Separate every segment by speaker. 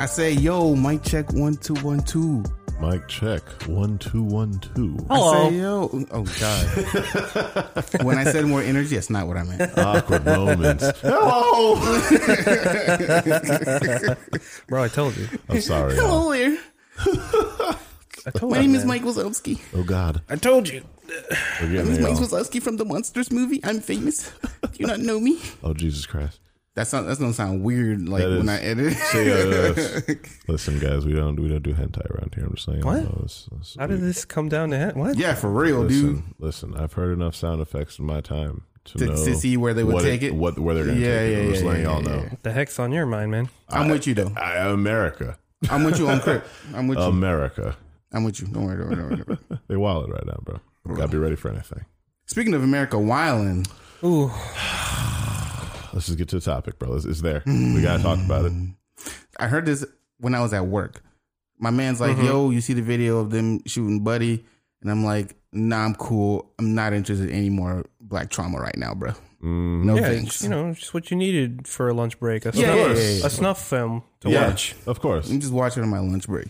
Speaker 1: I say, yo, mic check one two one two.
Speaker 2: Mic check. One two one two.
Speaker 1: I say, yo, oh god. when I said more energy, that's not what I meant.
Speaker 2: Awkward moments. Hello.
Speaker 3: Bro, I told you.
Speaker 2: I'm sorry.
Speaker 1: Hello
Speaker 2: y'all.
Speaker 1: there.
Speaker 3: I told
Speaker 1: My
Speaker 3: you.
Speaker 1: name is
Speaker 3: man.
Speaker 1: Mike Wazowski.
Speaker 2: Oh God.
Speaker 3: I told you.
Speaker 2: We're getting
Speaker 1: Mike
Speaker 2: there, y'all.
Speaker 1: Wazowski from the Monsters movie. I'm famous. Do you not know me?
Speaker 2: Oh Jesus Christ.
Speaker 1: That's not. That's gonna sound weird. Like
Speaker 2: That
Speaker 1: when
Speaker 2: is-
Speaker 1: I edit.
Speaker 2: Say, uh, Listen, guys, we don't we don't do hentai around here. I'm just saying.
Speaker 3: What?
Speaker 2: No, it's- it's-
Speaker 3: How did this come down to that? What?
Speaker 1: yeah, for real, dude.
Speaker 2: listen, listen, I've heard enough sound effects in my time to,
Speaker 1: To-
Speaker 2: know
Speaker 1: to see where they would
Speaker 2: what
Speaker 1: take it?
Speaker 2: What where they're going to
Speaker 1: Yeah,
Speaker 2: take it.
Speaker 1: yeah,
Speaker 2: I'm just
Speaker 1: yeah,
Speaker 2: letting
Speaker 1: yeah,
Speaker 2: y'all
Speaker 1: yeah,
Speaker 2: know.
Speaker 1: yeah.
Speaker 3: The heck's on your mind, man?
Speaker 1: I'm with you though.
Speaker 2: I, America,
Speaker 1: I'm with you on Crip. I'm
Speaker 2: Um,
Speaker 1: with you.
Speaker 2: America,
Speaker 1: I'm with you. Don't worry. Don't worry. Don't worry. Don't worry.
Speaker 2: they wild right now, bro. Gotta be ready for anything.
Speaker 1: Speaking of America wilding,
Speaker 3: Ooh,
Speaker 2: Let's just get to the topic, bro. It's, it's there. We gotta talk about it.
Speaker 1: I heard this when I was at work. My man's
Speaker 3: Mm-hmm.
Speaker 1: like, "Yo, you see the video of them shooting Buddy?" And I'm like, "Nah, I'm cool. I'm not interested in any more black trauma right now, bro. No
Speaker 3: yeah,
Speaker 1: thanks.
Speaker 3: you know, just what you needed for a lunch break. A,
Speaker 1: Yeah,
Speaker 3: snuff,
Speaker 1: yeah, yeah, yeah.
Speaker 3: a snuff film to
Speaker 2: Yeah,
Speaker 3: watch.
Speaker 2: of course.
Speaker 1: I'm just watching on my lunch break.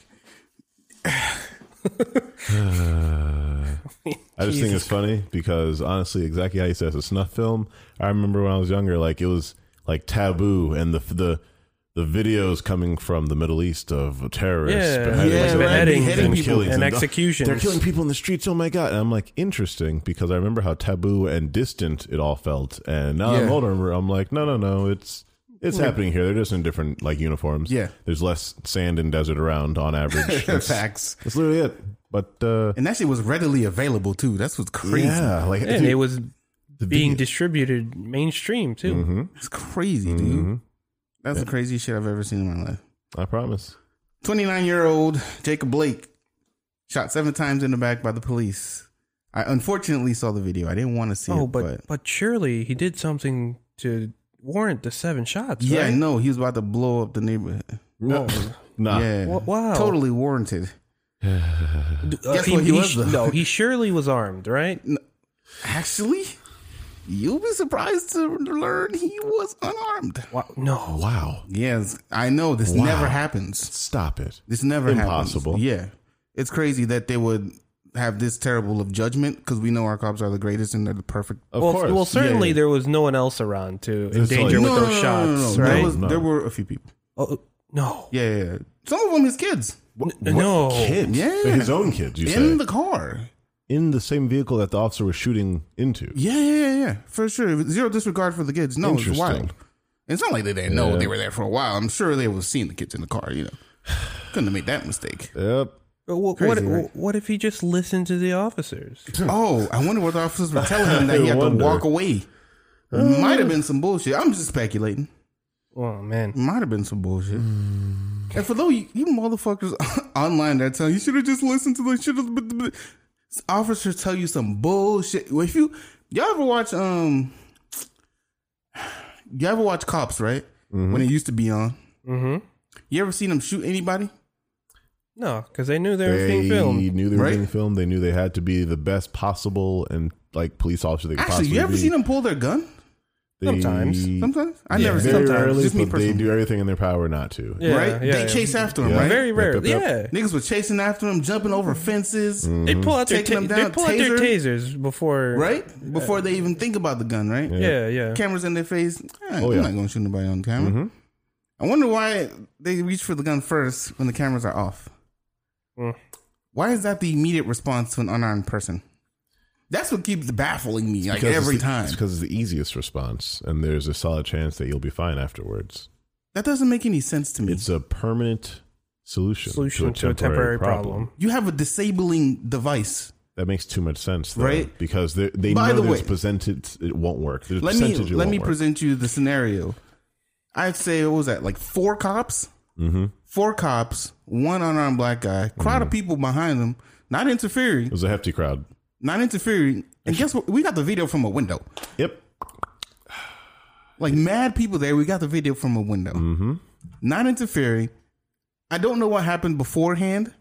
Speaker 2: I just think it's funny because honestly, exactly how you said it's a snuff film. I remember when I was younger, like it was like taboo, and the the the videos coming from the Middle East of terrorists,
Speaker 3: Yeah,
Speaker 2: beheadings
Speaker 1: Yeah,
Speaker 2: and-
Speaker 1: right.
Speaker 3: beheadings
Speaker 1: Beheading
Speaker 3: and,
Speaker 1: people.
Speaker 3: and executions.
Speaker 2: They're killing people in the streets. Oh my god! And I'm like, interesting, because I remember how taboo and distant it all felt. And now I'm
Speaker 1: Yeah.
Speaker 2: older, I'm like, no, no, no, it's it's happening here. They're just in different like uniforms.
Speaker 1: Yeah.
Speaker 2: there's less sand and desert around on average. that's,
Speaker 1: Facts.
Speaker 2: that's literally it. But uh,
Speaker 1: And that shit was readily available too. That's what's crazy.
Speaker 2: yeah, like
Speaker 3: And
Speaker 2: dude, Mm-hmm.
Speaker 3: it was being
Speaker 2: video-
Speaker 3: distributed mainstream too.
Speaker 1: It's crazy, dude. That's the craziest shit I've ever seen in my life.
Speaker 2: I promise.
Speaker 1: 29 year old Jacob Blake shot seven times in the back by the police. I unfortunately saw the video. I didn't want to see
Speaker 3: Oh,
Speaker 1: it,
Speaker 3: but,
Speaker 1: but,
Speaker 3: but surely he did something to warrant the seven shots.
Speaker 1: yeah,
Speaker 3: right?
Speaker 1: no, he was about to blow up the neighborhood.
Speaker 2: No, nah.
Speaker 1: yeah,
Speaker 3: Wa- wow.
Speaker 1: totally warranted.
Speaker 3: Uh,
Speaker 1: Guess what he was,
Speaker 3: sh-
Speaker 1: though.
Speaker 3: no, he surely was armed, right?
Speaker 1: Actually, you'll be surprised to learn he was unarmed.
Speaker 3: Wa- No,
Speaker 2: Wow.
Speaker 1: Yes, I know this
Speaker 2: Wow.
Speaker 1: never happens.
Speaker 2: Stop it.
Speaker 1: This never
Speaker 2: Impossible.
Speaker 1: Happens. Yeah, it's crazy that they would have this terrible of judgment because we know our cops are the greatest and they're the perfect.
Speaker 2: Of
Speaker 3: well,
Speaker 2: course.
Speaker 3: well, certainly
Speaker 1: yeah.
Speaker 3: there was no one else around to
Speaker 2: It's
Speaker 3: endanger
Speaker 2: like-
Speaker 3: with those shots,
Speaker 1: no,
Speaker 3: right?
Speaker 1: There, was,
Speaker 2: No.
Speaker 1: there were a few people.
Speaker 3: oh, no,
Speaker 1: Yeah, yeah, yeah. some of them his kids
Speaker 3: N- no.
Speaker 2: Kids.
Speaker 1: Yeah.
Speaker 2: His own kids, you
Speaker 1: in
Speaker 2: say.
Speaker 1: the car.
Speaker 2: in the same vehicle that the officer was shooting into.
Speaker 1: Yeah, yeah, yeah, yeah, for sure. Zero disregard for the kids. No, it's
Speaker 2: Interesting.
Speaker 1: wild. It's not like they didn't know
Speaker 2: Yeah.
Speaker 1: they were there for a while. I'm sure they was seeing the kids in the car. You know, couldn't have made that mistake.
Speaker 2: Yep.
Speaker 3: But wha-
Speaker 1: Crazy,
Speaker 3: what,
Speaker 1: right?
Speaker 3: what if he just listened to the officers?
Speaker 1: Oh, I wonder what the officers were telling him that he
Speaker 2: I
Speaker 1: had
Speaker 2: wonder. Uh.
Speaker 1: to walk away. Might have been some bullshit. I'm just speculating.
Speaker 3: Oh man,
Speaker 1: Might have been some bullshit.
Speaker 2: Mm.
Speaker 1: And for those you, you motherfuckers online that time, you should have just listened to the shit. of- but- but- Officers tell you some bullshit. Well, If you y'all ever watch um, you ever watch Cops right
Speaker 2: Mm-hmm.
Speaker 1: when it used to be on?
Speaker 3: Mhm.
Speaker 1: You ever seen them shoot anybody?
Speaker 3: no, because they knew they were
Speaker 2: They
Speaker 3: being filmed.
Speaker 2: knew they were
Speaker 1: right?
Speaker 2: being filmed. They knew they had to be the best possible and like police officer they could
Speaker 1: Actually,
Speaker 2: possibly
Speaker 1: you ever
Speaker 2: be.
Speaker 1: seen them pull their gun?
Speaker 2: They-
Speaker 3: Sometimes.
Speaker 1: Sometimes I
Speaker 3: Yeah,
Speaker 1: never seen
Speaker 2: Very
Speaker 1: them.
Speaker 2: rarely,
Speaker 1: Just me
Speaker 2: but they
Speaker 1: personally.
Speaker 2: do everything in their power not to.
Speaker 3: Yeah,
Speaker 1: right?
Speaker 3: yeah,
Speaker 1: they
Speaker 3: yeah.
Speaker 1: chase after him,
Speaker 2: Yeah.
Speaker 1: right?
Speaker 3: Very
Speaker 2: Yep,
Speaker 3: rare,
Speaker 2: yep, yep.
Speaker 3: yeah.
Speaker 1: Niggas were chasing after him, jumping over fences,
Speaker 2: Mm.
Speaker 3: They pull out their
Speaker 1: Taking
Speaker 3: ta-
Speaker 1: them
Speaker 3: they
Speaker 1: down,
Speaker 3: pull out their
Speaker 1: taser.
Speaker 3: tasers before,
Speaker 1: right? Before they even think about the gun, right?
Speaker 3: Yeah, yeah.
Speaker 1: cameras in their face. Eh,
Speaker 2: Oh,
Speaker 1: I'm
Speaker 2: yeah. Mm-hmm.
Speaker 1: not gonna shoot nobody on camera. I wonder why they reach for the gun first when the cameras are off.
Speaker 3: Mm.
Speaker 1: Why is that the immediate response to an unarmed person? That's what keeps baffling me, like
Speaker 2: Because it's
Speaker 1: every
Speaker 2: the-
Speaker 1: time.
Speaker 2: It's because it's the easiest response, and there's a solid chance that you'll be fine afterwards.
Speaker 1: That doesn't make any sense to me.
Speaker 2: It's a permanent solution,
Speaker 3: Solution to a temporary problem.
Speaker 1: you have a disabling device.
Speaker 2: That makes too much sense, though,
Speaker 1: Right?
Speaker 2: Because they they
Speaker 1: By
Speaker 2: know
Speaker 1: the
Speaker 2: there's
Speaker 1: way-
Speaker 2: percentage it won't work. There's
Speaker 1: Let me
Speaker 2: percentage it
Speaker 1: let
Speaker 2: won't
Speaker 1: me
Speaker 2: work.
Speaker 1: present you the scenario. I'd say what was that like four cops,
Speaker 2: Mm-hmm.
Speaker 1: four cops, one unarmed black guy, crowd of people behind them, not interfering,
Speaker 2: It was a hefty crowd.
Speaker 1: not interfering. And guess what? We got the video from a window.
Speaker 2: Yep.
Speaker 1: Like mad people there. We got the video from a window. Mm-hmm. Not interfering. I don't know what happened beforehand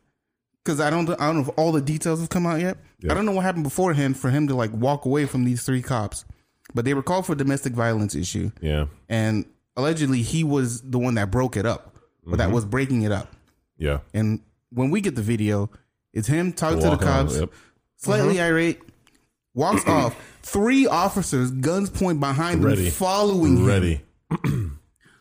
Speaker 1: because I don't. I don't know if all the details have come out yet.
Speaker 2: Yeah.
Speaker 1: I don't know what happened beforehand for him to like walk away from these three cops, but they were called for domestic violence issue,
Speaker 2: Yeah.
Speaker 1: and allegedly he was the one that broke it up. but that was breaking it up.
Speaker 2: Yeah.
Speaker 1: And when we get the video, it's him talking to the
Speaker 2: Walk on,
Speaker 1: cops,
Speaker 2: yep.
Speaker 1: slightly
Speaker 2: Mm-hmm.
Speaker 1: irate, walks off. Three officers, guns point behind
Speaker 2: Ready.
Speaker 1: him, following him,
Speaker 2: Ready.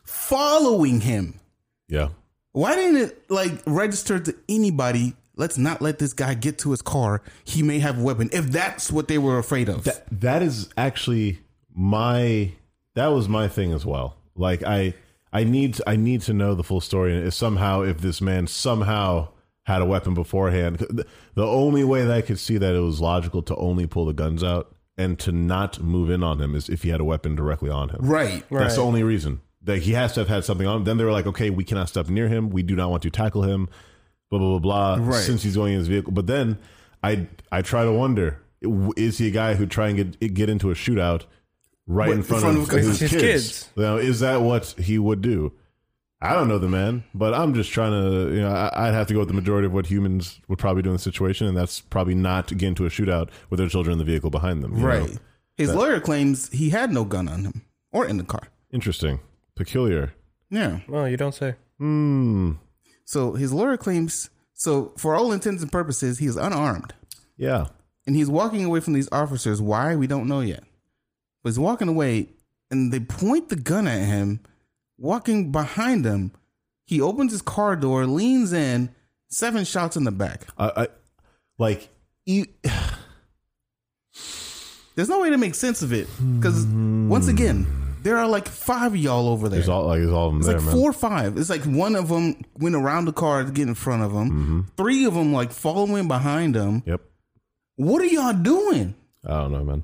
Speaker 1: following him.
Speaker 2: Yeah.
Speaker 1: Why didn't it like register to anybody? Let's not let this guy get to his car. He may have a weapon. If that's what they were afraid of,
Speaker 2: That that is actually my that was my thing as well. Like I I need I need to know the full story and if somehow if this man somehow had a weapon beforehand the the only way that I could see that it was logical to only pull the guns out and to not move in on him is if he had a weapon directly on him.
Speaker 1: right?
Speaker 2: That's the only reason. That he has to have had something on him. Then they were like, okay, we cannot step near him. We do not want to tackle him. Blah blah blah blah.
Speaker 1: Right.
Speaker 2: Since he's going in his vehicle, but then I I try to wonder: is he a guy who try and get get into a shootout right in
Speaker 1: With-
Speaker 2: front,
Speaker 1: in
Speaker 2: of,
Speaker 1: front of
Speaker 2: his,
Speaker 3: his
Speaker 2: kids?
Speaker 3: kids.
Speaker 2: Now, is that what he would do? I don't know the man, but I'm just trying to. You know, I, I'd have to go with the majority of what humans would probably do in the situation, and that's probably not to get into a shootout with their children in the vehicle behind them. you know?
Speaker 1: Right. His lawyer claims he had no gun on him or in the car.
Speaker 2: Interesting. Peculiar.
Speaker 1: Yeah.
Speaker 3: Well, you don't say.
Speaker 2: Hmm.
Speaker 1: So his lawyer claims so for all intents and purposes, he is unarmed
Speaker 2: Yeah.
Speaker 1: and he's walking away from these officers. Why we don't know yet. But he's walking away and they point the gun at him. Walking behind him, he opens his car door, leans in, seven shots in the back.
Speaker 2: I, I like e-, you,
Speaker 1: There's no way to make sense of it because once again, there are like five of y'all over there.
Speaker 2: there's all like there's all of them
Speaker 1: It's
Speaker 2: there,
Speaker 1: like
Speaker 2: man.
Speaker 1: four or five. It's like one of them went around the car to get in front of him.
Speaker 2: Mm-hmm.
Speaker 1: Three of them like following behind him.
Speaker 2: Yep.
Speaker 1: What are y'all doing?
Speaker 2: I don't know, man.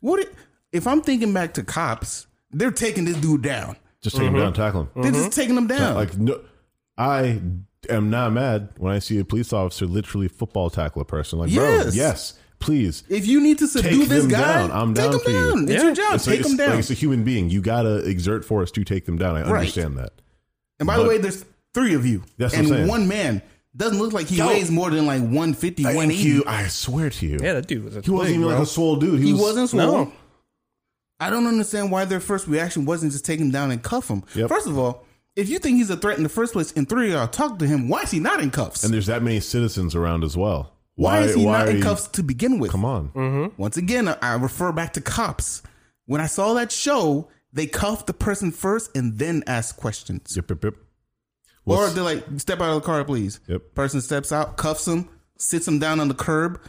Speaker 1: What i- if I'm thinking back to cops? They're taking this dude down.
Speaker 2: Just take him down, tackle him.
Speaker 1: They're just taking him down.
Speaker 2: Like no, I am not mad when I see a police officer literally football tackle a person. Like, bro,
Speaker 1: Yes.
Speaker 2: yes, please.
Speaker 1: if you need to subdue
Speaker 2: Take
Speaker 1: this
Speaker 2: them
Speaker 1: guy,
Speaker 2: down. I'm
Speaker 1: take
Speaker 2: down
Speaker 1: him
Speaker 2: for you.
Speaker 1: down. It's
Speaker 3: Yeah.
Speaker 1: your job.
Speaker 2: It's like-
Speaker 1: take him
Speaker 2: it's like
Speaker 1: down.
Speaker 2: it's a human being. You gotta exert force to take them down. I understand that.
Speaker 1: and by the way, there's three of you
Speaker 2: That's what I'm
Speaker 1: and
Speaker 2: saying.
Speaker 1: one man. Doesn't look like he
Speaker 2: Yo.
Speaker 1: weighs more than like 150, 180.
Speaker 2: I swear to you.
Speaker 3: Yeah, that dude was a
Speaker 2: he wasn't even like a swole dude.
Speaker 1: He wasn't swole.
Speaker 3: No.
Speaker 1: I don't understand why their first reaction wasn't just take him down and cuff him.
Speaker 2: Yep.
Speaker 1: First of all, if you think he's a threat in the first place, and three of y'all talk to him, why is he not in cuffs?
Speaker 2: And there's that many citizens around as well.
Speaker 1: why, is he not
Speaker 2: are
Speaker 1: in
Speaker 2: you-
Speaker 1: cuffs to begin with?
Speaker 2: Come on.
Speaker 1: Once again, I- I refer back to cops. When I saw that show, they cuffed the person first and then asked questions.
Speaker 2: Yep, yep, yep.
Speaker 1: Or
Speaker 2: What's-
Speaker 1: they're like, step out of the car, please.
Speaker 2: Yep.
Speaker 1: Person steps out, cuffs him, sits him down on the curb,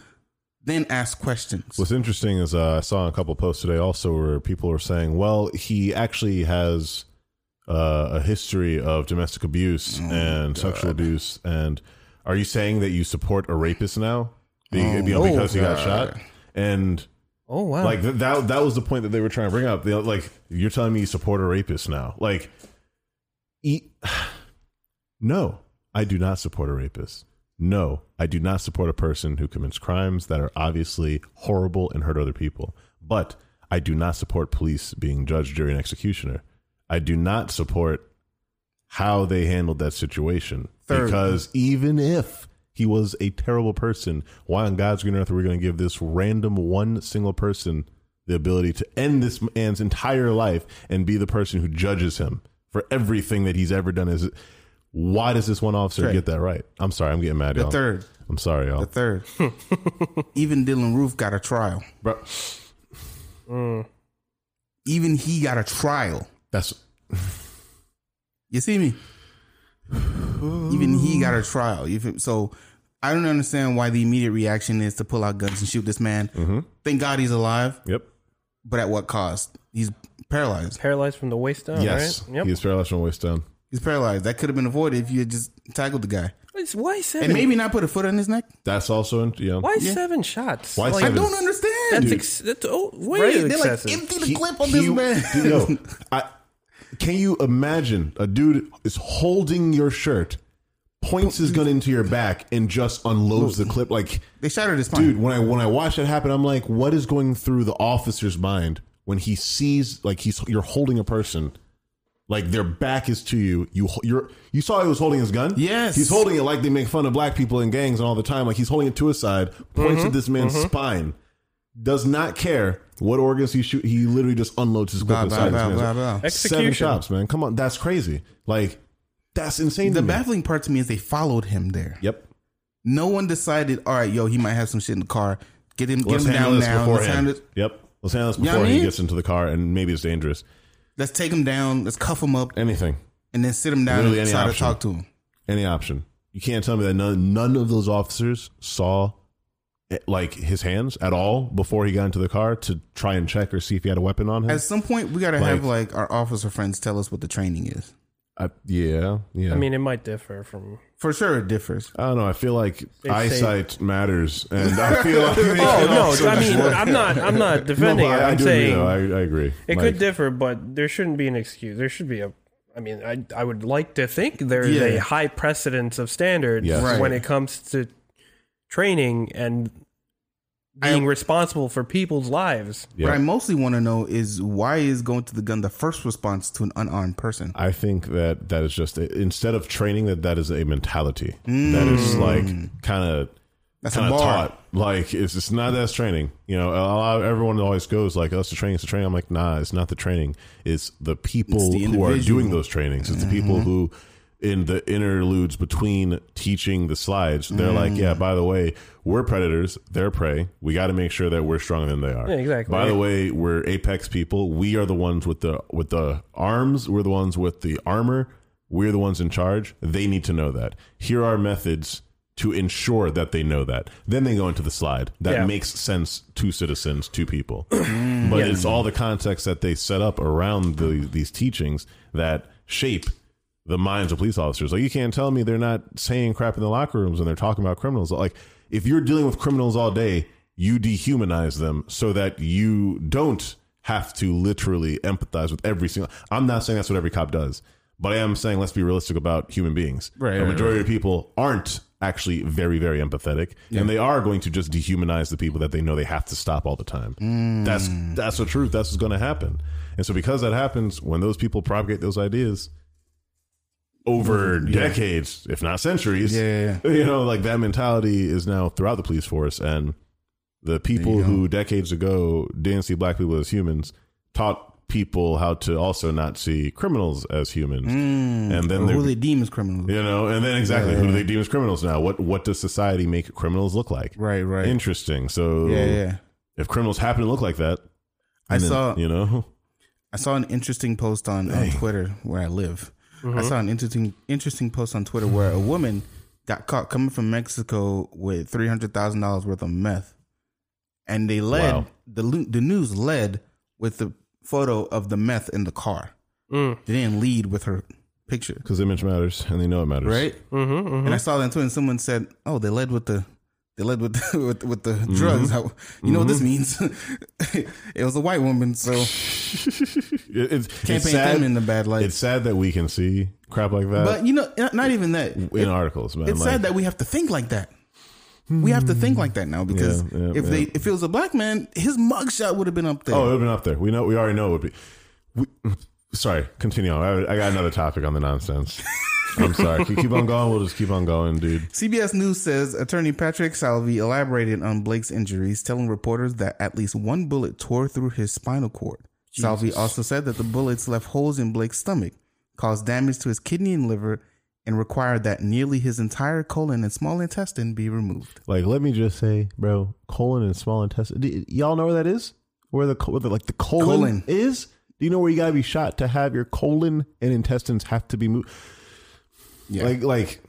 Speaker 1: then asks questions.
Speaker 2: What's interesting is uh, I saw a couple posts today also where people were saying, well, he actually has uh, a history of domestic abuse and sexual abuse. And are you saying that you support a rapist now? Be- you know, because he got shot? And
Speaker 3: Oh wow.
Speaker 2: like th- that that was the point that they were trying to bring up. They, like you're telling me you support a rapist now. Like e- no, I do not support a rapist. No, I do not support a person who commits crimes that are obviously horrible and hurt other people. But I do not support police being judge, jury, and executioner. I do not support how they handled that situation
Speaker 1: Third.
Speaker 2: because even if he was a terrible person, why on God's green earth are we going to give this random one single person the ability to end this man's entire life and be the person who judges him for everything that he's ever done? Is why does this one officer
Speaker 1: Right.
Speaker 2: get that right? I'm sorry, I'm getting mad,
Speaker 1: the
Speaker 2: y'all. Oh.
Speaker 1: third.
Speaker 2: I'm sorry, y'all.
Speaker 1: The third. Even Dylan Roof got a trial.
Speaker 2: Bro,
Speaker 1: Even he got a trial.
Speaker 2: that's
Speaker 1: You see me? Even he got a trial. You feel- so I don't understand why the immediate reaction is to pull out guns and shoot this man.
Speaker 2: Mm-hmm.
Speaker 1: Thank God he's alive,
Speaker 2: yep.
Speaker 1: but at what cost? He's paralyzed.
Speaker 3: paralyzed from the waist down.
Speaker 2: Yes,
Speaker 3: Right? Yep.
Speaker 2: he's paralyzed from the waist down.
Speaker 1: He's paralyzed. That could have been avoided if you had just tackled the guy
Speaker 3: It's- Why seven?
Speaker 1: and maybe not put a foot on his neck.
Speaker 2: That's also in, yeah.
Speaker 3: why seven shots?
Speaker 2: Why
Speaker 1: I
Speaker 2: seven?
Speaker 1: don't understand.
Speaker 3: That's, ex- that's oh, way
Speaker 1: right? They're like
Speaker 3: excessive.
Speaker 1: empty the
Speaker 2: He-
Speaker 1: clip on
Speaker 2: he-
Speaker 1: this man.
Speaker 2: dude, yo, I, can you imagine a dude is holding your shirt, points his gun into your back, and just unloads the clip? Like,
Speaker 1: they shattered his spine.
Speaker 2: dude, when I when I watch that happen, I'm like, what is going through the officer's mind when he sees like he's you're holding a person. Like their back is to you. You ho- you're you saw he was holding his gun.
Speaker 1: Yes.
Speaker 2: he's holding it like they make fun of black people in gangs and all the time. Like he's holding it to his side, points
Speaker 1: Mm-hmm.
Speaker 2: at this man's spine, does not care what organs he shoot. He literally just unloads his
Speaker 1: Blah,
Speaker 2: clip
Speaker 1: blah,
Speaker 2: inside
Speaker 1: blah,
Speaker 2: his
Speaker 1: blah,
Speaker 2: man's
Speaker 1: blah.
Speaker 2: Seven
Speaker 3: Execution.
Speaker 2: shots, man. Come on, that's crazy. Like That's insane.
Speaker 1: The
Speaker 2: to me.
Speaker 1: baffling part to me is they followed him there.
Speaker 2: Yep.
Speaker 1: No one decided, all right, yo, he might have some shit in the car. Get him, get
Speaker 2: Let's
Speaker 1: him
Speaker 2: handle
Speaker 1: down
Speaker 2: this
Speaker 1: now. Let's,
Speaker 2: beforehand.
Speaker 1: handle it-
Speaker 2: Yep. Let's handle this
Speaker 1: know what I
Speaker 2: before he
Speaker 1: mean?
Speaker 2: gets into the car, and maybe it's dangerous.
Speaker 1: let's take him down. Let's cuff him up
Speaker 2: Anything.
Speaker 1: and then sit him down
Speaker 2: Literally
Speaker 1: and
Speaker 2: any
Speaker 1: try to
Speaker 2: option.
Speaker 1: talk to him.
Speaker 2: any option. You can't tell me that none, none of those officers saw eh, like his hands at all before he got into the car to try and check or see if he had a weapon on him.
Speaker 1: At some point, we got to have like our officer friends tell us what the training is.
Speaker 2: I, yeah, yeah.
Speaker 3: I mean, it might differ from.
Speaker 1: For sure, it differs.
Speaker 2: I don't know. I feel like
Speaker 3: They say-
Speaker 2: eyesight matters, and I feel like they can
Speaker 3: Oh
Speaker 2: also
Speaker 3: no! I
Speaker 2: just
Speaker 3: mean,
Speaker 2: work-
Speaker 3: I'm not. I'm not
Speaker 2: No, but
Speaker 3: defending it.
Speaker 2: I, I
Speaker 3: I'm
Speaker 2: do agree,
Speaker 3: saying
Speaker 2: though. I, I agree.
Speaker 3: it
Speaker 2: Like,
Speaker 3: could differ, but there shouldn't be an excuse. There should be a. I mean, I I would like to think there is
Speaker 1: Yeah.
Speaker 3: a high precedence of standards
Speaker 2: Yes. Right.
Speaker 3: when it comes to training and
Speaker 1: I-
Speaker 3: being responsible for people's lives.
Speaker 2: Yeah.
Speaker 1: What I mostly want to know is why is going to the gun the first response to an unarmed person?
Speaker 2: I think that that is just instead of training that that is a mentality that is like kind
Speaker 1: Mm.
Speaker 2: of
Speaker 1: That's a
Speaker 2: kind of
Speaker 1: bar.
Speaker 2: taught. Like it's it's not that's training. You know, a lot, everyone always goes like, "Oh, it's the training, it's the training." I'm like, "Nah, it's not the training. It's the people
Speaker 1: It's the
Speaker 2: who
Speaker 1: individual.
Speaker 2: are
Speaker 1: Mm-hmm.
Speaker 2: doing those trainings. It's the people who." In the interludes between teaching the slides, they're like,
Speaker 1: Mm.
Speaker 2: "Yeah, by the way, we're predators; they're prey. We got to make sure that we're stronger than they are."
Speaker 3: Yeah, exactly.
Speaker 2: By the way, we're apex people. We are the ones with the with the arms. We're the ones with the armor. We're the ones in charge. They need to know that. Here are methods to ensure that they know that. Then they go into the slide that
Speaker 3: Yeah.
Speaker 2: makes sense to citizens, to people. but it's all the context that they set up around the, these teachings that shape the minds of police officers. Like you can't tell me they're not saying crap in the locker rooms and they're talking about criminals. Like if you're dealing with criminals all day, you dehumanize them so that you don't have to literally empathize with every single. I'm not saying that's what every cop does, but I am saying let's be realistic about human beings.
Speaker 1: Right,
Speaker 2: A
Speaker 1: right,
Speaker 2: majority of people aren't actually very very empathetic and they are going to just dehumanize the people that they know they have to stop all the time that's
Speaker 1: Mm.
Speaker 2: that's the truth that's what's going to happen and so because that happens when those people propagate those ideas over decades, if not centuries.
Speaker 1: Yeah,
Speaker 2: You know, like that mentality is now throughout the police force. And the people who decades ago didn't see black people as humans taught people how to also not see criminals as humans. And then
Speaker 1: Or who
Speaker 2: they're
Speaker 1: they deem as criminals?
Speaker 2: you know, and then exactly who do they deem as criminals now? What what does society make criminals look like?
Speaker 1: Right, right.
Speaker 2: Interesting. So
Speaker 1: yeah, yeah.
Speaker 2: if criminals happen to look like that,
Speaker 1: I
Speaker 2: and then,
Speaker 1: saw
Speaker 2: you know
Speaker 1: I saw an interesting post on, on Twitter where I live. I saw an interesting interesting post on Twitter where a woman got caught coming from Mexico with three hundred thousand dollars worth of meth, and they led
Speaker 2: Wow.
Speaker 1: the lu- the news led with the photo of the meth in the car. They didn't lead with her picture,
Speaker 2: because image matters and they know it matters.
Speaker 1: right?
Speaker 3: Mm-hmm,
Speaker 1: And I saw that on Twitter, and someone said, "Oh, they led with the." They led with the, with, with the drugs. I- you know what this means? it was a white woman, so
Speaker 2: It- it's,
Speaker 1: can't
Speaker 2: it's
Speaker 1: paint
Speaker 2: sad.
Speaker 1: them in the bad light.
Speaker 2: it's sad that we can see crap like that
Speaker 1: But you know, not- not even that.
Speaker 2: in
Speaker 1: It-
Speaker 2: articles, man.
Speaker 1: it's
Speaker 2: like,
Speaker 1: sad that we have to think like that. We have to think like that now because
Speaker 2: Yeah, yeah,
Speaker 1: if they if it was a black man, his mugshot would have been up there.
Speaker 2: Oh, it would have been up there. We know. We already know it would be. We, sorry, continue on. I, I got another topic on the nonsense. I'm sorry. Can you keep on going? We'll just keep on going, dude.
Speaker 1: CBS News says attorney Patrick Salvi elaborated on Blake's injuries, telling reporters that at least one bullet tore through his spinal cord. Salvi also said that the bullets left holes in Blake's stomach, caused damage to his kidney and liver, and required that nearly his entire colon and small intestine be removed.
Speaker 2: Like, let me just say, bro, colon and small intestine. do y- y'all know where that is? Where the, co- where the like the colon,
Speaker 1: Colon.
Speaker 2: is? Do you know where you gotta be shot to have your colon and intestines have to be moved?
Speaker 1: Yeah.
Speaker 2: Like, like,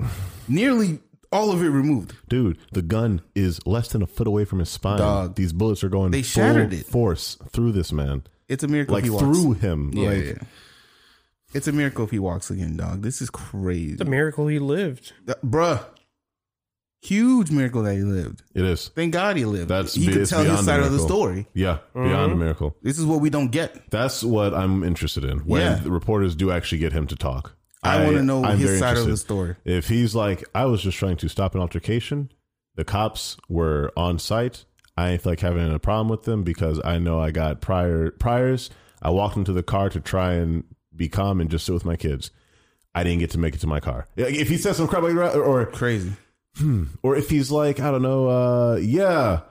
Speaker 1: Nearly all of it removed.
Speaker 2: dude, the gun is less than a foot away from his spine.
Speaker 1: Dog.
Speaker 2: These bullets are going
Speaker 1: They
Speaker 2: full
Speaker 1: shattered it.
Speaker 2: force through this man.
Speaker 1: It's a miracle
Speaker 2: like
Speaker 1: he walks.
Speaker 2: through him.
Speaker 1: Yeah,
Speaker 2: like,
Speaker 1: yeah. It's a miracle if he walks again, dog. This is crazy.
Speaker 3: It's a miracle he lived.
Speaker 1: Th- bruh. Huge miracle that he lived.
Speaker 2: it is.
Speaker 1: Thank God he lived.
Speaker 2: That's
Speaker 1: he
Speaker 2: be-
Speaker 1: could
Speaker 2: it's
Speaker 1: tell his
Speaker 2: beyond a
Speaker 1: side of the
Speaker 2: miracle.
Speaker 1: story.
Speaker 2: Yeah, beyond a miracle.
Speaker 1: This is what we don't get.
Speaker 2: That's what I'm interested in. When
Speaker 1: Yeah.
Speaker 2: the reporters do actually get him to talk,
Speaker 1: I wanna know
Speaker 2: I'm
Speaker 1: his
Speaker 2: very
Speaker 1: side of the story.
Speaker 2: If he's like, I was just trying to stop an altercation, the cops were on site. I ain't feel like having a problem with them because I know I got prior priors. I walked into the car to try and be calm and just sit with my kids. I didn't get to make it to my car. Like, If he says some crap like that, or
Speaker 1: Crazy.
Speaker 2: or if he's like, I don't know, uh, yeah,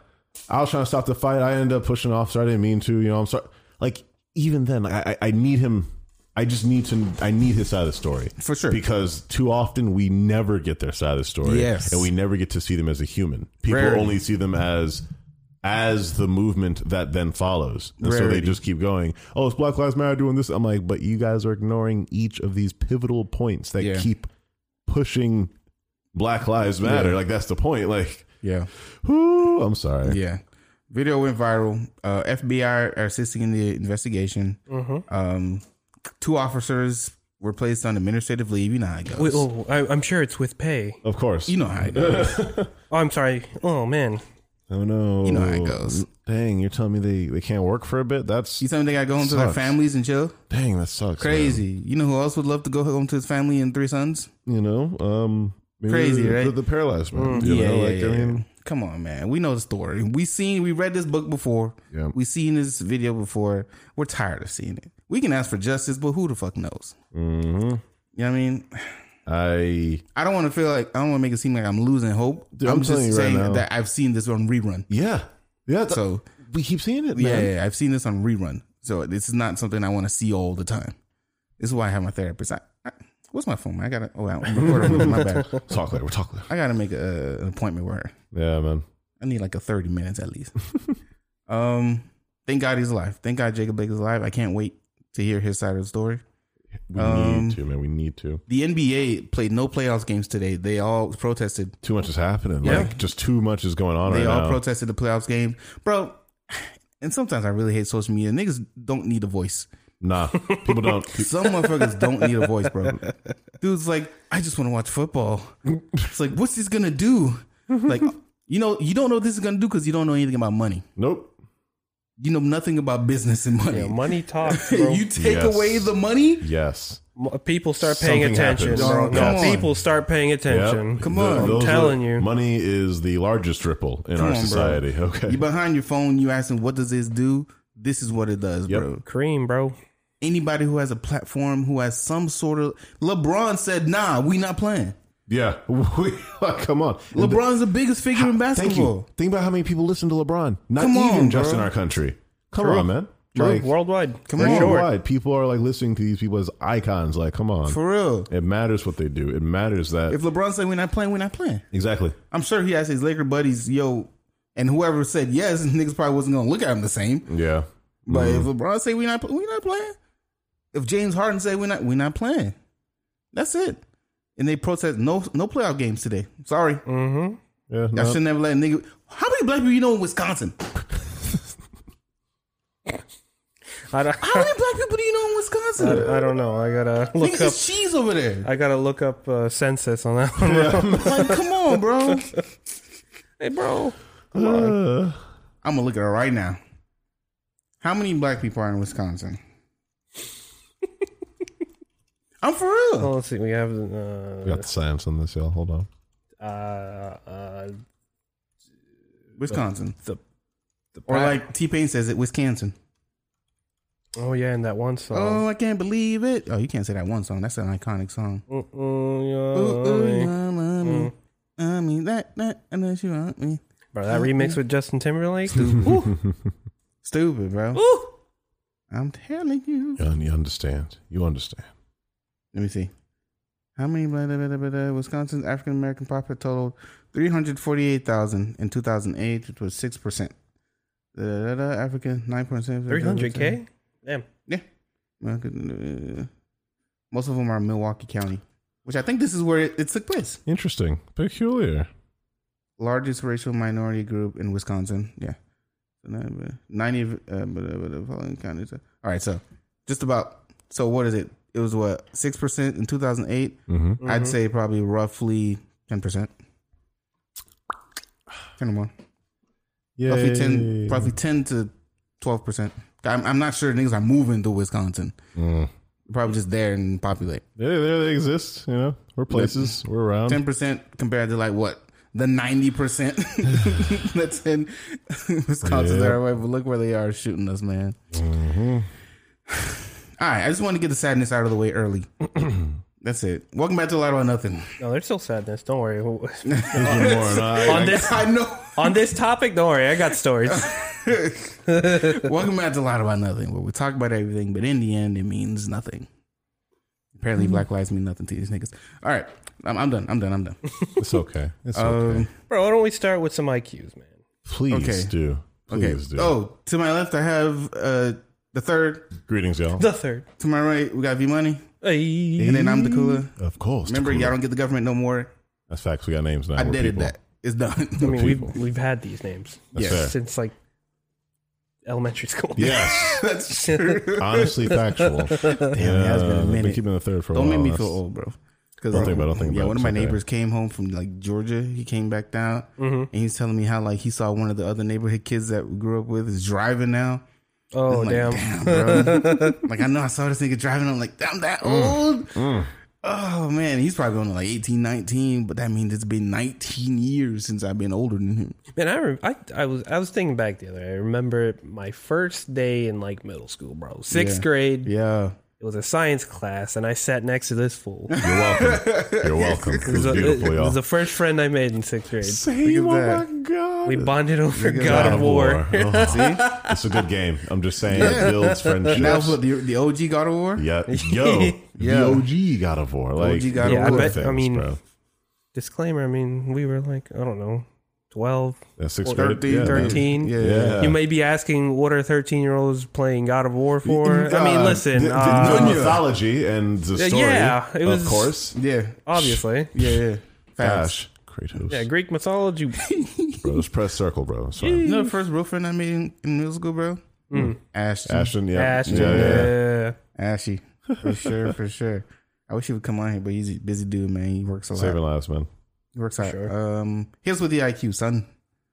Speaker 2: I was trying to stop the fight. I ended up pushing an officer. I didn't mean to. You know, I'm sorry. Like even then, like, I I I need him. I just need to. I need his side of the story
Speaker 1: For sure.
Speaker 2: because too often we never get their side of the story.
Speaker 1: Yes.
Speaker 2: and we never get to see them as a human. People
Speaker 1: Rarity.
Speaker 2: only see them as as the movement that then follows, and so they
Speaker 1: Rarity.
Speaker 2: just keep going. Oh, it's Black Lives Matter doing this. I'm like, but you guys are ignoring each of these pivotal points that
Speaker 1: Yeah.
Speaker 2: keep pushing Black Lives Matter. Like that's the point. Like,
Speaker 1: Yeah.
Speaker 2: whoo, I'm sorry.
Speaker 1: Yeah. Video went viral. Uh, FBI are assisting in the investigation.
Speaker 3: Mm-hmm.
Speaker 1: Um, two officers were placed on administrative leave. You know how it goes.
Speaker 3: Wait, oh, I, I'm sure it's with pay.
Speaker 2: Of course.
Speaker 1: you know how it goes.
Speaker 3: Oh, I'm sorry. Oh man,
Speaker 2: Oh no!
Speaker 1: You know how it goes.
Speaker 2: Dang, you're telling me they, they can't work for a bit? That's
Speaker 1: You tell me they got to go home to their
Speaker 2: Sucks.
Speaker 1: families and chill?
Speaker 2: dang, that sucks. man.
Speaker 1: Crazy. You know who else would love to go home to his family and three sons?
Speaker 2: You know, um, maybe
Speaker 1: Crazy,
Speaker 2: the,
Speaker 1: right? Mm,
Speaker 2: The, the paralyzed man. you know, like I mean,
Speaker 1: Come on, man. We know the story. We seen. We read this book before.
Speaker 2: Yeah.
Speaker 1: We seen this video before. We're tired of seeing it. We can ask for justice, but who the fuck knows?
Speaker 2: mhm.
Speaker 1: You know what I mean?
Speaker 2: I
Speaker 1: I don't want to feel like I don't want to make it seem like I'm losing hope.
Speaker 2: Dude,
Speaker 1: I'm,
Speaker 2: I'm
Speaker 1: just
Speaker 2: telling you right
Speaker 1: saying
Speaker 2: now.
Speaker 1: that I've seen this on rerun.
Speaker 2: yeah yeah. th-
Speaker 1: So
Speaker 2: we keep seeing it,
Speaker 1: yeah,
Speaker 2: man.
Speaker 1: yeah, I've seen this on rerun. So this is not something I want to see all the time. This is why I have my therapist. I, I, what's my phone? I gotta. Oh, I'm recording. my bad.
Speaker 2: Talk later. We'll talk later.
Speaker 1: I gotta make a, an appointment with her.
Speaker 2: Yeah, man.
Speaker 1: I need like a 30 minutes at least. um, thank God he's alive. Thank God Jacob Blake is alive. I can't wait to hear his side of the story.
Speaker 2: We
Speaker 1: Um,
Speaker 2: need to, man. We need to.
Speaker 1: The NBA played no playoffs games today. They all protested.
Speaker 2: Too much is happening.
Speaker 1: Yeah.
Speaker 2: Like just too much is going on
Speaker 1: They
Speaker 2: right
Speaker 1: all
Speaker 2: now.
Speaker 1: protested the playoffs game. Bro, and sometimes I really hate social media. Niggas don't need a voice.
Speaker 2: nah, people don't.
Speaker 1: Some motherfuckers don't need a voice, bro. Dude's like, I just want to watch football. It's like, what's this gonna do? Like, you know, you don't know what this is gonna do because you don't know anything about money.
Speaker 2: nope.
Speaker 1: You know nothing about business and money.
Speaker 3: yeah, money talks. Bro.
Speaker 1: you take
Speaker 2: Yes.
Speaker 1: away the money?
Speaker 2: Yes.
Speaker 3: M- people start paying
Speaker 2: Something
Speaker 3: attention.
Speaker 2: happens.
Speaker 3: bro.
Speaker 1: Oh, come
Speaker 3: No,
Speaker 1: on.
Speaker 3: people start paying attention.
Speaker 2: Yep.
Speaker 1: Come
Speaker 2: The-
Speaker 1: on. I'm
Speaker 2: those are-
Speaker 3: telling you.
Speaker 2: money is the largest ripple in our
Speaker 1: on, bro.
Speaker 2: society. Okay.
Speaker 1: You behind your phone, you asking what does this do? This is what it does,
Speaker 2: Yep.
Speaker 1: bro.
Speaker 3: Cream, bro.
Speaker 1: Anybody who has a platform who has some sort of LeBron said, nah, we not playing.
Speaker 2: Yeah, we, come on.
Speaker 1: LeBron's the biggest figure in
Speaker 2: Thank
Speaker 1: basketball.
Speaker 2: you. Think about how many people listen to LeBron. Not
Speaker 1: Come
Speaker 2: even
Speaker 1: on,
Speaker 2: just
Speaker 1: bro.
Speaker 2: in our country. Come
Speaker 3: True.
Speaker 2: on, man.
Speaker 3: True.
Speaker 2: Like,
Speaker 3: Worldwide.
Speaker 1: Come
Speaker 3: For
Speaker 1: on.
Speaker 3: sure.
Speaker 2: worldwide, people are like listening to these people as icons. Like, come on.
Speaker 1: For real.
Speaker 2: it matters what they do. It matters that
Speaker 1: If LeBron said we're not playing, we're not playing.
Speaker 2: exactly.
Speaker 1: I'm sure he asked his Laker buddies, yo, and whoever said yes, niggas probably wasn't gonna look at him the same.
Speaker 2: Yeah,
Speaker 1: But if
Speaker 2: Mm-hmm.
Speaker 1: LeBron say we not we not playing, if James Harden say we not we not playing, that's it. And they protest no no playoff games today. Sorry.
Speaker 2: yeah.
Speaker 1: I
Speaker 2: no.
Speaker 1: should never let a nigga. How many black people you know in Wisconsin?
Speaker 3: I don't,
Speaker 1: How many black people do you know in Wisconsin?
Speaker 3: I, I don't know. I gotta
Speaker 1: Nigga,
Speaker 3: Uh, look up.
Speaker 1: it's cheese over there.
Speaker 3: I gotta look up uh, census on that one.
Speaker 1: Like, come on, bro. I'm
Speaker 3: hey, bro.
Speaker 2: Uh,
Speaker 1: gonna look at it right now. How many black people are in Wisconsin? I'm for real.
Speaker 3: Well, Oh, let's see. We have
Speaker 2: we
Speaker 3: uh,
Speaker 2: got the science on this, y'all. Hold on.
Speaker 3: uh, uh,
Speaker 1: Wisconsin,
Speaker 3: the the
Speaker 1: or like T Pain says it, Wisconsin.
Speaker 3: Oh yeah, in that one song.
Speaker 1: Oh, I can't believe it. Oh, you can't say that one song. That's an iconic song. Ooh, ooh,
Speaker 3: Mm-mm, Mm, Oh, yeah. Mm.
Speaker 1: my mommy. I mean that that and then she want me.
Speaker 3: Bro, that remix with Justin Timberlake. Ooh,
Speaker 1: Stupid, bro.
Speaker 3: ooh.
Speaker 1: I'm telling you.
Speaker 2: You un- you understand? You understand?
Speaker 1: Let me see. How many blah, blah, blah, blah, blah, Wisconsin's African American population totaled 348,000 in 2008, which was 6%. Da, da, da, da, African 9.7.
Speaker 3: 300k. Damn.
Speaker 1: Yeah. American, uh, Most of them are Milwaukee County, which I think this is where it, it took place.
Speaker 2: Interesting. Peculiar.
Speaker 1: Largest racial minority group in Wisconsin. Yeah. 90 of uh, blah, blah, blah, the following counties. All right. So just about, so what is it? It was what, 6% in 2008?
Speaker 2: Mm-hmm.
Speaker 1: I'd say probably roughly ten percent. Ten or more.
Speaker 2: Yeah.
Speaker 1: Roughly ten roughly ten to twelve percent. I'm, I'm not sure niggas are moving to Wisconsin. Probably just there and populate.
Speaker 2: Yeah, Mm. there they exist. You know, we're places. We're around.
Speaker 1: Ten percent compared to like what? The ninety percent that's in Wisconsin
Speaker 2: Yeah.
Speaker 1: there. But look where they are shooting us, man.
Speaker 2: Mm-hmm.
Speaker 1: All right, I just want to get the sadness out of the way early. That's it. Welcome back to a lot about nothing.
Speaker 3: No, there's still sadness. Don't worry.
Speaker 2: There's more, and I-
Speaker 3: on this
Speaker 1: I know.
Speaker 3: on this topic, don't worry. I got stories.
Speaker 1: Welcome back to Lot About Nothing, where we talk about everything, but in the end, it means nothing. Apparently,
Speaker 2: Mm-hmm.
Speaker 1: Black Lives mean nothing to these niggas. All right, I'm, I'm done. I'm done. I'm done.
Speaker 2: It's okay. It's
Speaker 1: Um,
Speaker 2: okay.
Speaker 3: Bro, why don't we start with some IQs, man?
Speaker 2: Please
Speaker 1: okay.
Speaker 2: do.
Speaker 1: Okay.
Speaker 2: Please do.
Speaker 1: Oh, to my left, I have uh, the third.
Speaker 2: Greetings, y'all.
Speaker 3: The third.
Speaker 1: To my right, we got V Money,
Speaker 3: Hey.
Speaker 1: and then I'm the cooler.
Speaker 2: of course.
Speaker 1: Remember,
Speaker 2: Takula.
Speaker 1: y'all don't get the government no more.
Speaker 2: That's facts. We got names now.
Speaker 1: I
Speaker 2: We're
Speaker 1: did it.
Speaker 2: people.
Speaker 1: That it's done.
Speaker 3: I mean, we've,
Speaker 2: people.
Speaker 3: we've had these names
Speaker 2: That's
Speaker 1: Yes.
Speaker 2: fair.
Speaker 3: since like elementary school.
Speaker 2: Yes.
Speaker 1: That's true.
Speaker 2: Honestly, factual.
Speaker 1: Damn, yeah, it's been a minute.
Speaker 2: keeping the third for a
Speaker 1: Don't
Speaker 2: while.
Speaker 1: make me
Speaker 2: That's-
Speaker 1: feel old, bro. Because
Speaker 2: Don't think about it, don't think
Speaker 1: yeah,
Speaker 2: about it.
Speaker 1: one of
Speaker 2: It's
Speaker 1: my
Speaker 2: okay. Mm-hmm.
Speaker 1: neighbors came home from like Georgia. He came back down, and he was telling me how like he saw one of the other neighborhood kids that we grew up with is driving now.
Speaker 3: Oh,
Speaker 1: I'm
Speaker 3: damn.
Speaker 1: like, bro. like I know I saw this nigga driving. I'm like, I'm that
Speaker 2: Mm.
Speaker 1: old. Oh man, he's probably going to like 18, 19, but that means it's been 19 years since I've been older than him.
Speaker 3: Man, I, rem- I I was I was thinking back the other. day. I remember my first day in like middle school, bro. Sixth
Speaker 1: Yeah.
Speaker 3: grade.
Speaker 1: Yeah,
Speaker 3: It was a science class, and I sat next to this fool. It
Speaker 2: You're welcome. You're welcome. It
Speaker 3: was,
Speaker 2: was
Speaker 3: a-
Speaker 2: beautiful,
Speaker 3: it
Speaker 2: y'all.
Speaker 3: was the first friend I made in sixth grade.
Speaker 2: Same, oh
Speaker 1: Look at
Speaker 2: my God.
Speaker 3: We bonded over God,
Speaker 1: at that.
Speaker 3: of War.
Speaker 2: Oh,
Speaker 1: see,
Speaker 2: it's a good game. I'm just saying it builds friendships.
Speaker 1: that was what the, the OG God of War.
Speaker 2: yeah, yo,
Speaker 1: Yeah.
Speaker 2: the OG God of War, like
Speaker 1: OG God
Speaker 3: of Yeah, I War. bet- I
Speaker 2: Things,
Speaker 3: mean-
Speaker 2: bro.
Speaker 3: Disclaimer: I mean, we were like I don't know, twelve.
Speaker 2: That's sixth
Speaker 3: Well,
Speaker 2: grade, yeah, man.
Speaker 3: 13.
Speaker 1: Yeah,
Speaker 2: yeah.
Speaker 3: You may be asking, what are thirteen-year-olds playing God of War for? I mean,
Speaker 2: Uh,
Speaker 3: listen,
Speaker 2: the, the,
Speaker 3: uh,
Speaker 2: the mythology and the story,
Speaker 3: yeah, it was-
Speaker 2: of course.
Speaker 1: yeah,
Speaker 3: obviously,
Speaker 1: yeah, yeah. Facts.
Speaker 2: Gosh, Kratos,
Speaker 3: yeah, Greek mythology.
Speaker 2: bro, let's press circle, bro. Sorry.
Speaker 1: You know the first real friend I made in, in middle school, bro? Ashton.
Speaker 2: Ashton, yeah,
Speaker 3: Ashton,
Speaker 2: yeah, yeah.
Speaker 3: yeah.
Speaker 1: Ashy. For sure, for sure. I wish he would come on here, but he's a busy dude, man. He works a lot.
Speaker 2: saving lives, man.
Speaker 1: He works out.
Speaker 3: Sure.
Speaker 1: Um, hit us with the IQ, son.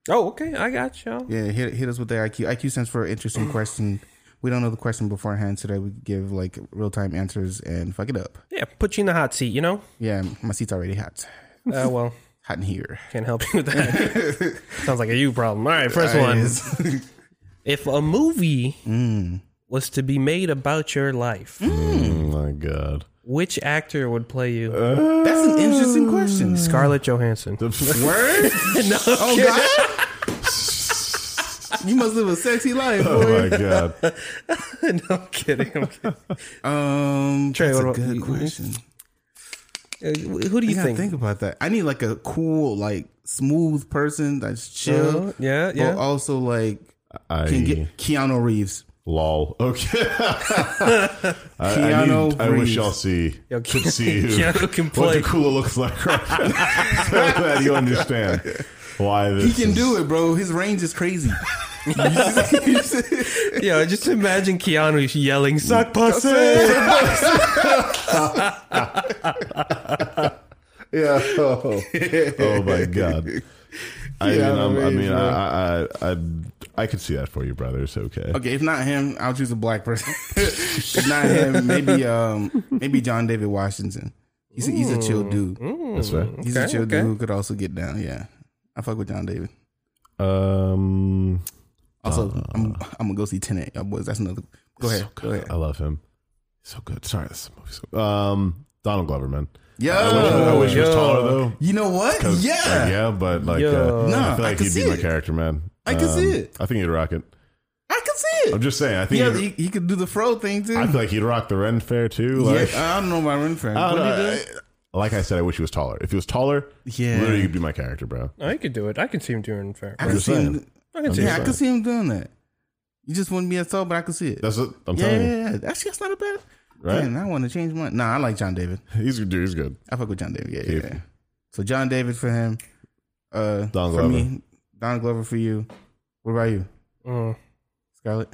Speaker 3: Oh, okay, I got y'all.
Speaker 1: Yeah, hit, hit us with the IQ. IQ stands for interesting question. We don't know the question beforehand, so that we give like real time answers and fuck it up.
Speaker 3: Yeah, put you in the hot seat, you know?
Speaker 1: Yeah, my seat's already hot.
Speaker 3: Uh, well,
Speaker 1: Hot in here.
Speaker 3: can't help you with that. Sounds like a you problem. All right, first one. If a movie Mm. was to be made about your life,
Speaker 1: Hmm.
Speaker 2: Oh my God.
Speaker 3: which actor would play you?
Speaker 1: That's an interesting question.
Speaker 3: Scarlett Johansson.
Speaker 1: Word? Oh, God. you must live a sexy life, boy.
Speaker 2: Oh my God.
Speaker 3: no, I'm kidding. I'm kidding.
Speaker 1: Um,
Speaker 3: Trey,
Speaker 1: that's
Speaker 3: what
Speaker 1: a
Speaker 3: about-
Speaker 1: good
Speaker 3: you-
Speaker 1: question.
Speaker 3: Uh, who do you
Speaker 1: I gotta
Speaker 3: think?
Speaker 1: think about that. I need like a cool, like smooth person that's chill,
Speaker 3: Uh, yeah, yeah.
Speaker 1: but also like
Speaker 2: I
Speaker 1: can get Keanu Reeves.
Speaker 2: lol. Okay. I, I,
Speaker 1: Keanu
Speaker 2: need, I wish
Speaker 1: Reeves.
Speaker 2: y'all see
Speaker 3: Yo,
Speaker 2: could see who,
Speaker 3: Keanu can
Speaker 2: what
Speaker 3: play.
Speaker 2: the cooler looks like right now, so that you understand why this
Speaker 1: He can
Speaker 2: is-
Speaker 1: do it, bro. His range is crazy.
Speaker 3: Yeah, just imagine Keanu yelling, suck pussy!
Speaker 2: Yeah. Oh, Oh, my god. I mean, I'm, I mean, I, I, I, I, I could see that for you, brother. It's okay.
Speaker 1: okay, if not him, I'll choose a black person. if not him, maybe um maybe John David Washington. He's a, he's a chill dude.
Speaker 2: That's fair.
Speaker 1: He's a
Speaker 3: Okay,
Speaker 1: chill
Speaker 3: okay.
Speaker 1: dude who could also get down. Yeah, I fuck with John David.
Speaker 2: Um,
Speaker 1: Also, I'm I'm gonna go see Tenet, y'all boys. That's another. Go ahead. go ahead.
Speaker 2: I love him. So good. Sorry, this movie's so. Um, Donald Glover, man.
Speaker 1: Oh, Yo,
Speaker 2: I wish, I wish he was
Speaker 3: Yo.
Speaker 2: taller though.
Speaker 1: you know what?
Speaker 2: 'Cause,
Speaker 1: Yeah.
Speaker 2: like, yeah, but like,
Speaker 3: Yo.
Speaker 2: uh,
Speaker 1: Nah,
Speaker 2: I feel
Speaker 1: I
Speaker 2: like
Speaker 1: can
Speaker 2: he'd be
Speaker 1: see
Speaker 2: my
Speaker 1: it.
Speaker 2: character, man. Um,
Speaker 1: I can see it.
Speaker 2: I think he'd rock it.
Speaker 1: I can see it.
Speaker 2: I'm just saying. I think.
Speaker 1: Yeah,
Speaker 2: he'd,
Speaker 1: he, he could do the fro thing too.
Speaker 2: I feel like he'd rock the Ren Fair too. Like,
Speaker 1: yeah, I don't know about Ren Fair.
Speaker 2: I don't
Speaker 1: What
Speaker 2: know,
Speaker 1: he do?
Speaker 2: I- like I said, I wish he was taller. If he was taller,
Speaker 1: Yeah.
Speaker 2: literally, he'd be my character, bro.
Speaker 3: I could do it. I could see him doing fair.
Speaker 1: I
Speaker 2: I'm
Speaker 1: could
Speaker 2: just
Speaker 1: see him.
Speaker 2: saying.
Speaker 3: I could see
Speaker 1: Yeah, I
Speaker 3: him.
Speaker 1: could see him doing that. You just wouldn't be as tall, but I could see it.
Speaker 2: That's what I'm
Speaker 1: yeah,
Speaker 2: telling you.
Speaker 1: yeah, yeah. Actually, that's not a bad.
Speaker 2: Right?
Speaker 1: Man, I want to change my. Nah, I like John David.
Speaker 2: He's good, dude. He's good.
Speaker 1: I fuck with John David. Yeah, yeah.
Speaker 2: Yeah.
Speaker 1: yeah. So John David for him. Uh,
Speaker 2: Don
Speaker 1: for me, Don Glover for you. What about you,
Speaker 3: Mm.
Speaker 1: Scarlett?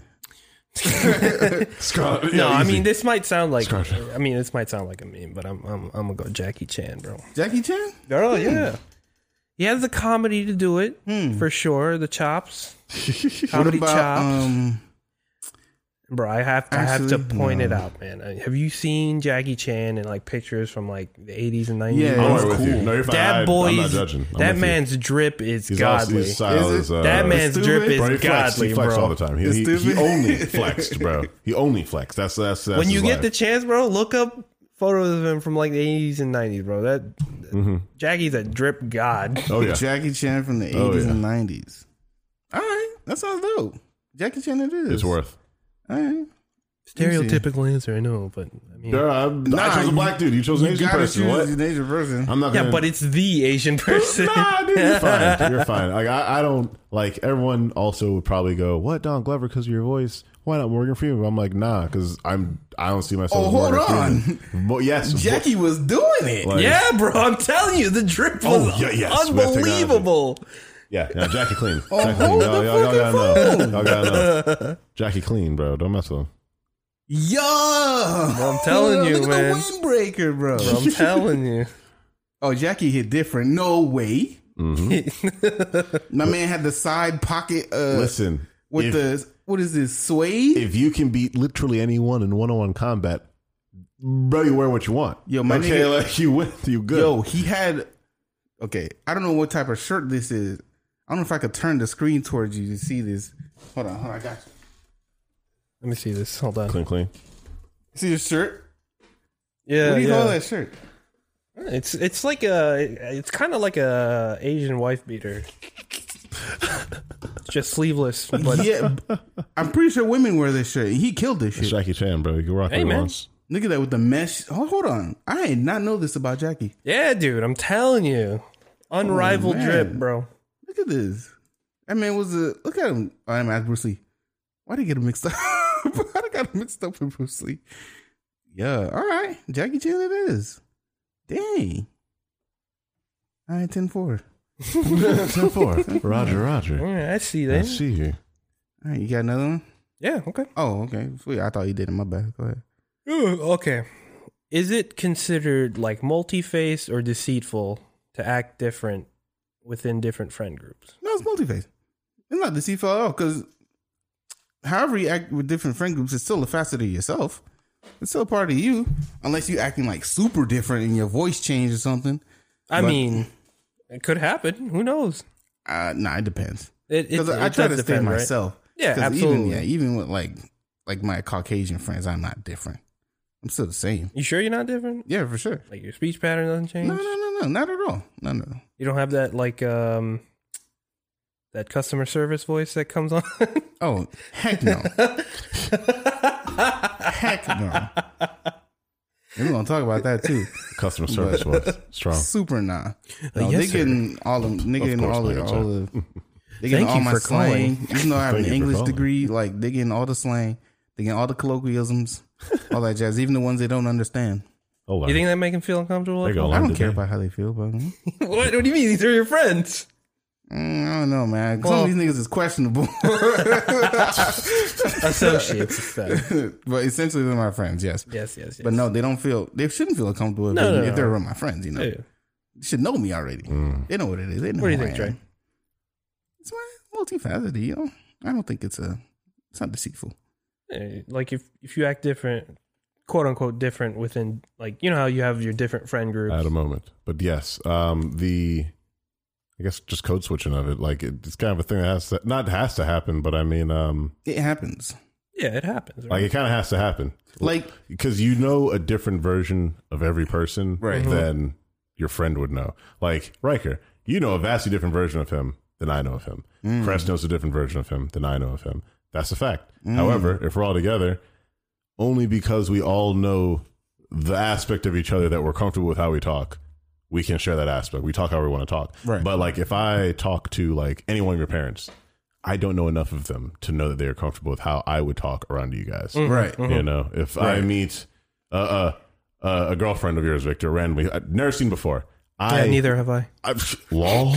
Speaker 2: Scott.
Speaker 3: No, I mean this might sound like I mean this might sound like a meme, but I'm I'm, I'm gonna go Jackie Chan, bro.
Speaker 1: Jackie Chan?
Speaker 3: Oh
Speaker 2: Hmm.
Speaker 3: yeah, he has the comedy to do it
Speaker 1: Hmm.
Speaker 3: for sure. The chops, comedy chops,
Speaker 1: um,
Speaker 3: bro. I have to, I have to
Speaker 1: actually,
Speaker 3: point it out, man. I- Have you seen Jackie Chan in like pictures from like the 80s and 90s?
Speaker 1: Yeah,
Speaker 2: I'm
Speaker 1: He's
Speaker 2: right with you.
Speaker 1: cool.
Speaker 2: No, you're fine. I,
Speaker 3: that
Speaker 2: I'm
Speaker 3: boy,
Speaker 2: not judging. I'm
Speaker 3: that
Speaker 2: with you.
Speaker 3: man's drip is
Speaker 2: He's also-
Speaker 3: godly.
Speaker 2: his style
Speaker 1: Is it?
Speaker 2: is, uh,
Speaker 3: that man's
Speaker 1: stupid?
Speaker 3: drip is
Speaker 2: Bro, he flexed.
Speaker 3: godly,
Speaker 2: he flexed
Speaker 3: bro.
Speaker 2: all the time. He, he, he
Speaker 1: stupid.
Speaker 2: only flexed, bro. He only flexed. That's that's, that's
Speaker 3: when
Speaker 2: his
Speaker 3: you get
Speaker 2: life.
Speaker 3: the chance, bro, look up photos of him from like the eighties and nineties, bro. That
Speaker 2: Mm-hmm.
Speaker 3: Jackie's a drip god.
Speaker 2: oh yeah,
Speaker 1: Jackie Chan from the 80s
Speaker 2: Oh, yeah.
Speaker 1: and 90s. All right. That sounds dope. Jackie Chan it is.
Speaker 2: it's worth.
Speaker 1: All right.
Speaker 3: Stereotypical answer, I know, but I mean,
Speaker 2: There are- I
Speaker 1: Nah,
Speaker 2: chose a
Speaker 1: you-
Speaker 2: black dude. You chose an
Speaker 1: You
Speaker 2: Asian
Speaker 1: gotta
Speaker 2: person.
Speaker 1: choose
Speaker 2: What?
Speaker 1: an Asian person.
Speaker 2: I'm not.
Speaker 3: yeah,
Speaker 2: gonna,
Speaker 3: but it's the Asian person.
Speaker 2: Nah, dude, you're fine. You're fine. Like I, I don't like everyone. Also, would probably go, "What Don Glover? Because of your voice? Why not Morgan Freeman?" I'm like, nah, because I'm. I don't see myself.
Speaker 1: Oh,
Speaker 2: as
Speaker 1: hold
Speaker 2: Morgan
Speaker 1: on.
Speaker 2: Freeman. But yes,
Speaker 1: Jackie was doing it.
Speaker 2: Like-
Speaker 3: yeah, bro, I'm telling you, the drip
Speaker 2: Oh,
Speaker 3: was
Speaker 2: yeah, yes, we have technology.
Speaker 3: unbelievable.
Speaker 2: yeah, yeah, Jackie Clean.
Speaker 1: Oh,
Speaker 2: Jackie Clean.
Speaker 1: hold
Speaker 2: Y'all,
Speaker 1: the
Speaker 2: y'all- y'all gotta
Speaker 1: fucking
Speaker 2: know. Y'all gotta know. Jackie Clean, bro. Don't mess with him.
Speaker 1: Yo,
Speaker 3: I'm telling you,
Speaker 1: Look
Speaker 3: man.
Speaker 1: At the windbreaker, bro.
Speaker 3: Bro, I'm telling you.
Speaker 1: Oh, Jackie hit different. No way.
Speaker 3: Mm-hmm.
Speaker 1: My man had the side pocket uh,
Speaker 2: Listen,
Speaker 1: with
Speaker 2: if-
Speaker 1: the what is this suede?
Speaker 2: if you can beat literally anyone in one-on-one combat, bro, you wear what you want.
Speaker 1: Yo, my
Speaker 2: okay,
Speaker 1: nigga-
Speaker 2: like you win, you good.
Speaker 1: Yo, he had. Okay, I don't know what type of shirt this is. I don't know if I could turn the screen towards you to see this. Hold on, hold on, I got you.
Speaker 3: Let me see this. Hold on.
Speaker 2: clean, clean.
Speaker 1: See this shirt?
Speaker 3: Yeah,
Speaker 1: what do you call
Speaker 3: yeah.
Speaker 1: that shirt?
Speaker 3: It's it's like a it's kind of like a Asian wife beater. It's just sleeveless, but
Speaker 1: yeah, I'm pretty sure women wear this shirt. He killed this
Speaker 2: It's
Speaker 1: shit.
Speaker 2: Jackie Chan, bro. You can rock
Speaker 3: Hey,
Speaker 2: what you
Speaker 3: man.
Speaker 2: want.
Speaker 1: Look at that with the mesh. Oh, hold on, I did not know this about Jackie.
Speaker 3: yeah, dude, I'm telling you, unrivaled
Speaker 1: Oh, man.
Speaker 3: drip, bro.
Speaker 1: Look at this. That man was a look at him. Oh, I'm at Bruce Lee. Why did he get him mixed up? Why did I got him mixed up with Bruce Lee? Yeah. All right. Jackie Chan it is. Dang. All right, 10 4.
Speaker 2: 10 4. Roger,
Speaker 3: All
Speaker 2: Roger.
Speaker 3: right, I see
Speaker 2: I
Speaker 3: that.
Speaker 2: see you.
Speaker 1: All right, you got another one?
Speaker 3: Yeah, okay.
Speaker 1: Oh, okay. Sweet. I thought you did it. My bad. Go ahead.
Speaker 3: Ooh, okay. Is it considered like multi-face or deceitful to act different within different friend groups?
Speaker 1: No, it's multi-phase. It's not deceitful at all because oh, however you act with different friend groups, it's still a facet of yourself. It's still a part of you, unless you're acting like super different and your voice changed or something.
Speaker 3: I
Speaker 1: But-
Speaker 3: mean, it could happen. Who knows?
Speaker 1: Uh, nah, it depends.
Speaker 3: It, it,
Speaker 1: Because I
Speaker 3: it
Speaker 1: try to
Speaker 3: does
Speaker 1: stay
Speaker 3: depend, right?
Speaker 1: myself.
Speaker 3: Yeah,
Speaker 1: 'Cause Even,
Speaker 3: absolutely.
Speaker 1: yeah, even with like like my Caucasian friends, I'm not different. I'm still the same.
Speaker 3: You sure you're not different?
Speaker 1: Yeah, for sure.
Speaker 3: Like your speech pattern doesn't change.
Speaker 1: No, no, no, no, not at all. No, no. no.
Speaker 3: You don't have that like um that customer service voice that comes on.
Speaker 1: Oh, heck no. heck no. And we're gonna talk about that too.
Speaker 2: Customer service was strong.
Speaker 1: Super nah.
Speaker 3: Uh,
Speaker 1: No,
Speaker 3: yes,
Speaker 1: they
Speaker 3: sir.
Speaker 1: getting all of they getting
Speaker 2: course,
Speaker 1: all the
Speaker 2: ma'am,
Speaker 1: all the they getting
Speaker 3: Thank
Speaker 1: all
Speaker 3: you
Speaker 1: my
Speaker 3: for
Speaker 1: slang. Even though I have an
Speaker 2: Thank you for
Speaker 1: English
Speaker 2: calling.
Speaker 1: degree, like they getting all the slang, they getting all the colloquialisms, all that jazz. Even the ones they don't understand.
Speaker 2: Oh, wow.
Speaker 3: You think that make him feel uncomfortable?
Speaker 2: There you go.
Speaker 1: I don't
Speaker 2: Learned
Speaker 1: care
Speaker 3: eh?
Speaker 2: today.
Speaker 1: about how they feel, but mm,
Speaker 3: what? What do you mean? These are your friends.
Speaker 1: I don't know, man. Some
Speaker 3: Well-
Speaker 1: of these niggas is questionable,
Speaker 3: Associates. it's that.
Speaker 1: but essentially they're my friends. Yes,
Speaker 3: yes, yes, yes.
Speaker 1: but no, they don't feel. They shouldn't feel comfortable if,
Speaker 3: No,
Speaker 1: they,
Speaker 3: no,
Speaker 1: if
Speaker 3: no.
Speaker 1: they're around my friends. You know,
Speaker 3: Hey,
Speaker 1: they should know me already.
Speaker 2: Mm.
Speaker 1: They know what it is. They know
Speaker 3: What do you
Speaker 1: who
Speaker 3: think,
Speaker 1: I am.
Speaker 3: Dre?
Speaker 1: It's my multifaceted. You know, I don't think it's a. It's not deceitful.
Speaker 3: hey, Eh, Like if if you act different, quote unquote different within like you know how you have your different friend groups.
Speaker 2: I had a moment. But yes, um, the, I guess just code switching of it. Like it, it's kind of a thing that has to, not has to happen, but I mean, um,
Speaker 1: It happens.
Speaker 3: Yeah, it happens.
Speaker 2: like
Speaker 3: Right?
Speaker 2: it kind of has to happen.
Speaker 1: Like
Speaker 2: because you know a different version of every person
Speaker 1: Right.
Speaker 2: than your friend would know. Like Riker, you know a vastly different version of him than I know of him.
Speaker 1: Mm.
Speaker 2: Crest knows a different version of him than I know of him. That's a fact.
Speaker 1: Mm.
Speaker 2: However, if we're all together, only because we all know the aspect of each other that we're comfortable with how we talk, we can share that aspect. We talk how we want to talk.
Speaker 1: Right.
Speaker 2: But like if I talk to like any one of your parents, I don't know enough of them to know that they are comfortable with how I would talk around you guys
Speaker 1: right.
Speaker 3: Oh,
Speaker 2: you know if i
Speaker 1: Right.
Speaker 2: meet uh, uh, uh, a girlfriend of yours victor randomly i've never seen before i
Speaker 3: yeah, neither have I.
Speaker 2: I, lol.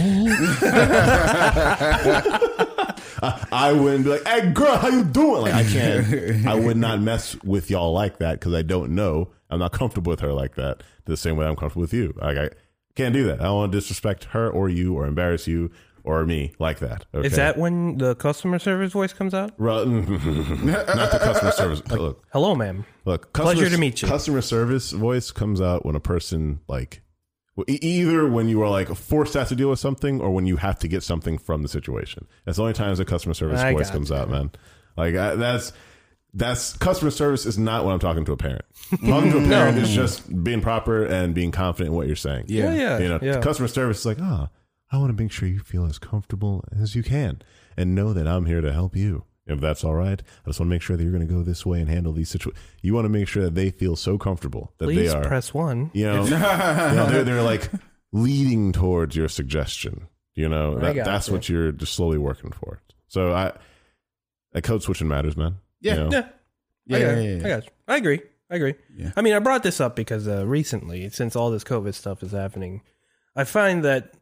Speaker 2: I, I wouldn't be like hey girl how you doing like i can't i would not mess with y'all like that because i don't know i'm not comfortable with her like that the same way i'm comfortable with you like i can't do that i don't want to disrespect her or you or embarrass you or me like that okay?
Speaker 3: Is that when the customer service voice comes out?
Speaker 2: Ru- not the customer service look
Speaker 3: Hello, ma'am.
Speaker 2: Look, customer,
Speaker 3: Pleasure to meet you.
Speaker 2: Customer service voice comes out when a person like well, e- either when you are like forced to have to deal with something or when you have to get something from the situation. That's the only times a customer service
Speaker 3: I
Speaker 2: voice
Speaker 3: got
Speaker 2: comes out, man. Like I, that's that's customer service is not when I'm talking to a parent. Talking to a parent is just being proper and being confident in what you're saying.
Speaker 1: Yeah.
Speaker 3: Yeah, yeah,
Speaker 2: You know,
Speaker 3: yeah.
Speaker 2: customer service is like, ah, I want to make sure you feel as comfortable as you can and know that I'm here to help you If that's all right, I just want to make sure that you're going to go this way and handle these situations. You want to make sure that they feel so comfortable that
Speaker 3: Please
Speaker 2: they are,
Speaker 3: press one.
Speaker 2: you know, you know, they're, they're like leading towards your suggestion. You know,
Speaker 3: I
Speaker 2: that,
Speaker 3: got
Speaker 2: that's
Speaker 3: you.
Speaker 2: what you're just slowly working for. So I, a code switching matters, man.
Speaker 1: Yeah.
Speaker 2: You know?
Speaker 1: Yeah,
Speaker 3: Yeah, I got
Speaker 1: yeah,
Speaker 3: it.
Speaker 1: yeah, yeah.
Speaker 3: I got you. I agree. I agree.
Speaker 1: Yeah.
Speaker 3: I mean, I brought this up because uh, recently, since all this COVID stuff is happening, I find that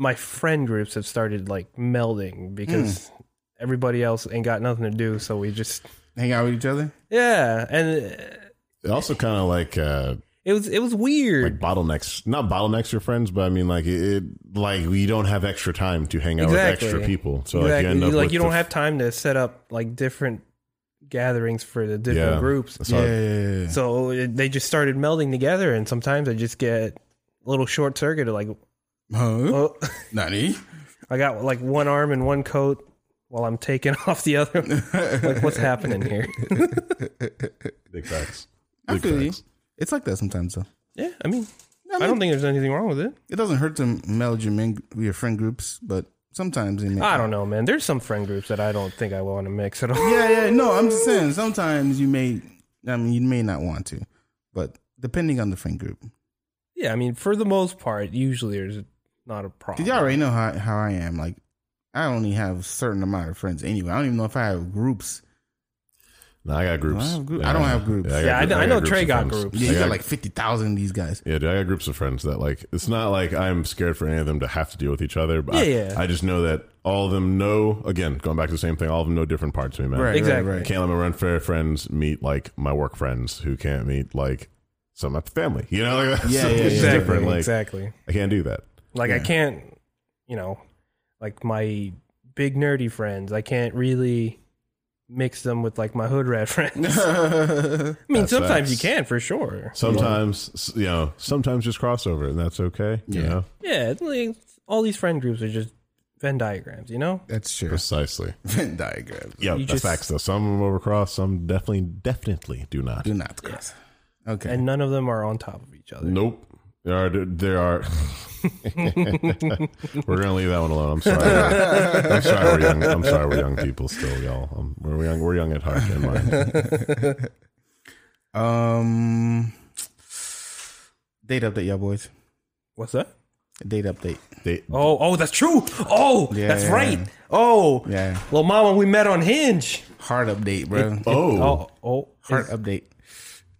Speaker 3: my friend groups have started like melding because
Speaker 2: Hmm.
Speaker 3: everybody else ain't got nothing to do, so we just
Speaker 1: Hang out with each other.
Speaker 3: yeah, and uh,
Speaker 2: It also kind of like, uh,
Speaker 3: it was it was weird.
Speaker 2: like bottlenecks, not bottlenecks your friends, but I mean like it, it like you don't have extra time to hang out
Speaker 3: Exactly.
Speaker 2: with extra people. So like you
Speaker 3: exactly.
Speaker 2: end up
Speaker 3: Like,
Speaker 2: with
Speaker 3: you don't
Speaker 2: the-
Speaker 3: have time to set up like different gatherings for the different
Speaker 2: Yeah.
Speaker 3: groups.
Speaker 2: So
Speaker 1: yeah, yeah, yeah.
Speaker 3: So it- they just started melding together, and sometimes I just get a little short circuited. Like,
Speaker 1: Huh?
Speaker 3: oh,
Speaker 1: Nani?
Speaker 3: I got like one arm and one coat while I'm taking off the other. like, what's happening here?
Speaker 2: big facts.
Speaker 1: I
Speaker 2: Big
Speaker 1: feel you.
Speaker 2: facts.
Speaker 1: It's like that sometimes, though.
Speaker 3: yeah, I mean, I don't think there's anything wrong with it.
Speaker 1: It doesn't hurt to meld your, men, your friend groups, but sometimes it may-
Speaker 3: I don't know, man. There's some friend groups that I don't think I want to mix at all.
Speaker 1: Yeah, yeah. No, I'm just saying. Sometimes you may, I mean, you may not want to, but depending on the friend group,
Speaker 3: yeah, I mean, for the most part, usually there's not a problem.
Speaker 1: Cause y'all already know how how I am. Like, I only have a certain amount of friends anyway. I don't even know if I have groups.
Speaker 2: No, I got groups.
Speaker 1: I have group- I don't have groups.
Speaker 2: got
Speaker 3: Yeah, I
Speaker 2: group-
Speaker 3: know- I know
Speaker 2: groups
Speaker 3: Trey
Speaker 2: of
Speaker 3: got
Speaker 2: friends.
Speaker 3: groups.
Speaker 1: Yeah,
Speaker 2: I
Speaker 1: you got
Speaker 2: got-
Speaker 1: like fifty thousand of these guys.
Speaker 2: Yeah, dude, I got groups of friends that like it's not like I'm scared for any of them to have to deal with each other, but I,
Speaker 3: Yeah, yeah.
Speaker 2: I just know that all of them know again, going back to the same thing, all of them know different parts of me, man.
Speaker 1: Right,
Speaker 3: Exactly.
Speaker 1: Right,
Speaker 2: I
Speaker 1: right.
Speaker 2: can't let my run fair friends meet like my work friends who can't meet like some of the family. You know, like, that's-
Speaker 1: Yeah, yeah,
Speaker 2: it's
Speaker 1: yeah.
Speaker 2: different. Like
Speaker 3: exactly.
Speaker 2: I can't do that.
Speaker 3: Like I
Speaker 1: Yeah.
Speaker 3: can't, you know, like my big nerdy friends. I can't really mix them with like my hood rat friends. I mean,
Speaker 2: That's
Speaker 3: sometimes
Speaker 2: facts.
Speaker 3: you can for sure.
Speaker 2: Sometimes s- you know, sometimes just crossover and that's okay. You
Speaker 1: Yeah.
Speaker 2: know?
Speaker 3: Yeah, it's like, all these friend groups are just Venn diagrams. You know,
Speaker 1: That's true.
Speaker 2: Precisely.
Speaker 1: Venn diagram.
Speaker 2: Yeah,
Speaker 3: You
Speaker 2: that's
Speaker 3: just-
Speaker 2: facts though. Some of them overcross, some definitely definitely do not.
Speaker 1: Do not cross. Okay.
Speaker 3: and none of them are on top of each other.
Speaker 2: Nope. There are. There are. we're gonna leave that one alone. I'm sorry. I'm sorry. We're young. I'm sorry. We're young people still, y'all. Um, we're young. We're young at heart and mind.
Speaker 1: Um, date update, y'all boys.
Speaker 3: What's that?
Speaker 1: Date update.
Speaker 2: They,
Speaker 3: Oh, oh, that's true. Oh,
Speaker 1: Yeah,
Speaker 3: that's
Speaker 1: yeah,
Speaker 3: right.
Speaker 1: yeah.
Speaker 3: Oh,
Speaker 1: Yeah.
Speaker 3: Little mama, we met on Hinge.
Speaker 1: Heart update, bro.
Speaker 2: oh,
Speaker 3: Oh, oh,
Speaker 1: Heart
Speaker 3: is-
Speaker 1: update.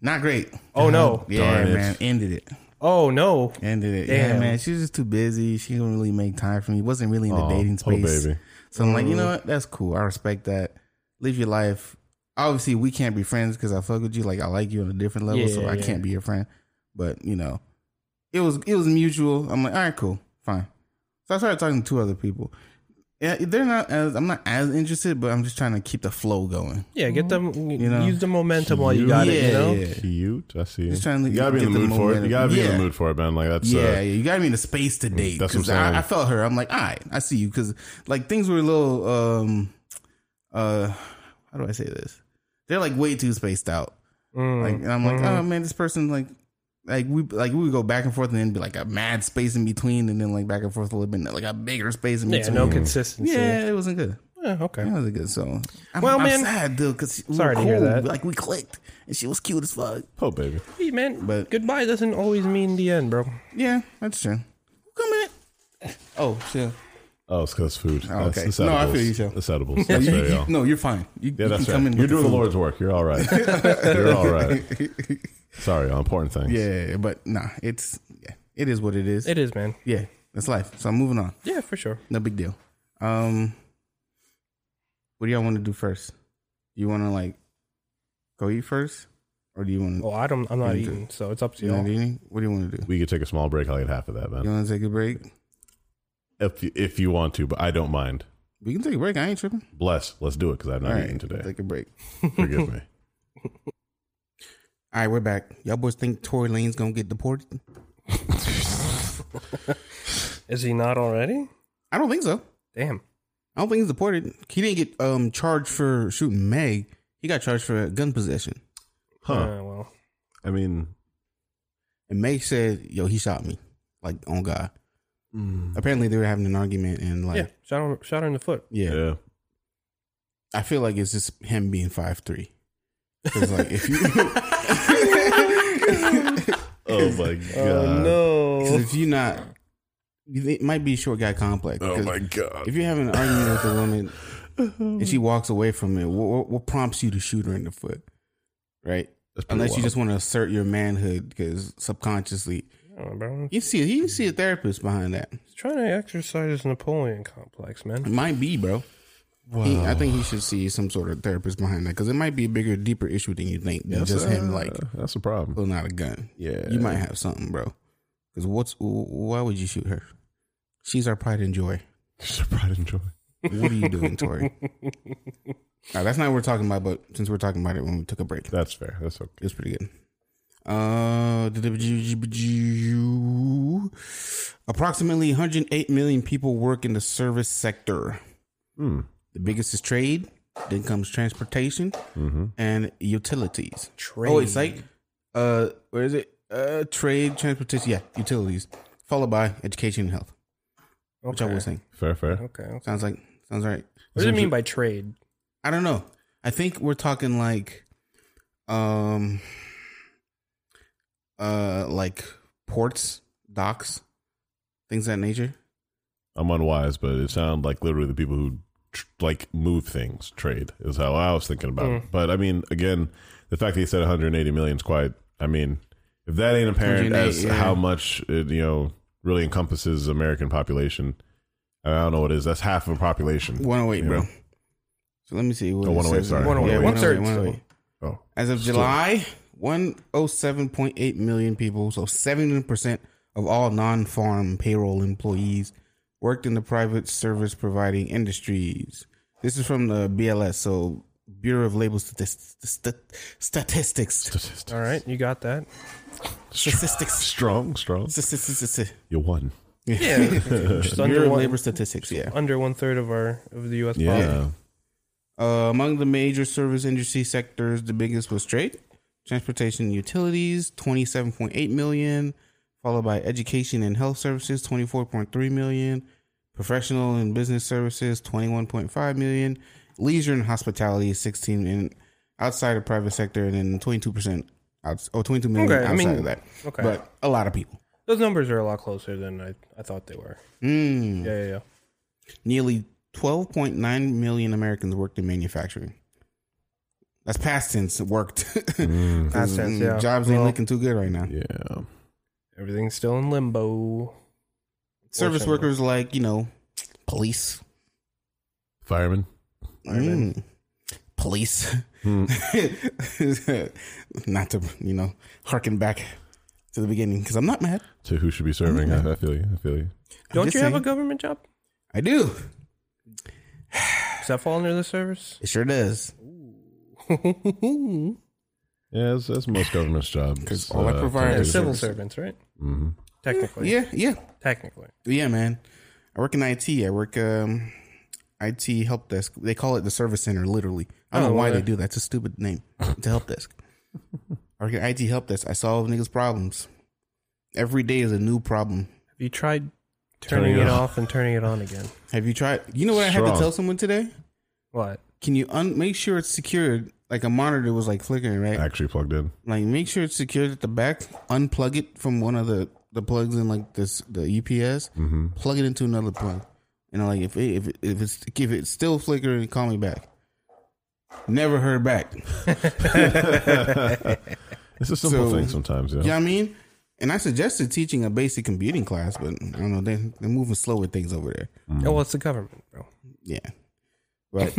Speaker 1: Not great. Uh-huh.
Speaker 3: oh no,
Speaker 1: Yeah,
Speaker 2: Darn it.
Speaker 1: man. Ended it.
Speaker 3: oh no.
Speaker 1: Ended it. Yeah,
Speaker 3: Damn.
Speaker 1: man. She was just too busy. She didn't really make time for me. Wasn't really in the
Speaker 2: Aw,
Speaker 1: dating
Speaker 2: poor
Speaker 1: space.
Speaker 2: baby.
Speaker 1: So I'm like,
Speaker 3: Mm.
Speaker 1: you know what? That's cool. I respect that. Live your life. Obviously, we can't be friends because I fuck with you. Like I like you on a different level, so
Speaker 3: Yeah,
Speaker 1: I
Speaker 3: yeah.
Speaker 1: can't be your friend. But you know, it was it was mutual. I'm like, all right, cool, fine. So I started talking to two other people. Yeah, they're not as I'm not as interested, but I'm just trying to keep the flow going.
Speaker 3: Yeah, get them.
Speaker 1: know?
Speaker 3: use the momentum while you got it. You
Speaker 1: Yeah,
Speaker 3: know,
Speaker 1: yeah.
Speaker 2: cute. I see. You
Speaker 1: Just trying to
Speaker 2: gotta be
Speaker 1: get
Speaker 2: in the
Speaker 1: the
Speaker 2: mood for it. You
Speaker 1: momentum.
Speaker 2: gotta be in
Speaker 1: Yeah.
Speaker 2: the mood for it, man. Like that's.
Speaker 1: yeah, yeah,
Speaker 2: Uh,
Speaker 1: you gotta be in the space
Speaker 3: mm,
Speaker 1: to date.
Speaker 2: That's what I'm
Speaker 1: 'cause I,
Speaker 2: saying.
Speaker 1: I felt her. I'm like, all right, I see you. Because like things were a little, um, uh, how do I say this? They're like way too spaced out.
Speaker 3: Mm,
Speaker 1: Like, and I'm like,
Speaker 3: mm-hmm.
Speaker 1: oh man, this person like, like we like we would go back and forth and then be like a mad space in between and then like back and forth a little bit and like a bigger space in
Speaker 3: yeah,
Speaker 1: between.
Speaker 3: no consistency.
Speaker 1: Mm. yeah, it wasn't good.
Speaker 3: Yeah, Oh, okay.
Speaker 1: That was a good song. I'm,
Speaker 3: Well,
Speaker 1: I'm
Speaker 3: man,
Speaker 1: sad dude, because we
Speaker 3: sorry
Speaker 1: were
Speaker 3: to
Speaker 1: cool.
Speaker 3: hear that.
Speaker 1: Like we clicked, and she was cute as fuck.
Speaker 2: oh, baby.
Speaker 3: Hey, man,
Speaker 1: But-
Speaker 3: goodbye doesn't always mean the end, bro.
Speaker 1: Yeah, that's true. Come in. Oh shit.
Speaker 2: Oh, it's because food. That's-
Speaker 1: okay.
Speaker 2: It's
Speaker 1: No, I
Speaker 2: edibles.
Speaker 1: feel you, Joe.
Speaker 2: It's edibles. That's
Speaker 1: You-
Speaker 2: fair,
Speaker 1: you-
Speaker 2: y'all.
Speaker 1: no, you're fine. You,
Speaker 2: Yeah,
Speaker 1: you
Speaker 2: that's
Speaker 1: can
Speaker 2: right.
Speaker 1: come in.
Speaker 2: You're
Speaker 1: with
Speaker 2: doing the
Speaker 1: food.
Speaker 2: Lord's work. You're all right. You're all right. Sorry, y'all. important things.
Speaker 1: Yeah, but nah, it's yeah, it is what it is.
Speaker 3: It is, man.
Speaker 1: yeah, that's life. So I'm moving on.
Speaker 3: Yeah, for sure.
Speaker 1: No big deal. Um, what do y'all want to do first? You want to like go eat first, or do you want
Speaker 3: Well, I don't. I'm not eating, so it's up to
Speaker 1: to?
Speaker 3: Oh, y'all.
Speaker 1: What do you want to do?
Speaker 2: We could take a small break. I'll get half of that, man.
Speaker 1: You want to take a break?
Speaker 2: If you, if you want to, but I don't mind.
Speaker 1: We can take a break. I ain't tripping.
Speaker 2: Bless. Let's do it because I've not
Speaker 1: All right,
Speaker 2: eaten today.
Speaker 1: take a break.
Speaker 2: Forgive me.
Speaker 1: All right, we're back. Y'all boys think Tory Lane's gonna get deported?
Speaker 3: Is he not already?
Speaker 1: I don't think so.
Speaker 3: Damn.
Speaker 1: I don't think he's deported. He didn't get um charged for shooting Meg. He got charged for gun possession.
Speaker 2: Huh.
Speaker 3: Uh, well,
Speaker 2: I mean,
Speaker 1: And Meg said, "Yo, he shot me." Like on God.
Speaker 3: mm,
Speaker 1: Apparently, they were having an argument and like,
Speaker 3: yeah. Shot her, shot her in the foot.
Speaker 1: yeah,
Speaker 2: yeah.
Speaker 1: I feel like it's just him being five three. Because like if you.
Speaker 2: Oh my god.
Speaker 1: Uh, Because
Speaker 3: no.
Speaker 1: if you're not, it might be short guy complex.
Speaker 2: Oh
Speaker 1: 'Cause
Speaker 2: my god.
Speaker 1: If you're having an argument with a woman and she walks away from it, what, what prompts you to shoot her in the foot? Right?
Speaker 2: That's pretty
Speaker 1: Unless you
Speaker 2: wild.
Speaker 1: just want to assert your manhood because subconsciously,
Speaker 3: I don't know, Oh, bro.
Speaker 1: you see, you see a therapist behind that.
Speaker 3: He's trying to exercise his Napoleon complex,
Speaker 1: It
Speaker 3: man.
Speaker 1: might be, bro. He- I think he should see some sort of therapist behind that because it might be a bigger, deeper issue than you think than
Speaker 2: That's
Speaker 1: just
Speaker 2: a-
Speaker 1: him like
Speaker 2: that's a problem.
Speaker 1: pulling out a gun.
Speaker 2: Yeah.
Speaker 1: You might have something, bro. Because what's why would you shoot her? She's our pride and joy.
Speaker 2: She's a pride and joy.
Speaker 1: What are you doing, Tori? Nah, that's not what we're talking about, but since we're talking about it when we took a break, it
Speaker 2: That's fair. That's okay.
Speaker 1: was pretty good. Uh, approximately 108 million people work in the service sector.
Speaker 2: Hmm.
Speaker 1: The biggest is trade, then comes transportation
Speaker 2: Mm-hmm.
Speaker 1: and utilities.
Speaker 3: Trade.
Speaker 1: Oh, it's like, uh, where is it? Uh, trade, transportation, yeah, utilities, followed by education and health, which I was saying.
Speaker 2: Fair, fair.
Speaker 3: Okay. okay.
Speaker 1: Sounds like, sounds right.
Speaker 3: What does it mean by trade?
Speaker 1: I don't know. I think we're talking like, um, uh, like ports, docks, things of that nature.
Speaker 2: I'm unwise, but it sounded like literally the people who tr- like move things trade is how I was thinking about
Speaker 1: Hmm.
Speaker 2: it. But I mean, again, the fact that he said 180 million is quite. I mean, if that ain't apparent
Speaker 1: 180,
Speaker 2: as
Speaker 1: yeah.
Speaker 2: how much it you know really encompasses American population, I don't know what it is. That's half of a population.
Speaker 1: One oh eight, bro.
Speaker 2: Yeah.
Speaker 1: So let me see. What
Speaker 2: Oh,
Speaker 1: it
Speaker 2: 108,
Speaker 1: says.
Speaker 2: sorry.
Speaker 1: Yeah,
Speaker 2: 108.
Speaker 1: 108,
Speaker 3: One-third
Speaker 1: 108.
Speaker 3: still.
Speaker 2: Oh,
Speaker 1: As of
Speaker 2: Still.
Speaker 1: July, one oh seven point eight million people, so seventy percent of all non-farm payroll employees worked in the private service providing industries. This is from the BLS, so Bureau of Labor Statist- Stat- Statistics.
Speaker 3: All right, you got that.
Speaker 1: Statistics.
Speaker 2: strong, strong.
Speaker 1: Statistics.
Speaker 2: You won.
Speaker 3: Yeah, just
Speaker 1: Bureau
Speaker 3: under
Speaker 1: of
Speaker 3: one,
Speaker 1: Labor Statistics. Yeah.
Speaker 3: under one third of our of the U.S.
Speaker 2: Yeah.
Speaker 3: population.
Speaker 1: Uh, among the major service industry sectors, the biggest was trade, transportation, and utilities, 27.8 million, followed by education and health services, 24.3 million, professional and business services, 21.5 million, leisure and hospitality, 16, and outside of private sector, and then 22% outs- oh, 22 million
Speaker 3: Okay, I
Speaker 1: outside
Speaker 3: mean,
Speaker 1: of that.
Speaker 3: okay.
Speaker 1: But a lot of people.
Speaker 3: Those numbers are a lot closer than I, I thought they were.
Speaker 1: Mm.
Speaker 3: Yeah, yeah, yeah.
Speaker 1: Nearly 12.9 million Americans worked in manufacturing. That's past tense worked.
Speaker 2: Mm,
Speaker 3: Past
Speaker 1: Mm,
Speaker 3: tense, yeah.
Speaker 1: Jobs ain't
Speaker 3: Well-
Speaker 1: looking too good right now.
Speaker 2: yeah.
Speaker 3: Everything's still in limbo.
Speaker 1: Service
Speaker 3: Fortunately.
Speaker 1: workers like, you know, police.
Speaker 2: Fireman.
Speaker 3: Firemen.
Speaker 1: Mm. Police.
Speaker 2: Hmm.
Speaker 1: not to, you know, harken back to the beginning because I'm not mad.
Speaker 2: To who should be serving? I, I feel you. I feel you.
Speaker 1: I'm
Speaker 3: Don't
Speaker 1: just
Speaker 3: you have a
Speaker 1: saying.
Speaker 3: government job?
Speaker 1: I do.
Speaker 3: Does that fall under the service?
Speaker 1: It sure does.
Speaker 2: Yeah, that's, that's most government's uh, job.
Speaker 1: 'Cause all I provide
Speaker 3: They're
Speaker 1: is
Speaker 3: civil
Speaker 1: service.
Speaker 3: servants, right?
Speaker 2: Mm-hmm.
Speaker 3: Technically.
Speaker 1: Yeah, yeah.
Speaker 3: Technically.
Speaker 1: Yeah, man. I work in IT. I work um IT help desk. They call it the service center, literally. I don't
Speaker 3: Oh,
Speaker 1: know why
Speaker 3: well,
Speaker 1: they
Speaker 3: yeah.
Speaker 1: do that. It's a stupid name. It's a help desk. I work in IT help desk. I solve niggas' problems. Every day is a new problem.
Speaker 3: Have you tried turning,
Speaker 2: Turning it
Speaker 3: it off and turning it on again?
Speaker 1: Have you tried? You know what I had
Speaker 2: Strong.
Speaker 1: to tell someone today?
Speaker 3: What?
Speaker 1: Can you un- make sure it's secured? Like a monitor was like flickering, right?
Speaker 2: Actually plugged in.
Speaker 1: Like make sure it's secured at the back. Unplug it from one of the the plugs in like this the UPS.
Speaker 2: Mm-hmm.
Speaker 1: plug it into another plug. And I'm like, if it, if it, if it's if it's still flickering, call me back. Never heard back. You
Speaker 2: It's a simple
Speaker 1: So-
Speaker 2: thing sometimes. You know?
Speaker 1: know what I mean? And I suggested teaching a basic computing class, but I don't know. They, they're moving slow with things over there.
Speaker 3: Oh, well, it's the government, bro.
Speaker 1: Yeah, but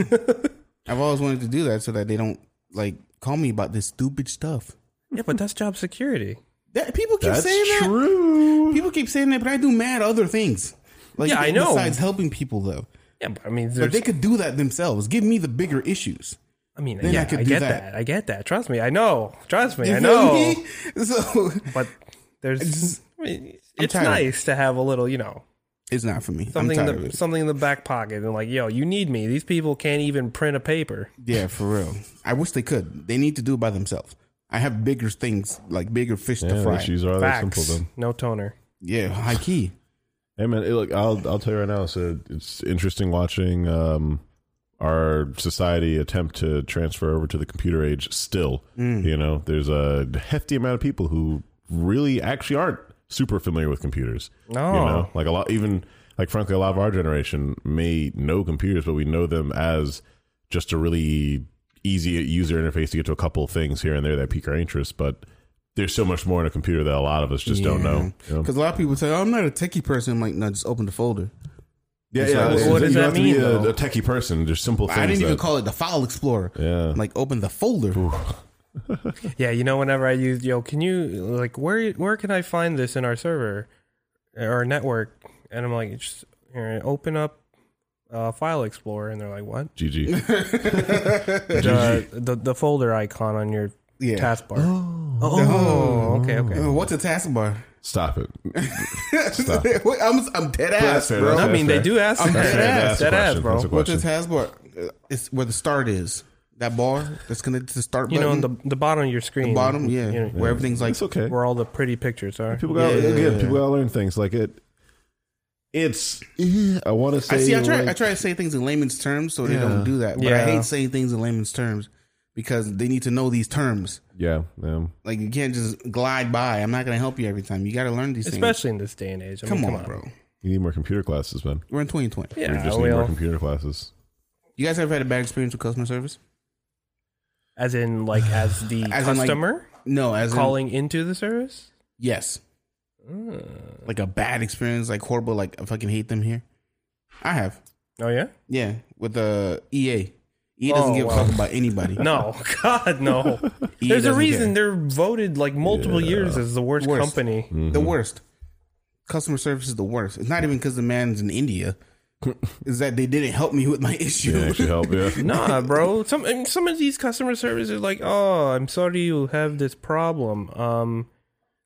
Speaker 1: I've always wanted to do that so that they don't like call me about this stupid stuff.
Speaker 3: Yeah, but that's job security.
Speaker 1: That people keep
Speaker 2: That's
Speaker 1: saying that.
Speaker 2: true.
Speaker 1: People keep saying that, but I do mad other things. Like
Speaker 3: Yeah, I know.
Speaker 1: Besides helping people though,
Speaker 3: Yeah, but I mean,
Speaker 1: but
Speaker 3: there's,
Speaker 1: they could do that themselves. Give me the bigger issues.
Speaker 3: I mean,
Speaker 1: then
Speaker 3: yeah,
Speaker 1: I could
Speaker 3: I
Speaker 1: do
Speaker 3: get
Speaker 1: that.
Speaker 3: that. I get that. Trust me. I know. Trust me.
Speaker 1: You
Speaker 3: I
Speaker 1: feel
Speaker 3: know.
Speaker 1: me? So
Speaker 3: But there's,
Speaker 1: just-
Speaker 3: I mean, it's
Speaker 1: tired.
Speaker 3: nice to have a little, you know,
Speaker 1: it's not for me.
Speaker 3: something
Speaker 1: I'm
Speaker 3: in
Speaker 1: tired of
Speaker 3: the
Speaker 1: it.
Speaker 3: something in the back pocket, and like, yo, you need me. These people can't even print a paper.
Speaker 1: Yeah, for real. I wish they could. They need to do it by themselves. I have bigger things, like bigger fish
Speaker 2: Yeah,
Speaker 1: to
Speaker 2: the
Speaker 1: fry.
Speaker 2: issues are that simple.
Speaker 3: Facts.
Speaker 2: Then,
Speaker 3: No toner.
Speaker 1: Yeah, high key.
Speaker 2: hey man, it, look, I'll I'll tell you right now. It's a, it's interesting watching um, our society attempt to transfer over to the computer age still you know there's a hefty amount of people who really actually aren't super familiar with computers
Speaker 3: No.
Speaker 2: you know like a lot even like frankly a lot of our generation may know computers but we know them as just a really easy user interface to get to a couple of things here and there that pique our interest but there's so much more in a computer that a lot of us just don't know you know?
Speaker 1: Because a lot of people say, oh, I'm not a techie person. I'm like, no, just open the folder.
Speaker 2: yeah,
Speaker 1: yeah,
Speaker 2: yeah.
Speaker 1: what
Speaker 2: you
Speaker 1: does
Speaker 2: don't
Speaker 3: that
Speaker 2: have to
Speaker 3: mean,
Speaker 2: be a,
Speaker 3: though?
Speaker 2: a techie person there's simple things
Speaker 1: I didn't even
Speaker 2: that-
Speaker 1: call it the file explorer.
Speaker 2: yeah
Speaker 1: Like, open the folder.
Speaker 3: Yeah, you know, whenever I use yo, can you like where where can I find this in our server or network? And I'm like, just here, open up uh, File Explorer, and they're like, what?
Speaker 2: GG.
Speaker 3: The, the the folder icon on your
Speaker 1: Yeah.
Speaker 3: taskbar. Oh, oh, okay, okay.
Speaker 1: Uh, What's a taskbar?
Speaker 2: Stop it. Stop.
Speaker 1: Wait, I'm, I'm dead ass,
Speaker 2: fair,
Speaker 1: bro.
Speaker 2: that's
Speaker 3: I mean,
Speaker 2: fair.
Speaker 3: they do ask
Speaker 1: I'm
Speaker 3: that.
Speaker 1: dead ass.
Speaker 3: That
Speaker 2: That's
Speaker 3: ass,
Speaker 2: a question.
Speaker 3: bro.
Speaker 2: That's a
Speaker 1: What's a
Speaker 2: question.
Speaker 1: taskbar? Uh, It's where the start is. That bar that's connected to the start
Speaker 3: You know,
Speaker 1: button.
Speaker 3: on the the bottom of your screen,
Speaker 1: bottom, yeah,
Speaker 3: you know,
Speaker 1: where everything's like
Speaker 2: It's okay.
Speaker 3: where all the pretty pictures are.
Speaker 2: People got to
Speaker 1: Yeah.
Speaker 2: again. People got to learn things like it. It's. eh, I want to say.
Speaker 1: I see. I try.
Speaker 2: like-
Speaker 1: I try to say things in layman's terms so they
Speaker 2: Yeah.
Speaker 1: don't do that. But I
Speaker 3: Yeah.
Speaker 1: hate saying things in layman's terms because they need to know these terms.
Speaker 2: Yeah. Yeah.
Speaker 1: Like you can't just glide by. I'm not going to help you every time. You got to learn these things.
Speaker 3: especially in this day and age. I
Speaker 1: Come,
Speaker 3: mean,
Speaker 1: on, bro.
Speaker 2: You need more computer classes, man.
Speaker 1: We're in 2020.
Speaker 2: we
Speaker 3: Yeah,
Speaker 2: just
Speaker 3: we
Speaker 2: need more
Speaker 3: all-
Speaker 2: computer classes.
Speaker 1: You guys ever had a bad experience with customer service?
Speaker 3: as in like as the
Speaker 1: As in, like,
Speaker 3: customer
Speaker 1: No, as in-
Speaker 3: calling into the service.
Speaker 1: yes,
Speaker 3: Mm.
Speaker 1: like a bad experience, like horrible. Like I fucking hate them here. I have.
Speaker 3: Oh yeah.
Speaker 1: Yeah, with the EA. EA doesn't
Speaker 3: Oh,
Speaker 1: give a
Speaker 3: wow.
Speaker 1: fuck about anybody.
Speaker 3: No, God, no.
Speaker 1: EA
Speaker 3: There's a
Speaker 1: doesn't
Speaker 3: reason
Speaker 1: care.
Speaker 3: they're voted like multiple years as the worst,
Speaker 1: Worst.
Speaker 3: company.
Speaker 1: The worst. Customer service is the worst. It's not even because the man's in India. is that they didn't help me with my issue.
Speaker 2: Can actually help. Yeah.
Speaker 3: Nah, bro. Some and some of these customer services are like, oh, I'm sorry you have this problem. Um,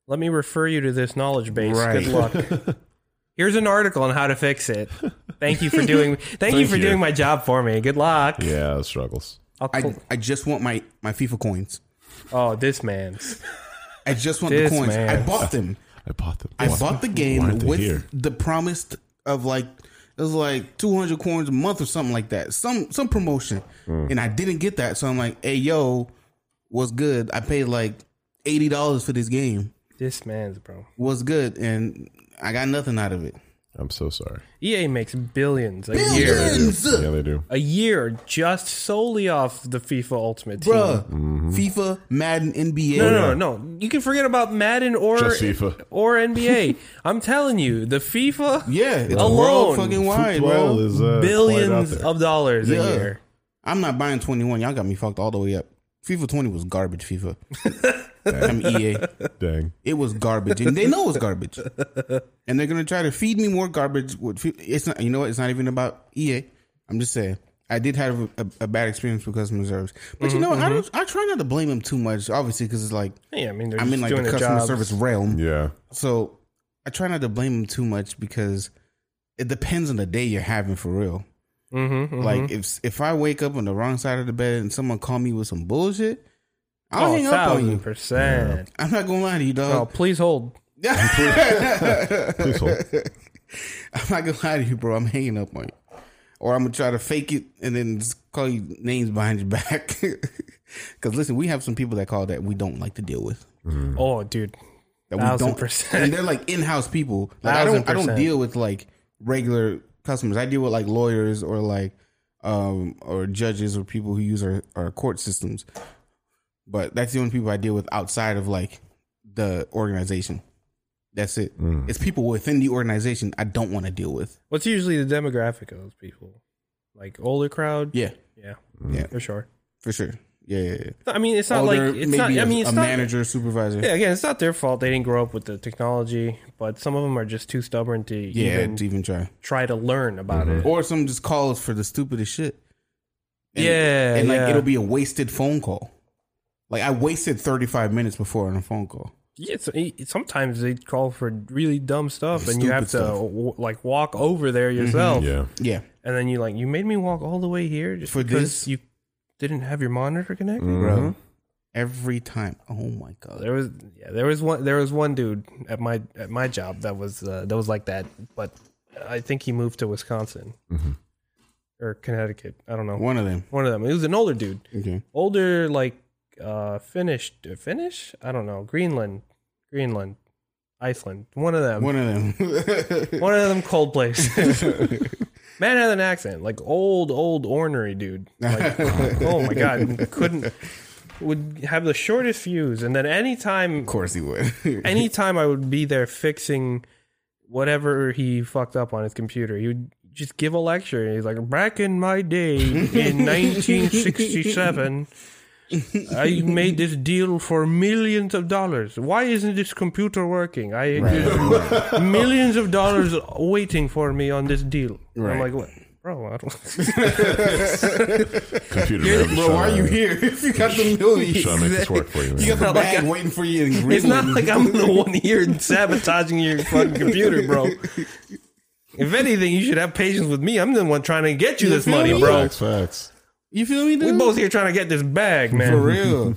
Speaker 3: let me refer you to this knowledge base.
Speaker 1: Right.
Speaker 3: Good luck. Here's an article on how to fix it. Thank you for doing. Thank, you
Speaker 2: Thank
Speaker 3: for
Speaker 2: you.
Speaker 3: doing my job for me. Good luck.
Speaker 2: Yeah. Struggles.
Speaker 3: I'll
Speaker 1: I,
Speaker 3: cl-
Speaker 1: I just want my, my FIFA coins.
Speaker 3: oh, this man's.
Speaker 1: I just want
Speaker 3: This
Speaker 1: the coins.
Speaker 3: man.
Speaker 1: I bought them.
Speaker 2: I bought them.
Speaker 1: I
Speaker 2: Why-
Speaker 1: bought the
Speaker 2: why
Speaker 1: game
Speaker 2: aren't they
Speaker 1: with
Speaker 2: here?
Speaker 1: the promise of like it was like 200 coins a month or something like that. Some some promotion.
Speaker 3: Hmm.
Speaker 1: And I didn't get that, so I'm like, "Hey yo, what's good? I paid like $80 for this game.
Speaker 3: This man's, bro.
Speaker 1: What's good?" And I got nothing out of it.
Speaker 2: I'm so sorry.
Speaker 3: EA E makes billions a year.
Speaker 1: Billions.
Speaker 2: Yeah, they do.
Speaker 3: A year just solely off the FIFA Ultimate Team.
Speaker 1: Bruh,
Speaker 2: Mm-hmm.
Speaker 1: FIFA, Madden, NBA.
Speaker 3: No, no, no, no. You can forget about Madden or
Speaker 2: Just
Speaker 1: Er,
Speaker 2: FIFA.
Speaker 3: or NBA. I'm telling you, the FIFA
Speaker 1: Yeah, it's
Speaker 3: Alone.
Speaker 1: world fucking wide,
Speaker 2: Football
Speaker 1: bro.
Speaker 2: is uh,
Speaker 3: billions
Speaker 2: quite out there.
Speaker 3: of dollars
Speaker 1: Yeah.
Speaker 3: a year.
Speaker 1: I'm not buying 21. Y'all got me fucked all the way up. FIFA 20 was garbage. FIFA. I'm EA.
Speaker 2: Dang.
Speaker 1: It was garbage, and they know it's garbage, and they're gonna try to feed me more garbage. With fe- it's not, you know what? It's not even about EA. I'm just saying. I did have a, a, a bad experience with customer service, but
Speaker 3: Mm-hmm,
Speaker 1: you know, what? I don't. I try not to blame them too much, obviously, because it's like
Speaker 3: Yeah, I mean, they're
Speaker 1: I'm in
Speaker 3: just
Speaker 1: like
Speaker 3: doing
Speaker 1: the
Speaker 3: their
Speaker 1: customer
Speaker 3: jobs.
Speaker 1: service realm,
Speaker 2: Yeah.
Speaker 1: so I try not to blame them too much because it depends on the day you're having for real.
Speaker 3: Mm-hmm,
Speaker 1: Like if if I wake up on the wrong side of the bed and someone call me with some bullshit,
Speaker 3: Oh,
Speaker 1: I'll hang up on you.
Speaker 3: percent.
Speaker 1: I'm not gonna lie to you,
Speaker 3: Oh,
Speaker 1: dog.
Speaker 3: please hold.
Speaker 2: Please hold.
Speaker 3: Oh.
Speaker 1: I'm not gonna lie to you, bro. I'm hanging up on you, or I'm gonna try to fake it and then just call you names behind your back. Because listen, we have some people that call that we don't like to deal with. Mm.
Speaker 3: Oh, dude.
Speaker 1: That we
Speaker 3: Thousand
Speaker 1: don't,
Speaker 3: percent.
Speaker 1: and they're like in-house people. Like I
Speaker 3: Thousand
Speaker 1: don't, I don't
Speaker 3: percent.
Speaker 1: deal with like regular customers. I deal with like lawyers or like, um, or judges or people who use our, our court systems. But that's the only people I deal with outside of like the organization. That's it. It's people within the organization I don't want to deal with.
Speaker 3: What's usually the demographic of those people? Like older crowd?
Speaker 1: Yeah,
Speaker 3: Yeah.
Speaker 1: Yeah.
Speaker 3: For sure.
Speaker 1: for sure. Yeah, yeah, yeah.
Speaker 3: I mean, it's not
Speaker 1: Older,
Speaker 3: like it's
Speaker 1: maybe
Speaker 3: not. I
Speaker 1: a-
Speaker 3: mean, it's
Speaker 1: a
Speaker 3: not.
Speaker 1: manager, supervisor.
Speaker 3: Yeah, again, it's not their fault. They didn't grow up with the technology, but some of them are just too stubborn to
Speaker 1: yeah, Mm-hmm.
Speaker 3: even
Speaker 1: to even try.
Speaker 3: try to learn about it.
Speaker 1: Or some just calls for the stupidest shit.
Speaker 3: Yeah,
Speaker 1: and like
Speaker 3: yeah.
Speaker 1: it'll be a wasted phone call. Like I wasted thirty five minutes before on a phone call.
Speaker 3: Yeah, so e- sometimes they call for really dumb stuff, and you
Speaker 1: Stupid
Speaker 3: have to
Speaker 1: stuff. Mm-hmm,
Speaker 3: w- like walk over there yourself,
Speaker 2: Yeah.
Speaker 1: Yeah,
Speaker 3: and then you like you made me walk all the way here just
Speaker 1: For
Speaker 3: because
Speaker 1: this?
Speaker 3: you didn't have your monitor connected.
Speaker 1: bro. Every time. Oh my god.
Speaker 3: There was yeah, there was one there was one dude at my at my
Speaker 1: Mm-hmm.
Speaker 3: job that was uh, that was like that, but I think he moved to Wisconsin, or Connecticut. I don't know.
Speaker 1: One of them.
Speaker 3: One of them. He was an older dude.
Speaker 1: Okay.
Speaker 3: older like uh Finnish Finnish? I don't know. Greenland. Greenland. Iceland. One of them. One,
Speaker 1: One of them.
Speaker 3: of them cold place. Man had an accent. Like old, old ornery dude. Like oh my god. Couldn't would have the shortest fuse and then anytime
Speaker 1: of course he would.
Speaker 3: anytime I would be there fixing whatever he fucked up on his computer, he would just give a lecture. He's like, back in my day in 1967, I made this deal for millions of dollars. Why isn't this computer working? I there's millions of dollars waiting for me on this deal. And I'm
Speaker 1: Right.
Speaker 3: like, what? Bro, I don't.
Speaker 2: Computer. man,
Speaker 1: Bro, why are
Speaker 2: Sean,
Speaker 1: you
Speaker 2: uh,
Speaker 1: here? If you got the millions,
Speaker 2: Sean, make this work for you,
Speaker 1: You
Speaker 2: man.
Speaker 1: got the bag waiting for you in Greenland.
Speaker 3: It's not like I'm the one here sabotaging your fucking computer, bro. If anything, you should have patience with me. I'm the one trying to get you this
Speaker 1: feel
Speaker 3: money,
Speaker 1: me?
Speaker 3: bro.
Speaker 2: Facts, facts.
Speaker 1: you feel me?
Speaker 3: We
Speaker 1: dude?
Speaker 3: both here trying to get this bag, man.
Speaker 1: For real.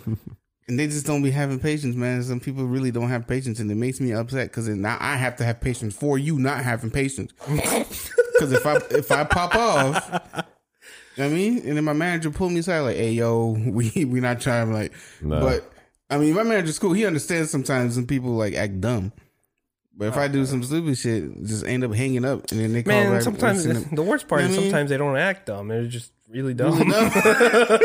Speaker 1: and they just don't be having patience, man. Some people really don't have patience, and it makes me upset because now I have to have patience for you not having patience. Because if I if I pop off, you know what I mean, and then my manager pulled me aside like, "Hey, yo, we we not trying." Like,
Speaker 2: No.
Speaker 1: but I mean, my manager's cool. He understands sometimes when people like act dumb. But if I do some stupid shit, just end up hanging up, and then they call
Speaker 3: Man,
Speaker 1: back.
Speaker 3: sometimes
Speaker 1: listen to-
Speaker 3: the worst part
Speaker 1: You know
Speaker 3: is
Speaker 1: what I mean?
Speaker 3: sometimes they don't act dumb. They're just really dumb.
Speaker 2: That's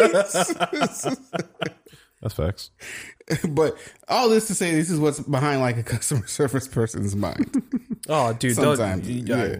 Speaker 2: facts.
Speaker 1: But all this to say, this is what's behind like a customer service person's mind.
Speaker 3: oh, dude, don't-
Speaker 1: Sometimes,
Speaker 3: you- uh,
Speaker 1: yeah.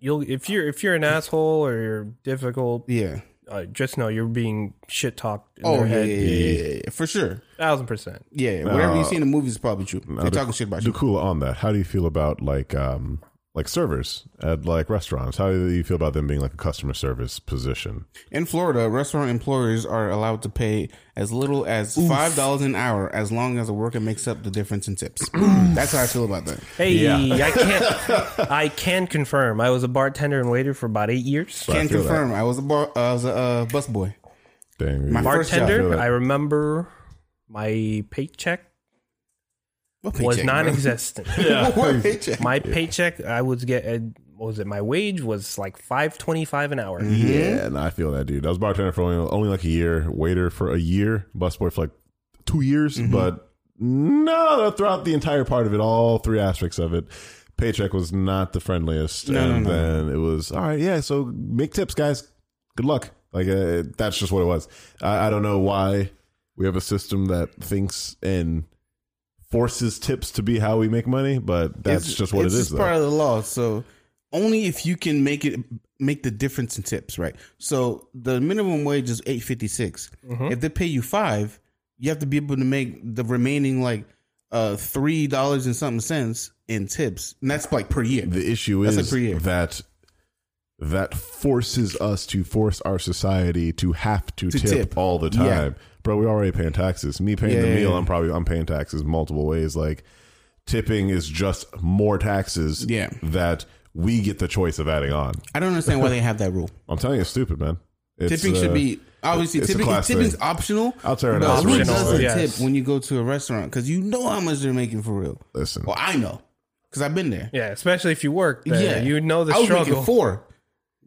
Speaker 3: you'll if you're if you're an asshole or you're difficult,
Speaker 1: yeah.
Speaker 3: uh, just know you're being shit talked. in
Speaker 1: Oh
Speaker 3: their
Speaker 1: yeah,
Speaker 3: head.
Speaker 1: yeah, yeah, yeah, yeah, for sure.
Speaker 3: thousand percent.
Speaker 1: Yeah, whatever you see in the movies is probably true. They're talking shit about you.
Speaker 2: Dukula, on that, how do you feel about like um like servers at like restaurants? How do you feel about them being like a customer service position?
Speaker 1: In Florida, restaurant employers are allowed to pay as little as five dollars an hour as long as the worker makes up the difference in tips. That's how I feel about that.
Speaker 3: Hey, I can't. I can confirm. I was a bartender and waiter for about eight years.
Speaker 1: Can
Speaker 2: feel that.
Speaker 1: confirm. I was a bar, uh, I was a uh, bus boy.
Speaker 2: Dang,
Speaker 1: My
Speaker 2: you-
Speaker 1: first job. I feel
Speaker 3: Bartender.
Speaker 2: that.
Speaker 3: I remember my paycheck
Speaker 1: What
Speaker 3: was
Speaker 1: paycheck,
Speaker 3: non-existent.
Speaker 1: bro? what paycheck?
Speaker 3: My paycheck, I was get. uh, What was it? My wage was like five twenty-five an hour.
Speaker 1: Mm. Mm-hmm.
Speaker 2: yeah, no, I feel that, dude. I was bartender for only, only like a year, waiter for a year, busboy for like two years,
Speaker 1: Mm-hmm.
Speaker 2: but no, throughout the entire part of it, all three aspects of it. Paycheck was not the friendliest,
Speaker 1: No, no,
Speaker 2: and
Speaker 1: no.
Speaker 2: then it was all right. Yeah, so make tips, guys. Good luck. Like uh, that's just what it was. I, I don't know why we have a system that thinks and forces tips to be how we make money, but that's
Speaker 1: It's-
Speaker 2: just what
Speaker 1: it's
Speaker 2: it is.
Speaker 1: just
Speaker 2: though.
Speaker 1: part of the law. So only if you can make it make the difference in tips, right? So the minimum wage is eight
Speaker 2: Mm-hmm.
Speaker 1: If they pay you five, you have to be able to make the remaining like uh three dollars and something cents in tips, and that's like per year.
Speaker 2: The issue
Speaker 1: That's like
Speaker 2: is
Speaker 1: per year.
Speaker 2: that that forces us to force our society to have to,
Speaker 1: To
Speaker 2: tip,
Speaker 1: tip.
Speaker 2: all the
Speaker 1: Yeah.
Speaker 2: time. Bro, we're already paying taxes. Me paying the
Speaker 1: Yeah.
Speaker 2: meal, I'm probably I'm paying taxes multiple ways. Like tipping is just more taxes
Speaker 1: Yeah.
Speaker 2: that we get the choice of adding on.
Speaker 1: I don't understand why they have that rule.
Speaker 2: I'm telling you, it's stupid, man. It's,
Speaker 1: tipping
Speaker 2: uh,
Speaker 1: should be obviously
Speaker 2: it's a
Speaker 1: tipping.
Speaker 2: class
Speaker 1: Tipping's
Speaker 2: thing.
Speaker 1: optional.
Speaker 2: I'll tear it
Speaker 1: but
Speaker 2: out.
Speaker 1: Who
Speaker 3: Optional,
Speaker 1: doesn't
Speaker 3: yes.
Speaker 1: tip when you go to a restaurant? Because you know how much they're making for real.
Speaker 2: listen.
Speaker 1: Well, I know because I've been there.
Speaker 3: Yeah, especially if you work. There. you know the
Speaker 1: I was
Speaker 3: struggle.
Speaker 1: making four.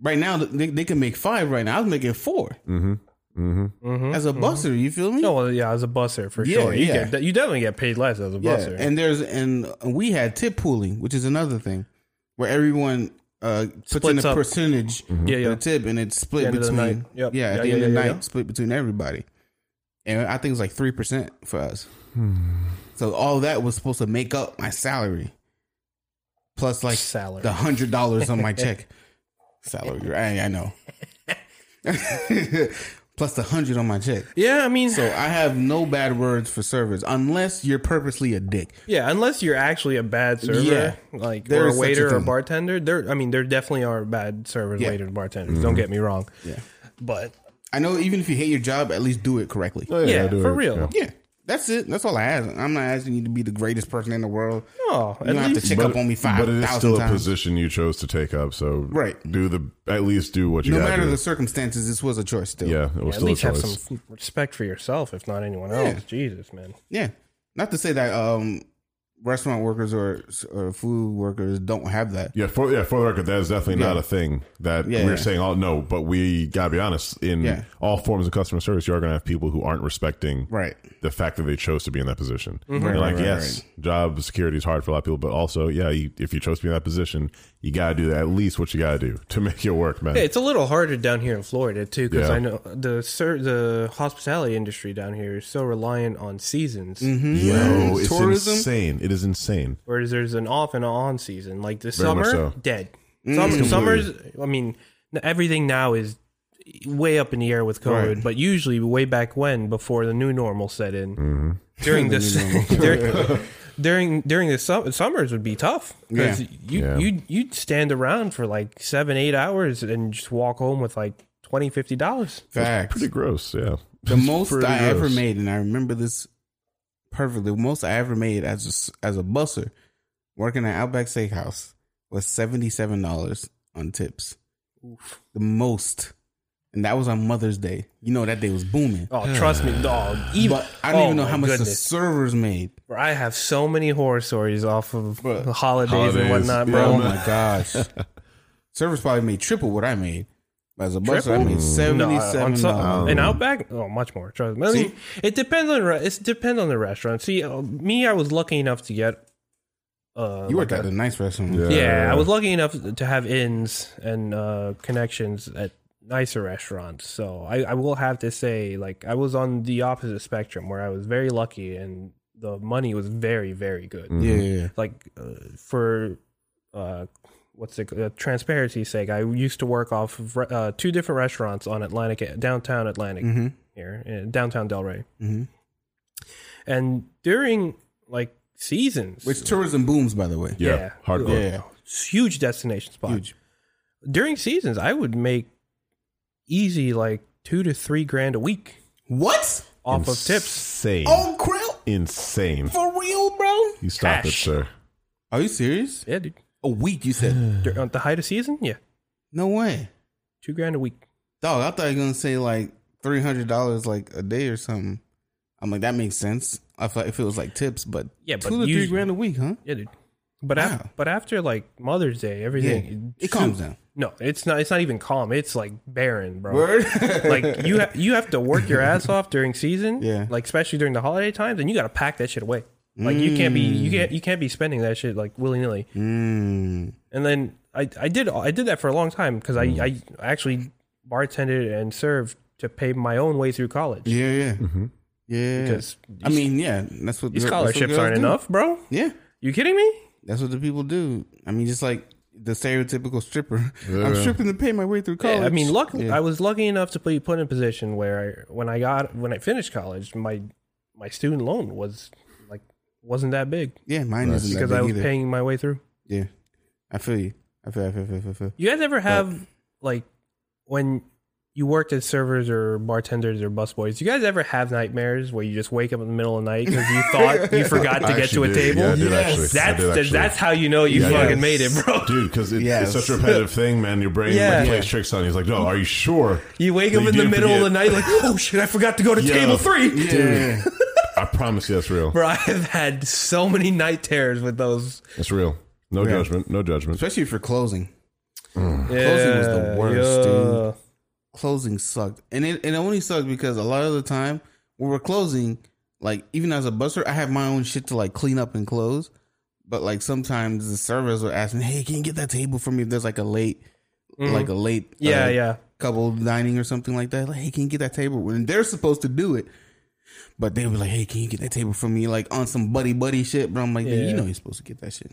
Speaker 1: Right now, they, they can make five. Right now, I was making 4
Speaker 3: Mm-hmm.
Speaker 1: as a buster. You feel me?
Speaker 3: No, well, yeah, as a busser for
Speaker 1: Yeah,
Speaker 3: sure. You
Speaker 1: yeah.
Speaker 3: get you definitely get paid less as a
Speaker 1: yeah.
Speaker 3: busser.
Speaker 1: And there's and we had tip pooling, which is another thing where everyone uh, puts in
Speaker 3: Splits
Speaker 1: a
Speaker 3: up.
Speaker 1: percentage
Speaker 3: Yeah,
Speaker 1: for
Speaker 3: yeah.
Speaker 1: the tip, and it's split
Speaker 3: End of the
Speaker 1: between
Speaker 3: night. Yep.
Speaker 1: yeah, at
Speaker 3: Yeah,
Speaker 1: the end of
Speaker 3: yeah,
Speaker 1: the
Speaker 3: yeah, yeah,
Speaker 1: night,
Speaker 3: yeah.
Speaker 1: split between everybody. And I think it's like three percent for us. So all that was supposed to make up my salary, plus like
Speaker 3: Salary.
Speaker 1: the hundred dollars on my check. Salary, right? I know. plus the hundred on my check.
Speaker 3: yeah, I mean,
Speaker 1: So I have no bad words for servers, unless you're purposely a dick.
Speaker 3: yeah, unless you're actually a bad server,
Speaker 1: Yeah.
Speaker 3: like
Speaker 1: There
Speaker 3: or
Speaker 1: is
Speaker 3: a
Speaker 1: such a
Speaker 3: waiter or
Speaker 1: thing.
Speaker 3: bartender. There, I mean, there definitely are bad servers,
Speaker 1: Yeah. Mm-hmm.
Speaker 3: waiters, bartenders. Don't get me wrong.
Speaker 1: Yeah.
Speaker 3: but
Speaker 1: I know even if you hate your job, at least do it correctly.
Speaker 2: Oh,
Speaker 3: yeah,
Speaker 2: I do
Speaker 3: for
Speaker 2: it.
Speaker 3: real.
Speaker 2: Yeah.
Speaker 1: Yeah. That's it. That's all I ask. I'm not asking you to be the greatest person in the world.
Speaker 3: No,
Speaker 1: you
Speaker 3: at
Speaker 1: don't have to
Speaker 3: least-
Speaker 1: check
Speaker 2: But,
Speaker 1: up on me five
Speaker 2: but it is still
Speaker 1: thousand
Speaker 2: a
Speaker 1: times.
Speaker 2: position you chose to take up, so
Speaker 1: Right.
Speaker 2: do the at least do what you
Speaker 1: No
Speaker 2: gotta
Speaker 1: matter
Speaker 2: do.
Speaker 1: the circumstances, this was a choice. Still,
Speaker 2: yeah, it was
Speaker 3: at
Speaker 2: still
Speaker 3: least
Speaker 2: a
Speaker 3: have
Speaker 2: choice.
Speaker 3: some respect for yourself, if not anyone else. Jesus, man.
Speaker 1: Yeah. Not to say that um restaurant workers or, or food workers don't have that.
Speaker 2: Yeah, for yeah, for the record, that is definitely not
Speaker 1: Yeah.
Speaker 2: a thing that
Speaker 1: Yeah,
Speaker 2: we're
Speaker 1: yeah.
Speaker 2: saying. Oh no, but we gotta be honest. In
Speaker 1: Yeah.
Speaker 2: all forms of customer service, you are gonna have people who aren't respecting
Speaker 1: Right. Mm-hmm.
Speaker 2: the fact that they chose to be in that position.
Speaker 1: Right,
Speaker 2: You're
Speaker 1: right,
Speaker 2: like,
Speaker 1: right,
Speaker 2: yes, job security is hard for a lot of people, but also, yeah, you, if you chose to be in that position, you gotta do at least what you gotta do to make it work, man.
Speaker 3: Yeah, it's a little harder down here in Florida too, because
Speaker 2: Yeah.
Speaker 3: I know the ser- the hospitality industry down here is so reliant on seasons.
Speaker 2: Mm-hmm. Yo, it's
Speaker 1: Tourism?
Speaker 2: insane. It is insane.
Speaker 3: Whereas there's an off and on season, like the
Speaker 2: Very much
Speaker 3: summer,
Speaker 2: so. Mm.
Speaker 3: dead. Summer, summers, I mean, n- everything now is way up in the air with COVID,
Speaker 1: Right.
Speaker 3: but usually way back when, before the new normal set in,
Speaker 2: Mm-hmm.
Speaker 3: during this, during, during during the sum- summers would be tough because
Speaker 1: Yeah.
Speaker 3: you
Speaker 2: Yeah.
Speaker 3: you you'd stand around for like seven eight hours and just walk home with like. 20 50 dollars
Speaker 1: Facts.
Speaker 2: Pretty gross, yeah.
Speaker 1: The most
Speaker 2: pretty
Speaker 1: I ever
Speaker 2: gross.
Speaker 1: made, and I remember this perfectly. The most I ever made as a, s- as a busser working at Outback Steakhouse was seventy seven dollars on tips. The most, and that was on Mother's Day. You know that day was booming.
Speaker 3: Oh, trust me, dog. Even,
Speaker 1: But I don't
Speaker 3: oh
Speaker 1: even know
Speaker 3: my
Speaker 1: how much the
Speaker 3: goodness.
Speaker 1: servers made.
Speaker 3: Bro, I have so many horror stories off of
Speaker 1: Bro.
Speaker 3: the holidays, and
Speaker 2: Holidays,
Speaker 3: whatnot, bro.
Speaker 2: yeah.
Speaker 1: Oh my gosh, servers probably made triple what I made. As a busser, I
Speaker 3: Triple?
Speaker 1: made
Speaker 3: Mm. No,
Speaker 1: seventy
Speaker 3: on
Speaker 1: seven
Speaker 3: some,
Speaker 1: dollars.
Speaker 3: and Outback, oh, much more. Trust me. I mean,
Speaker 1: See?
Speaker 3: It depends on re- it's depend on the restaurant. See, uh, me, I was lucky enough to get. Uh,
Speaker 1: You worked
Speaker 3: like
Speaker 1: at
Speaker 3: a-
Speaker 1: a nice restaurant.
Speaker 3: yeah, I was lucky enough to have ins and uh, connections at nicer restaurants. So I, I will have to say, like, I was on the opposite spectrum where I was very lucky and the money was very, very good.
Speaker 2: Mm-hmm.
Speaker 1: Yeah, yeah, yeah.
Speaker 3: like uh, for uh, what's it uh, transparency's sake, I used to work off of re- uh, two different restaurants on Atlantic downtown Atlantic
Speaker 1: Mm-hmm.
Speaker 3: here in downtown Delray,
Speaker 1: Mm-hmm.
Speaker 3: and during like seasons,
Speaker 1: Which tourism booms, by the way.
Speaker 2: Yeah,
Speaker 3: Yeah.
Speaker 2: hardcore.
Speaker 1: Yeah,
Speaker 3: it's huge destination spot
Speaker 1: huge.
Speaker 3: during seasons, I would make easy like two to three grand a week
Speaker 1: What?
Speaker 3: off of tips.
Speaker 2: Insane.
Speaker 1: Oh, crap!
Speaker 2: Insane.
Speaker 1: For real, bro?
Speaker 2: You stop it,
Speaker 3: Cash.
Speaker 2: sir.
Speaker 1: Are you serious?
Speaker 3: Yeah, dude.
Speaker 1: A week, you said?
Speaker 3: Dur- at the height of season, yeah,
Speaker 1: no way,
Speaker 3: two grand a week.
Speaker 1: dog. I thought you were gonna say like three hundred dollars like a day or something. I'm like, that makes sense. I thought if it was like tips, but
Speaker 3: Yeah,
Speaker 1: two
Speaker 3: but
Speaker 1: to three
Speaker 3: usually-
Speaker 1: grand a week, huh?
Speaker 3: Yeah, dude. But af-
Speaker 1: Wow.
Speaker 3: but after like Mother's Day, everything
Speaker 1: Yeah, it calms down.
Speaker 3: No, it's not. It's not even calm. It's like barren, bro.
Speaker 1: Word.
Speaker 3: Like you, ha- you have to work your ass off during season.
Speaker 1: Yeah.
Speaker 3: Like especially during the holiday times, and you got to pack that shit away. Like you can't be, you can't, you can't be spending that shit like willy nilly.
Speaker 1: Mm.
Speaker 3: And then I, I did, I did that for a long time because I, I actually bartended and served to pay my own way through college
Speaker 1: Yeah, yeah, yeah.
Speaker 3: Mm-hmm. because
Speaker 1: I mean, yeah, that's what
Speaker 3: these
Speaker 1: that's what
Speaker 3: scholarships
Speaker 1: girls
Speaker 3: aren't
Speaker 1: do.
Speaker 3: enough, bro.
Speaker 1: Yeah,
Speaker 3: You kidding me?
Speaker 1: that's what the people do. I mean, just like the stereotypical stripper. I'm stripping to pay my way through college.
Speaker 3: Yeah, I mean, luck.
Speaker 1: Yeah.
Speaker 3: I was lucky enough to be put in a position where I, when I got when I finished college, my my student loan was like wasn't that big
Speaker 1: yeah, mine isn't that
Speaker 3: because
Speaker 1: big
Speaker 3: I was
Speaker 1: either.
Speaker 3: paying my way through.
Speaker 1: Yeah, I feel you. I feel. I feel. I feel. I feel, I feel.
Speaker 3: You guys ever have like when you worked as servers or bartenders or busboys? You guys ever have nightmares where you just wake up in the middle of the night because you thought you forgot to
Speaker 2: I
Speaker 3: get to
Speaker 2: actually
Speaker 3: a
Speaker 2: did.
Speaker 3: table?
Speaker 2: Yeah, I did
Speaker 1: Yes.
Speaker 2: actually. I
Speaker 3: That's
Speaker 2: did
Speaker 3: the-
Speaker 2: actually.
Speaker 3: that's how you know you
Speaker 2: Yeah,
Speaker 3: fucking
Speaker 2: yeah.
Speaker 3: made it, bro.
Speaker 2: dude because it,
Speaker 1: Yes.
Speaker 2: it's such a repetitive thing man your brain
Speaker 3: Yeah.
Speaker 2: like, plays tricks on you it's like no are you sure
Speaker 3: You wake
Speaker 2: That
Speaker 3: up
Speaker 2: you
Speaker 3: in the
Speaker 2: didn't
Speaker 3: middle of the
Speaker 2: forget.
Speaker 3: night like, oh shit, I forgot to go to
Speaker 2: Yeah.
Speaker 3: table three.
Speaker 1: Yeah.
Speaker 2: i promise you that's real
Speaker 3: Bro, I have had so many night terrors with those.
Speaker 2: that's real no
Speaker 1: Yeah.
Speaker 2: judgment no judgment
Speaker 1: Especially for closing.
Speaker 3: Closing
Speaker 1: was the worst, dude. Closing sucked, and it and it only sucked because a lot of the time when we're closing, like even as a buster, I have my own shit to like clean up and close. But like sometimes the servers will ask me, "Hey, can you get that table for me?" If there's like a late, like a late, uh,
Speaker 3: Yeah, yeah.
Speaker 1: couple dining or something like that. Like, hey, can you get that table? When they're supposed to do it, but they were like, hey, can you get that table for me? Like on some buddy buddy shit. But I'm like, "Dude,
Speaker 3: Yeah.
Speaker 1: you know you're supposed to get that shit.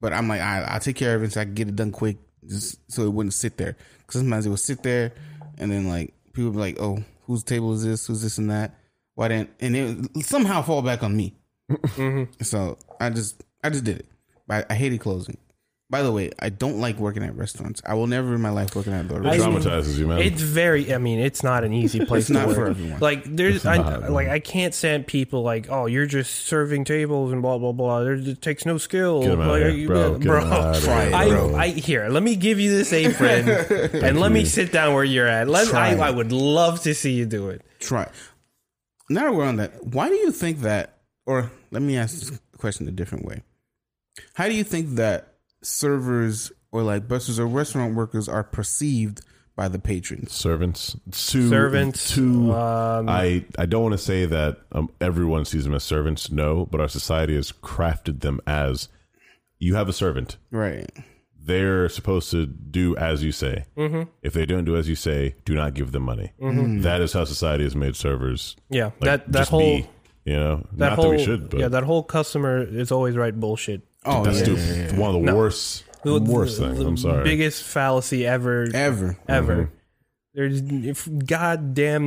Speaker 1: But I'm like, I, I'll take care of it so I can get it done quick, just so it wouldn't sit there. Because sometimes it would sit there, and then like people would be like, oh, whose table is this? Who's this and that? Why didn't? And it would somehow fall back on me. So I just I just did it. But I, I hated closing. By the way, I don't like working at restaurants. I will never in my life work at a
Speaker 2: it
Speaker 1: restaurant.
Speaker 2: traumatizes you man
Speaker 3: It's very. I mean, it's not an easy place. to
Speaker 1: not
Speaker 3: work.
Speaker 1: for everyone.
Speaker 3: Like there's, I, like I can't stand people like, oh, you're just serving tables and blah blah blah. There it takes no skill.
Speaker 2: Get 'em outta
Speaker 3: Like,
Speaker 2: here,
Speaker 3: you-
Speaker 2: bro. Get 'em outta here,
Speaker 3: I,
Speaker 2: bro.
Speaker 3: I here. Let me give you this apron, and let me sit down where you're at. Let
Speaker 1: Try
Speaker 3: I,
Speaker 1: it.
Speaker 3: I would love to see you do it.
Speaker 1: try. Now that we're on that, why do you think that? Or let me ask this question a different way. How do you think that servers or like buses or restaurant workers are perceived by the patrons?
Speaker 2: servants to
Speaker 3: Servants,
Speaker 2: to
Speaker 3: um,
Speaker 2: I I don't want to say that um, everyone sees them as servants. No, but our society has crafted them as you have a servant.
Speaker 1: Right.
Speaker 2: They're supposed to do as you say. Mm-hmm. If they don't do as you say, do not give them money.
Speaker 3: Mm-hmm.
Speaker 2: That is how society has made servers.
Speaker 3: Yeah,
Speaker 2: Like,
Speaker 3: that that
Speaker 2: just
Speaker 3: whole
Speaker 2: be, you know,
Speaker 3: that
Speaker 2: not
Speaker 3: whole
Speaker 2: that we should, but
Speaker 3: yeah that whole customer is always right bullshit.
Speaker 1: Oh,
Speaker 2: that's
Speaker 1: yeah,
Speaker 2: stupid.
Speaker 1: yeah, yeah.
Speaker 2: It's one of the worst,
Speaker 3: The- the-
Speaker 2: worst things.
Speaker 3: the
Speaker 2: I'm sorry. Mm-hmm.
Speaker 3: Biggest fallacy ever,
Speaker 1: Ever.
Speaker 3: ever. There's if goddamn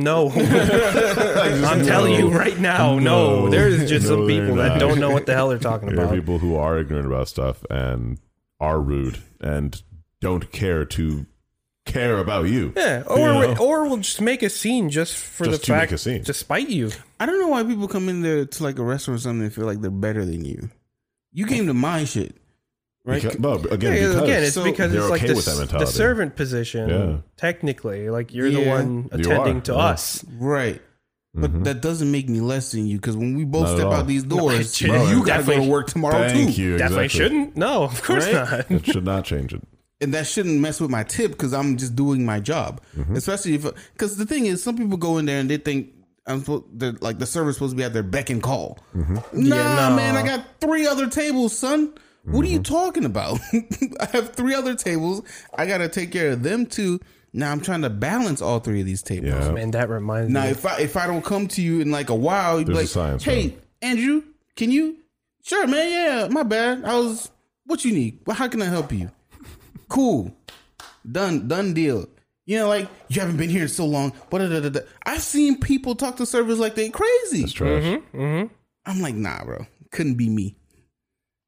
Speaker 3: no. I'm
Speaker 2: No.
Speaker 3: telling you right now, no.
Speaker 2: No.
Speaker 3: There is just
Speaker 2: No,
Speaker 3: some
Speaker 2: they're
Speaker 3: people that
Speaker 2: not.
Speaker 3: don't know what the hell they're talking
Speaker 2: There are
Speaker 3: about.
Speaker 2: people who are ignorant about stuff and are rude and don't care to care about you.
Speaker 3: Yeah, or
Speaker 2: You know?
Speaker 3: or we'll just make a scene just for
Speaker 2: Just
Speaker 3: the
Speaker 2: to make
Speaker 3: fact
Speaker 2: a scene.
Speaker 3: to spite you.
Speaker 1: I don't know why people come in there to like a restaurant or something and feel like they're better than you. You came to my shit. Right?
Speaker 2: Because- but again,
Speaker 3: Yeah,
Speaker 2: because
Speaker 3: again, it's
Speaker 1: so
Speaker 3: because
Speaker 2: they're
Speaker 3: it's like
Speaker 2: okay
Speaker 3: the,
Speaker 2: with that
Speaker 3: s- the
Speaker 2: mentality.
Speaker 3: servant position.
Speaker 2: Yeah.
Speaker 3: Technically, like you're the
Speaker 1: Yeah.
Speaker 3: one
Speaker 2: You
Speaker 3: attending
Speaker 2: are,
Speaker 3: to
Speaker 2: yeah.
Speaker 3: us.
Speaker 1: Right. But
Speaker 2: Mm-hmm.
Speaker 1: that doesn't make me less than you because when we both
Speaker 2: Not at
Speaker 1: step
Speaker 2: all.
Speaker 1: out these doors,
Speaker 3: it
Speaker 1: you gotta go
Speaker 3: definitely-
Speaker 1: to work tomorrow
Speaker 2: thank
Speaker 1: too.
Speaker 2: you.
Speaker 3: Definitely
Speaker 2: exactly.
Speaker 3: shouldn't. Oh, No, of course not.
Speaker 2: It should not change it.
Speaker 1: and that shouldn't mess with my tip because I'm just doing my job. Especially if, because the thing is, some people go in there and they think I'm supposed, they're, like the server's supposed to be at their beck and call. Nah,
Speaker 3: Yeah, nah.
Speaker 1: man, I got three other tables, son. What are you talking about? I have three other tables. I gotta take care of them too. Now I'm trying to balance all three of these tables.
Speaker 2: Yeah.
Speaker 3: Man, that reminds
Speaker 1: Now
Speaker 3: me.
Speaker 1: if I if I don't come to you in like a while, you'd be
Speaker 2: There's a
Speaker 1: like,
Speaker 2: science,
Speaker 1: "Hey,
Speaker 2: man.
Speaker 1: Andrew, can you? Sure, man. Yeah, my bad. I was. What you need? Well, how can I help you? cool. Done. Done deal. You know, like you haven't been here in so long. But da, da, da, da. I've seen people talk to servers like they crazy.
Speaker 2: It's trash.
Speaker 3: Mm-hmm.
Speaker 1: I'm like, nah, bro. Couldn't be me.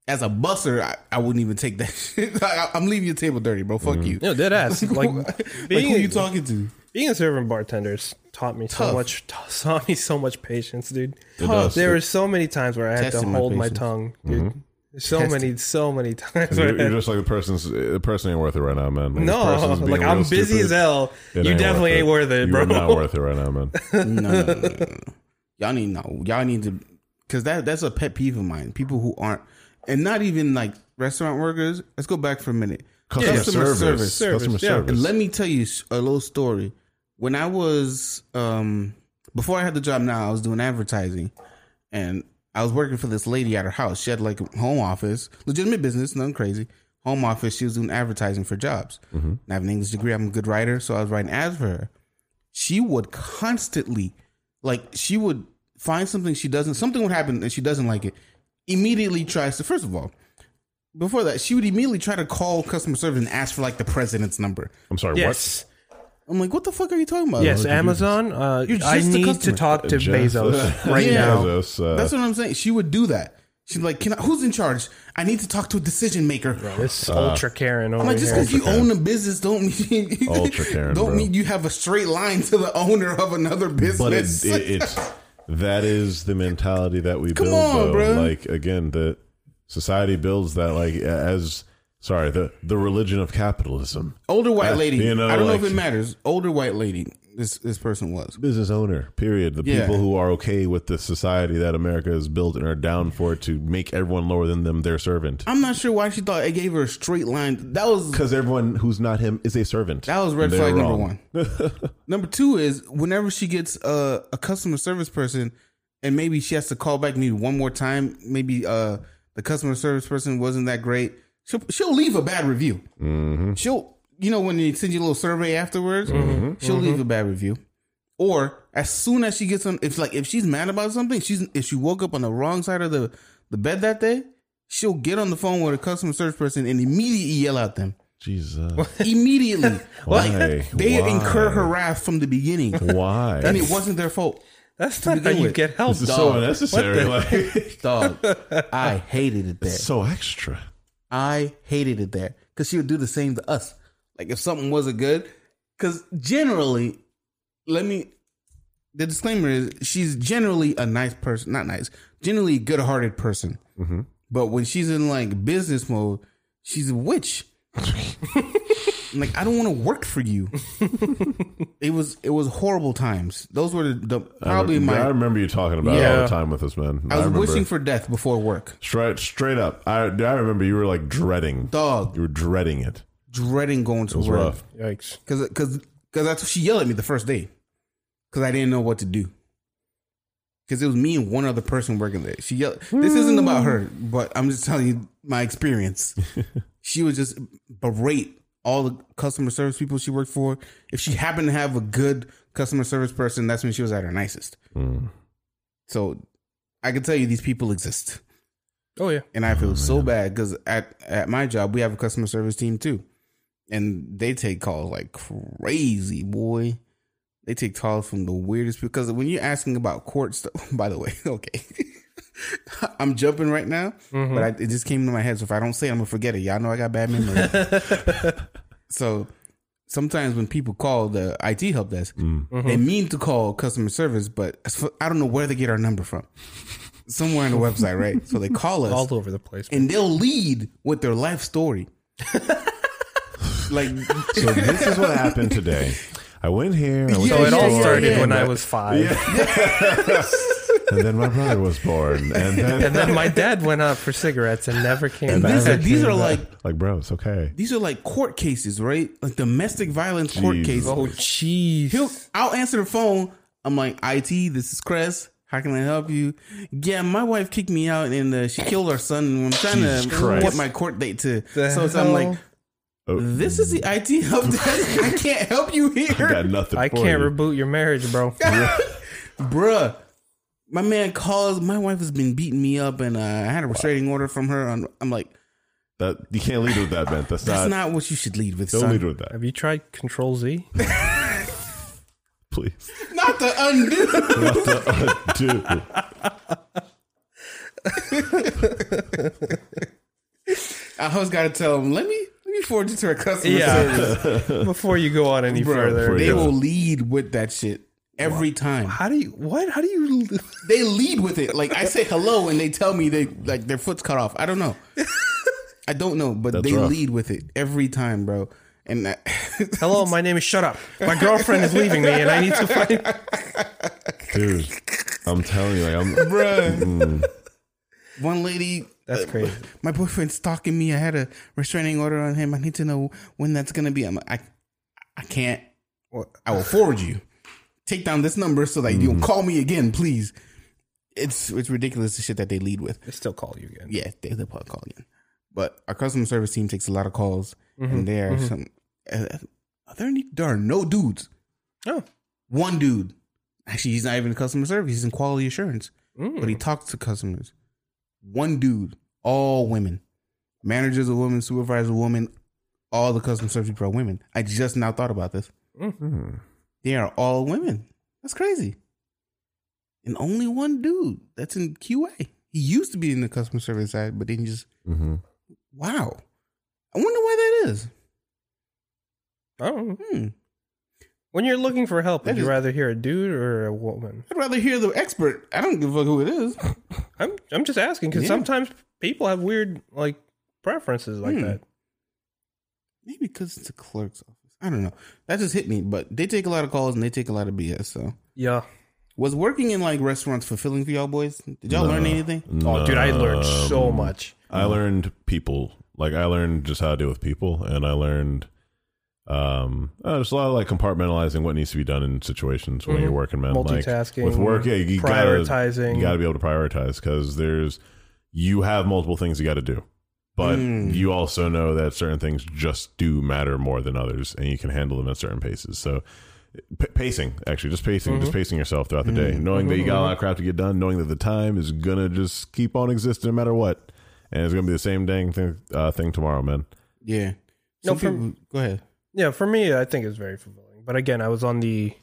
Speaker 1: As a busser, I, I wouldn't even take that shit. I, I'm leaving your table dirty, bro. Fuck
Speaker 2: Mm.
Speaker 1: you.
Speaker 3: No, dead ass. Like
Speaker 1: Like,
Speaker 3: being
Speaker 1: who you talking to?
Speaker 3: being a servant bartender has taught me
Speaker 1: Tough.
Speaker 3: so much. t- taught me so much patience, dude.
Speaker 2: It does.
Speaker 3: There were so many times where I had to
Speaker 1: Testing my
Speaker 3: hold my,
Speaker 1: patience.
Speaker 3: tongue, dude. So many, so many times.
Speaker 2: You're,
Speaker 3: where I
Speaker 2: you're
Speaker 3: had-
Speaker 2: just like the person's. The person ain't worth it right now, man. Like, this
Speaker 3: no,
Speaker 2: person's being
Speaker 3: like
Speaker 2: real
Speaker 3: I'm busy
Speaker 2: stupid.
Speaker 3: as hell.
Speaker 2: It
Speaker 3: you definitely ain't worth it, bro.
Speaker 2: You're not worth it right now, man.
Speaker 1: no, no, no, no, no, no. Y'all need no. Y'all need to, because that that's a pet peeve of mine. People who aren't, and not even like restaurant workers. Let's go back for a minute.
Speaker 2: Customer service.
Speaker 3: Service,
Speaker 2: Customer
Speaker 3: yeah.
Speaker 2: service.
Speaker 1: And let me tell you s- a little story. When I was um before I had the job now, I was doing advertising and I was working for this lady at her house. She had like a home office, legitimate business, nothing crazy. Home office, she was doing advertising for jobs. I have an English degree, I'm a good writer, so I was writing ads for her. She would constantly like she would find something she doesn't something would happen and she doesn't like it. Immediately tries to first of all, before that, she would immediately try to call customer service and ask for like the president's number.
Speaker 2: I'm sorry.
Speaker 3: Yes,
Speaker 1: I'm like, what the fuck are you talking about?
Speaker 3: yes. Amazon. Uh, I
Speaker 1: just a
Speaker 3: need to
Speaker 1: customer.
Speaker 3: talk
Speaker 2: What?
Speaker 3: to
Speaker 2: Oh, Jeff-
Speaker 3: Bezos right
Speaker 1: Yeah.
Speaker 3: now.
Speaker 2: Bezos, uh,
Speaker 1: That's what I'm saying. She would do that. She's like, Can I, who's in charge? I need to talk to a decision maker.
Speaker 3: This
Speaker 2: Uh,
Speaker 3: ultra Karen over
Speaker 1: I'm like, just
Speaker 3: here.
Speaker 1: because you own a business don't mean
Speaker 2: Ultra Karen,
Speaker 1: don't
Speaker 2: bro.
Speaker 1: mean you have a straight line to the owner of another
Speaker 2: but it,
Speaker 1: business.
Speaker 2: it, it's that is the mentality that we build.
Speaker 1: on,
Speaker 2: though.
Speaker 1: bruh.
Speaker 2: Like again, the society builds that like as sorry the the religion of capitalism.
Speaker 1: Older white
Speaker 2: Uh,
Speaker 1: lady.
Speaker 2: you know,
Speaker 1: I don't know
Speaker 2: like-
Speaker 1: if it matters. Older white lady. This this person was.
Speaker 2: Business owner, period. The
Speaker 1: Yeah.
Speaker 2: people who are okay with the society that America has built and are down for it to make everyone lower than them their servant.
Speaker 1: I'm not sure why she thought it gave her a straight line. That was
Speaker 2: Because everyone who's not him is a servant.
Speaker 1: That was red
Speaker 2: And they're
Speaker 1: flag number
Speaker 2: wrong.
Speaker 1: one. number two is whenever she gets a, a customer service person, and maybe she has to call back maybe one more time. Maybe uh, the customer service person wasn't that great. She'll she'll leave a bad review.
Speaker 2: Mm-hmm.
Speaker 1: She'll you know when they send you a little survey afterwards, she'll leave a bad review. Or as soon as she gets on, if like if she's mad about something, she's if she woke up on the wrong side of the the bed that day, she'll get on the phone with a customer service person and immediately yell at them
Speaker 2: Jesus.
Speaker 1: immediately.
Speaker 2: Why?
Speaker 1: Like they
Speaker 2: Why?
Speaker 1: incur her wrath from the beginning,
Speaker 2: Why?
Speaker 1: and it wasn't their fault.
Speaker 3: That's not how
Speaker 1: begin
Speaker 3: you
Speaker 1: with.
Speaker 3: get help,
Speaker 2: this is so
Speaker 3: dog.
Speaker 2: unnecessary. Like,
Speaker 1: Dog, I hated it there.
Speaker 2: so extra.
Speaker 1: I hated it there because she would do the same to us. Like if something wasn't good, because generally, let me. The disclaimer is she's generally a nice person, not nice, generally a good-hearted person.
Speaker 2: Mm-hmm.
Speaker 1: But when she's in like business mode, she's a witch. I'm like I don't want to work for you. it was it was horrible times. Those were the, the
Speaker 2: I remember-
Speaker 1: probably
Speaker 2: I
Speaker 1: my.
Speaker 2: remember you talking about it all
Speaker 3: Yeah.
Speaker 2: the time with us, man.
Speaker 1: I was
Speaker 2: remember.
Speaker 1: wishing for death before work.
Speaker 2: straight, straight up. I, I remember you were like dreading.
Speaker 1: Dog
Speaker 2: You were dreading it.
Speaker 1: dreading going to
Speaker 2: It was
Speaker 1: work
Speaker 2: rough.
Speaker 3: Yikes.
Speaker 1: because because because that's what she yelled at me the first day because I didn't know what to do. Because it was me and one other person working there. She yelled. This isn't about her, but I'm just telling you my experience. she would just berate all the customer service people she worked for. If she happened to have a good customer service person, that's when she was at her nicest.
Speaker 2: Mm.
Speaker 1: So I can tell you these people exist.
Speaker 3: Oh yeah.
Speaker 1: And I feel so bad because at, at my job, we have a customer service team too. And they take calls like crazy, boy. They take calls from the weirdest because when you're asking about court stuff, by the way, okay. I'm jumping right now,
Speaker 3: Mm-hmm.
Speaker 1: but I, it just came to my head. So if I don't say it, I'm going to forget it. Y'all know I got bad memory. so sometimes when people call the IT help desk,
Speaker 3: Mm.
Speaker 1: they
Speaker 3: Mm-hmm.
Speaker 1: mean to call customer service, but I don't know where they get our number from. Somewhere on the website, right? So they call us
Speaker 3: All over the place.
Speaker 1: and they'll lead with their life story. like
Speaker 2: So this is what happened today. I went here. I went
Speaker 1: So
Speaker 2: to
Speaker 3: so
Speaker 2: the
Speaker 3: it all
Speaker 1: yeah,
Speaker 2: store,
Speaker 3: started
Speaker 1: yeah.
Speaker 3: when I was five,
Speaker 2: and then my brother was born, and then
Speaker 3: and then my dad went out for cigarettes and never came
Speaker 1: and
Speaker 3: back.
Speaker 1: these are, these are like
Speaker 2: like, bro, it's okay.
Speaker 1: these are like court cases, right? Like domestic violence court
Speaker 2: Jeez.
Speaker 1: cases.
Speaker 3: oh jeez.
Speaker 1: He'll, I'll answer the phone. I'm like, IT, this is Chris. How can I help you? Yeah, my wife kicked me out and uh, she killed our son. And I'm trying
Speaker 2: Jesus
Speaker 1: to
Speaker 2: Christ.
Speaker 1: get my court date to.
Speaker 3: The
Speaker 1: so, so I'm like,
Speaker 3: hell?
Speaker 2: Oh,
Speaker 1: this is the IT help desk. I can't help you here.
Speaker 2: got nothing.
Speaker 3: I
Speaker 2: for
Speaker 3: can't
Speaker 2: you.
Speaker 3: reboot your marriage, bro.
Speaker 1: bruh my man calls my wife has been beating me up and uh, i had a restraining order from her i'm, I'm like
Speaker 2: that. You can't lead with that, man. That's,
Speaker 1: that's
Speaker 2: not.
Speaker 1: not what you should lead with
Speaker 2: Don't
Speaker 1: son.
Speaker 2: lead with that,
Speaker 3: Have you tried Control Z?
Speaker 2: please.
Speaker 1: not to undo
Speaker 2: What the uh, dude?
Speaker 1: i always gotta tell them let me let me forward you to a customer
Speaker 3: Yeah.
Speaker 1: service
Speaker 3: Before you go on any
Speaker 1: Bruh,
Speaker 3: further,
Speaker 2: Before
Speaker 1: they
Speaker 2: Yeah.
Speaker 1: will lead with that shit every time
Speaker 3: how do you? What? How do you?
Speaker 1: they lead with it like i say hello and they tell me they like their foot's cut off i don't know i don't know but
Speaker 2: That's
Speaker 1: they
Speaker 2: rough.
Speaker 1: lead with it every time bro and that,
Speaker 3: Hello, my name is Shut Up. My girlfriend is leaving me, and I need to find.
Speaker 2: dude. I'm telling you, like, I'm.
Speaker 1: bruh
Speaker 2: Mm-hmm.
Speaker 1: one lady
Speaker 3: That's crazy.
Speaker 1: my boyfriend's stalking me. I had a restraining order on him. I need to know when that's gonna be. I'm like, I, I can't. Or I will forward you. Take down this number so that you'll call me again, please. It's it's ridiculous the shit that they lead with.
Speaker 3: They still call you again.
Speaker 1: Yeah, they they probably call again. But our customer service team takes a lot of calls, and there are some. Uh, are there any? There are no dudes.
Speaker 3: Oh,
Speaker 1: One dude. Actually, he's not even in customer service. He's in quality assurance, but he talks to customers. One dude, all women. Managers a woman, supervisors a woman, all the customer service people are women. I just now thought about this. They are all women. That's crazy. And only one dude that's in QA. He used to be in the customer service side, but then he just
Speaker 2: Mm-hmm.
Speaker 1: wow. I wonder why that is.
Speaker 3: I don't know.
Speaker 1: Hmm.
Speaker 3: Oh, When you're looking for help,
Speaker 1: That
Speaker 3: would you
Speaker 1: is-
Speaker 3: rather hear a dude or a woman?
Speaker 1: I'd rather hear the expert. I don't give a fuck who it is.
Speaker 3: I'm I'm just asking because
Speaker 1: Yeah.
Speaker 3: sometimes people have weird like preferences like
Speaker 1: Hmm.
Speaker 3: that.
Speaker 1: Maybe because it's a clerk's office. I don't know. That just hit me. But they take a lot of calls and they take a lot of BS. So
Speaker 3: Yeah.
Speaker 1: was working in like restaurants fulfilling for y'all boys? Did y'all learn anything?
Speaker 3: Oh, dude, I learned
Speaker 2: Um,
Speaker 3: so much.
Speaker 2: I learned people. Like I learned just how to deal with people, and I learned um uh, there's a lot of like compartmentalizing what needs to be done in situations when you're working, man.
Speaker 3: Mm-hmm. Multitasking,
Speaker 2: like, with work, yeah, you Gotta,
Speaker 3: prioritizing.
Speaker 2: you got to be able to prioritize because there's you have multiple things you got to do, but
Speaker 3: Hmm.
Speaker 2: you also know that certain things just do matter more than others, and you can handle them at certain paces. So. P- pacing, actually, just pacing, just
Speaker 3: Mm-hmm.
Speaker 2: pacing yourself throughout the day, knowing that you got a lot of crap to get done, knowing that the time is gonna just keep on existing no matter what, and it's gonna be the same dang thing, uh, thing tomorrow, man.
Speaker 1: Yeah.
Speaker 3: No,
Speaker 1: Some
Speaker 3: for-
Speaker 1: people- go ahead.
Speaker 3: Yeah, for me, I think it's very fulfilling. But again, I was on the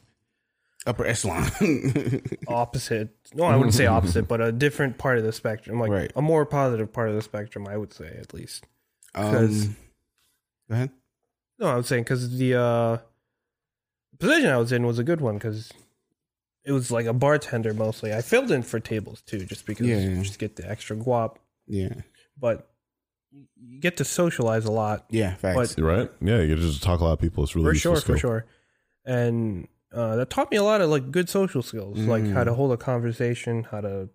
Speaker 1: Upper echelon. Um,
Speaker 3: opposite. No, I wouldn't say opposite, but a different part of the spectrum, like
Speaker 1: Right.
Speaker 3: a more positive part of the spectrum, I would say at least. Because-
Speaker 1: um, go ahead.
Speaker 3: No, I was saying because the uh, position I was in was a good one because it was like a bartender mostly. I filled in for tables too, just because
Speaker 1: Yeah, yeah.
Speaker 3: you just get the extra guap.
Speaker 1: Yeah.
Speaker 3: But you get to socialize a lot
Speaker 1: Yeah, facts.
Speaker 3: But-
Speaker 2: right? Yeah, you just talk to a lot of people. It's really
Speaker 3: for
Speaker 2: useful
Speaker 3: sure,
Speaker 2: skill.
Speaker 3: for sure. And uh, that taught me a lot of like good social skills, like how to hold a conversation, how to,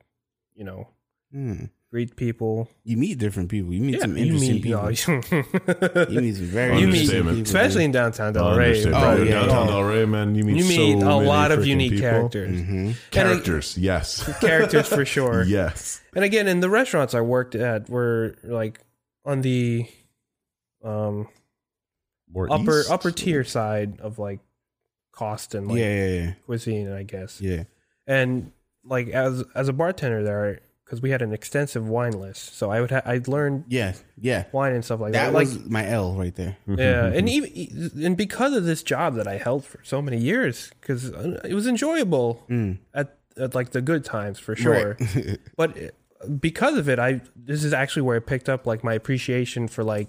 Speaker 3: you know,
Speaker 1: Hmm.
Speaker 3: greet people.
Speaker 1: You meet different people. You meet some
Speaker 3: you
Speaker 1: interesting
Speaker 3: meet,
Speaker 1: people.
Speaker 3: oh,
Speaker 1: You meet some very interesting
Speaker 2: You meet- Understatement.
Speaker 1: people.
Speaker 3: especially in downtown Del Rey.
Speaker 2: Understand,
Speaker 1: Oh, yeah,
Speaker 2: bro.
Speaker 1: yeah.
Speaker 2: Downtown Del Rey, man. You meet,
Speaker 3: You meet
Speaker 2: so
Speaker 3: a
Speaker 2: many
Speaker 3: lot of
Speaker 2: freaking
Speaker 3: unique
Speaker 2: people. Mm.
Speaker 3: characters,
Speaker 1: Mhm.
Speaker 2: Characters, yes,
Speaker 3: characters for sure.
Speaker 2: yes.
Speaker 3: And again, in the restaurants I worked at were like on the um
Speaker 2: More
Speaker 3: upper
Speaker 2: east.
Speaker 3: upper tier side of like cost and like
Speaker 1: yeah, yeah, yeah.
Speaker 3: cuisine, I guess.
Speaker 1: Yeah.
Speaker 3: and like as as a bartender there because we had an extensive wine list so i would ha- i'd learned
Speaker 1: Yeah. Yeah.
Speaker 3: wine and stuff like that,
Speaker 1: That
Speaker 3: like
Speaker 1: was my L right there.
Speaker 3: yeah and even e, and because of this job that i held for so many years because it was enjoyable at, at like the good times for mm, sure
Speaker 1: Right.
Speaker 3: but uh, because of it i this is actually where i picked up like my appreciation for like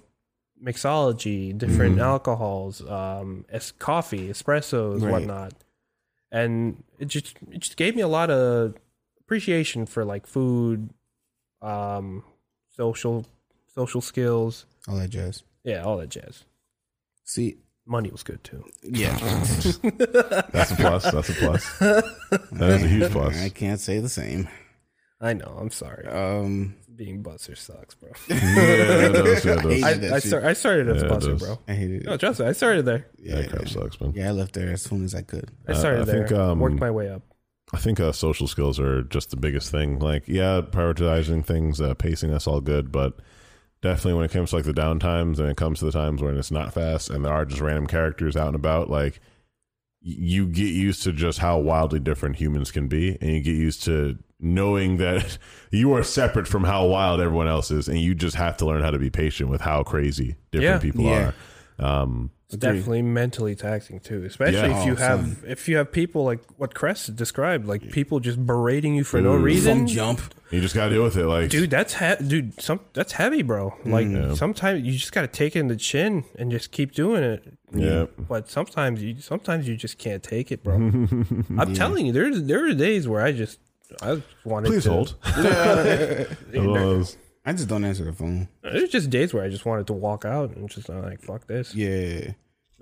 Speaker 3: mixology different
Speaker 2: Mm-hmm.
Speaker 3: alcohols um es- coffee espressos
Speaker 1: Right.
Speaker 3: whatnot and it just it just gave me a lot of appreciation for like food um social social skills
Speaker 1: All that jazz.
Speaker 3: yeah all that jazz
Speaker 1: See,
Speaker 3: money was good too
Speaker 1: yeah.
Speaker 2: That's a plus. That's a plus. That is a huge plus.
Speaker 1: I can't say the same.
Speaker 3: i know i'm sorry
Speaker 1: Um,
Speaker 3: being busser sucks bro
Speaker 2: Yeah, it does, yeah, it does.
Speaker 1: I-
Speaker 3: i
Speaker 1: that
Speaker 3: I,
Speaker 1: shit.
Speaker 3: start, I started as
Speaker 2: Yeah,
Speaker 3: a
Speaker 2: it
Speaker 3: busser
Speaker 2: does.
Speaker 3: bro
Speaker 1: I hated it.
Speaker 3: no trust me i started there
Speaker 2: That crap sucks, man.
Speaker 1: Yeah, I left there as soon as I could.
Speaker 3: i
Speaker 2: Uh,
Speaker 3: started
Speaker 2: I
Speaker 3: there
Speaker 2: think, um,
Speaker 3: worked my way up
Speaker 2: I think uh, social skills are just the biggest thing. Like, yeah, prioritizing things, uh, pacing, that's all good. But definitely when it comes to like the downtimes and it comes to the times when it's not fast and there are just random characters out and about, like, y- you get used to just how wildly different humans can be. And you get used to knowing that you are separate from how wild everyone else is. And you just have to learn how to be patient with how crazy different
Speaker 3: Yeah.
Speaker 2: people
Speaker 1: Yeah.
Speaker 2: are. Um,
Speaker 3: It's definitely mentally taxing too, especially
Speaker 2: Yeah.
Speaker 3: if you
Speaker 1: Oh,
Speaker 3: have if you have people like what Crest described, like people just berating you for no
Speaker 2: Ooh.
Speaker 1: Some
Speaker 3: reason.
Speaker 1: jump.
Speaker 2: you just got to deal with it. Like,
Speaker 3: Dude, that's he- dude, some that's heavy, bro.
Speaker 2: Mm,
Speaker 3: Like sometimes you just got to take it in the chin and just keep doing it.
Speaker 2: yeah.
Speaker 3: But sometimes you sometimes you just can't take it, bro. I'm telling you, there's there are days where I just I wanted
Speaker 2: Please
Speaker 3: to,
Speaker 2: hold. Otherwise-
Speaker 1: I just don't answer the phone.
Speaker 3: There's just days where I just wanted to walk out and just uh, like fuck this.
Speaker 1: Yeah.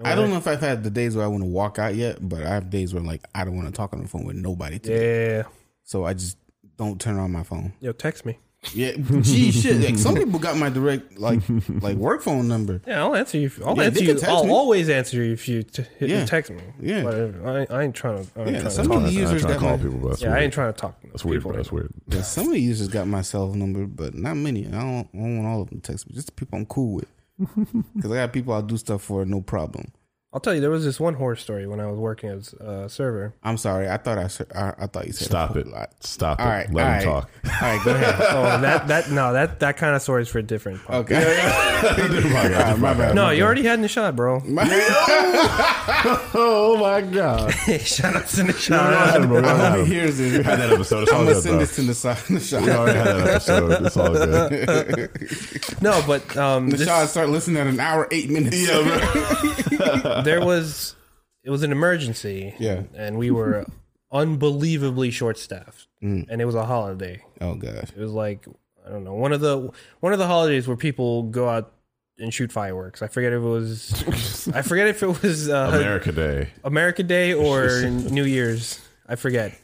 Speaker 1: I don't know if I've had the days where I want to walk out yet, but I have days where like I don't want to talk on the phone with nobody.
Speaker 3: Yeah.
Speaker 1: Today. So I just don't turn on my phone.
Speaker 3: Yo, text me.
Speaker 1: Yeah. Gee, shit. Like, some people got my direct like like work phone number.
Speaker 3: Yeah, I'll answer you. If, I'll
Speaker 1: Yeah,
Speaker 3: answer
Speaker 1: they
Speaker 3: you.
Speaker 1: can text
Speaker 3: I'll
Speaker 1: me.
Speaker 3: always answer you if you t- hit
Speaker 1: Yeah.
Speaker 3: text me.
Speaker 1: Yeah.
Speaker 3: but I, I ain't trying to. I ain't
Speaker 1: Yeah, some
Speaker 3: trying to
Speaker 1: of
Speaker 3: talk.
Speaker 1: the
Speaker 2: I'm not
Speaker 1: users
Speaker 2: Oh, trying to
Speaker 1: got
Speaker 2: call
Speaker 1: my,
Speaker 2: people, but that's
Speaker 3: Yeah, I
Speaker 2: weird.
Speaker 3: ain't trying to talk.
Speaker 2: That's weird, bro. That's weird.
Speaker 1: yeah, some of the users got my cell number, but not many. I don't, I don't want all of them to text me. Just the people I'm cool with. Because I got people I'll do stuff for no problem.
Speaker 3: I'll tell you, there was this one horror story when I was working as a server.
Speaker 1: I'm sorry. I thought I ser- I, I thought you said
Speaker 2: Stop
Speaker 1: a
Speaker 2: it.
Speaker 1: whole lot.
Speaker 2: Stop it.
Speaker 1: All right.
Speaker 2: Let
Speaker 1: all
Speaker 2: him
Speaker 1: right.
Speaker 2: talk.
Speaker 1: All right. Go ahead.
Speaker 3: Oh, that that no, that that kind of story is for a different. Podcast.
Speaker 1: Okay. All right, my bad.
Speaker 3: No, you already had in the shot, bro.
Speaker 2: oh my god.
Speaker 3: Shout out to the
Speaker 2: I'm
Speaker 3: shot.
Speaker 1: Whoever hears this,
Speaker 2: had that episode. It's all
Speaker 1: I'm gonna
Speaker 2: good, bro.
Speaker 1: send this to Nashawn.
Speaker 2: We
Speaker 1: Nashawn,
Speaker 2: already had that episode. It's all good.
Speaker 3: No, but um, this-
Speaker 1: Nashawn start listening at an hour eight minutes.
Speaker 3: there was it was an emergency.
Speaker 1: Yeah.
Speaker 3: and we were unbelievably short staffed,
Speaker 1: Mm.
Speaker 3: and it was a holiday.
Speaker 1: Oh god.
Speaker 3: It was like I don't know one of the one of the holidays where people go out and shoot fireworks. I forget if it was I forget if it was uh, America.
Speaker 2: America Day.
Speaker 3: Day or New Year's. I forget,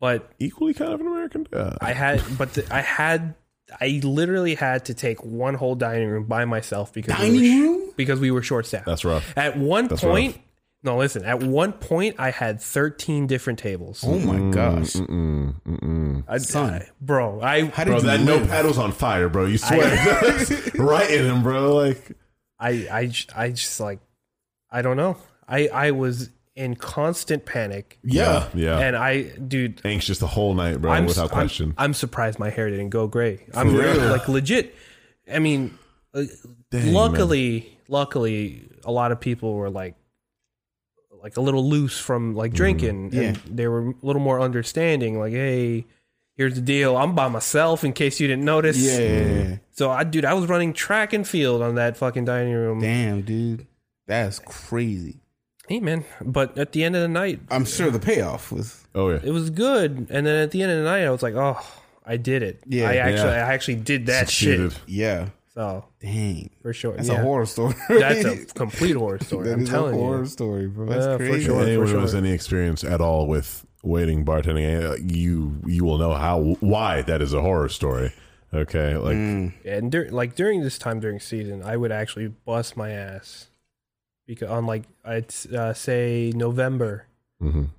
Speaker 3: but
Speaker 2: Equally kind of an American Day. Uh,
Speaker 3: I had but the, I had I literally had to take one whole dining room by myself because we were,
Speaker 1: Dining
Speaker 3: sh-
Speaker 1: room.
Speaker 3: because we were short staffed.
Speaker 2: That's rough.
Speaker 3: At one
Speaker 2: That's
Speaker 3: point, no, listen. At one point, I had thirteen different tables.
Speaker 1: Oh
Speaker 2: Mm,
Speaker 1: my gosh,
Speaker 2: Mm-mm, Mm, mm-mm.
Speaker 3: I,
Speaker 1: son.
Speaker 3: I- bro, I
Speaker 1: How did
Speaker 2: Bro,
Speaker 1: you
Speaker 2: that
Speaker 1: live?
Speaker 2: notepad was on fire, bro. You swear. right in him, bro. Like,
Speaker 3: I, I, j- I just like, I don't know. I, I was in constant panic,
Speaker 1: Yeah.
Speaker 2: yeah.
Speaker 3: and I, dude,
Speaker 2: Anxious the whole night, bro,
Speaker 3: I'm
Speaker 2: without
Speaker 3: I'm-
Speaker 2: question.
Speaker 3: I'm, surprised my hair didn't go gray. I'm
Speaker 2: real?
Speaker 3: like legit. I mean, uh,
Speaker 2: Dang,
Speaker 3: luckily, luckily, a lot of people were like, like a little loose from like
Speaker 2: Mm-hmm.
Speaker 3: drinking, and
Speaker 1: Yeah.
Speaker 3: they were a little more understanding. Like, hey, here's the deal. I'm by myself. In case you didn't notice,
Speaker 1: Yeah.
Speaker 3: So I, dude, I was running track and field on that fucking dining room.
Speaker 1: Damn, dude, that's crazy.
Speaker 3: Hey, man. But at the end of the night,
Speaker 1: I'm sure the payoff was.
Speaker 2: Oh, yeah.
Speaker 3: it was good. And then at the end of the night, I was like, oh, I did it.
Speaker 1: Yeah.
Speaker 3: I actually,
Speaker 2: Yeah.
Speaker 3: I actually did that
Speaker 2: Succeeded.
Speaker 3: shit.
Speaker 1: Yeah.
Speaker 3: So
Speaker 1: Dang.
Speaker 3: for sure,
Speaker 1: That's
Speaker 3: yeah.
Speaker 1: a horror story.
Speaker 3: That's a complete horror story.
Speaker 1: That
Speaker 3: I'm
Speaker 1: is
Speaker 3: telling
Speaker 1: a horror
Speaker 3: you.
Speaker 1: story, bro. That's
Speaker 3: Yeah, for
Speaker 1: crazy.
Speaker 3: sure.
Speaker 2: anyone who
Speaker 3: sure.
Speaker 2: has any experience at all with waiting bartending, uh, you you will know how why that is a horror story. Okay, like
Speaker 1: Mm.
Speaker 3: And dur- like during this time during season, I would actually bust my ass because on like I'd uh, say November,
Speaker 2: mhm.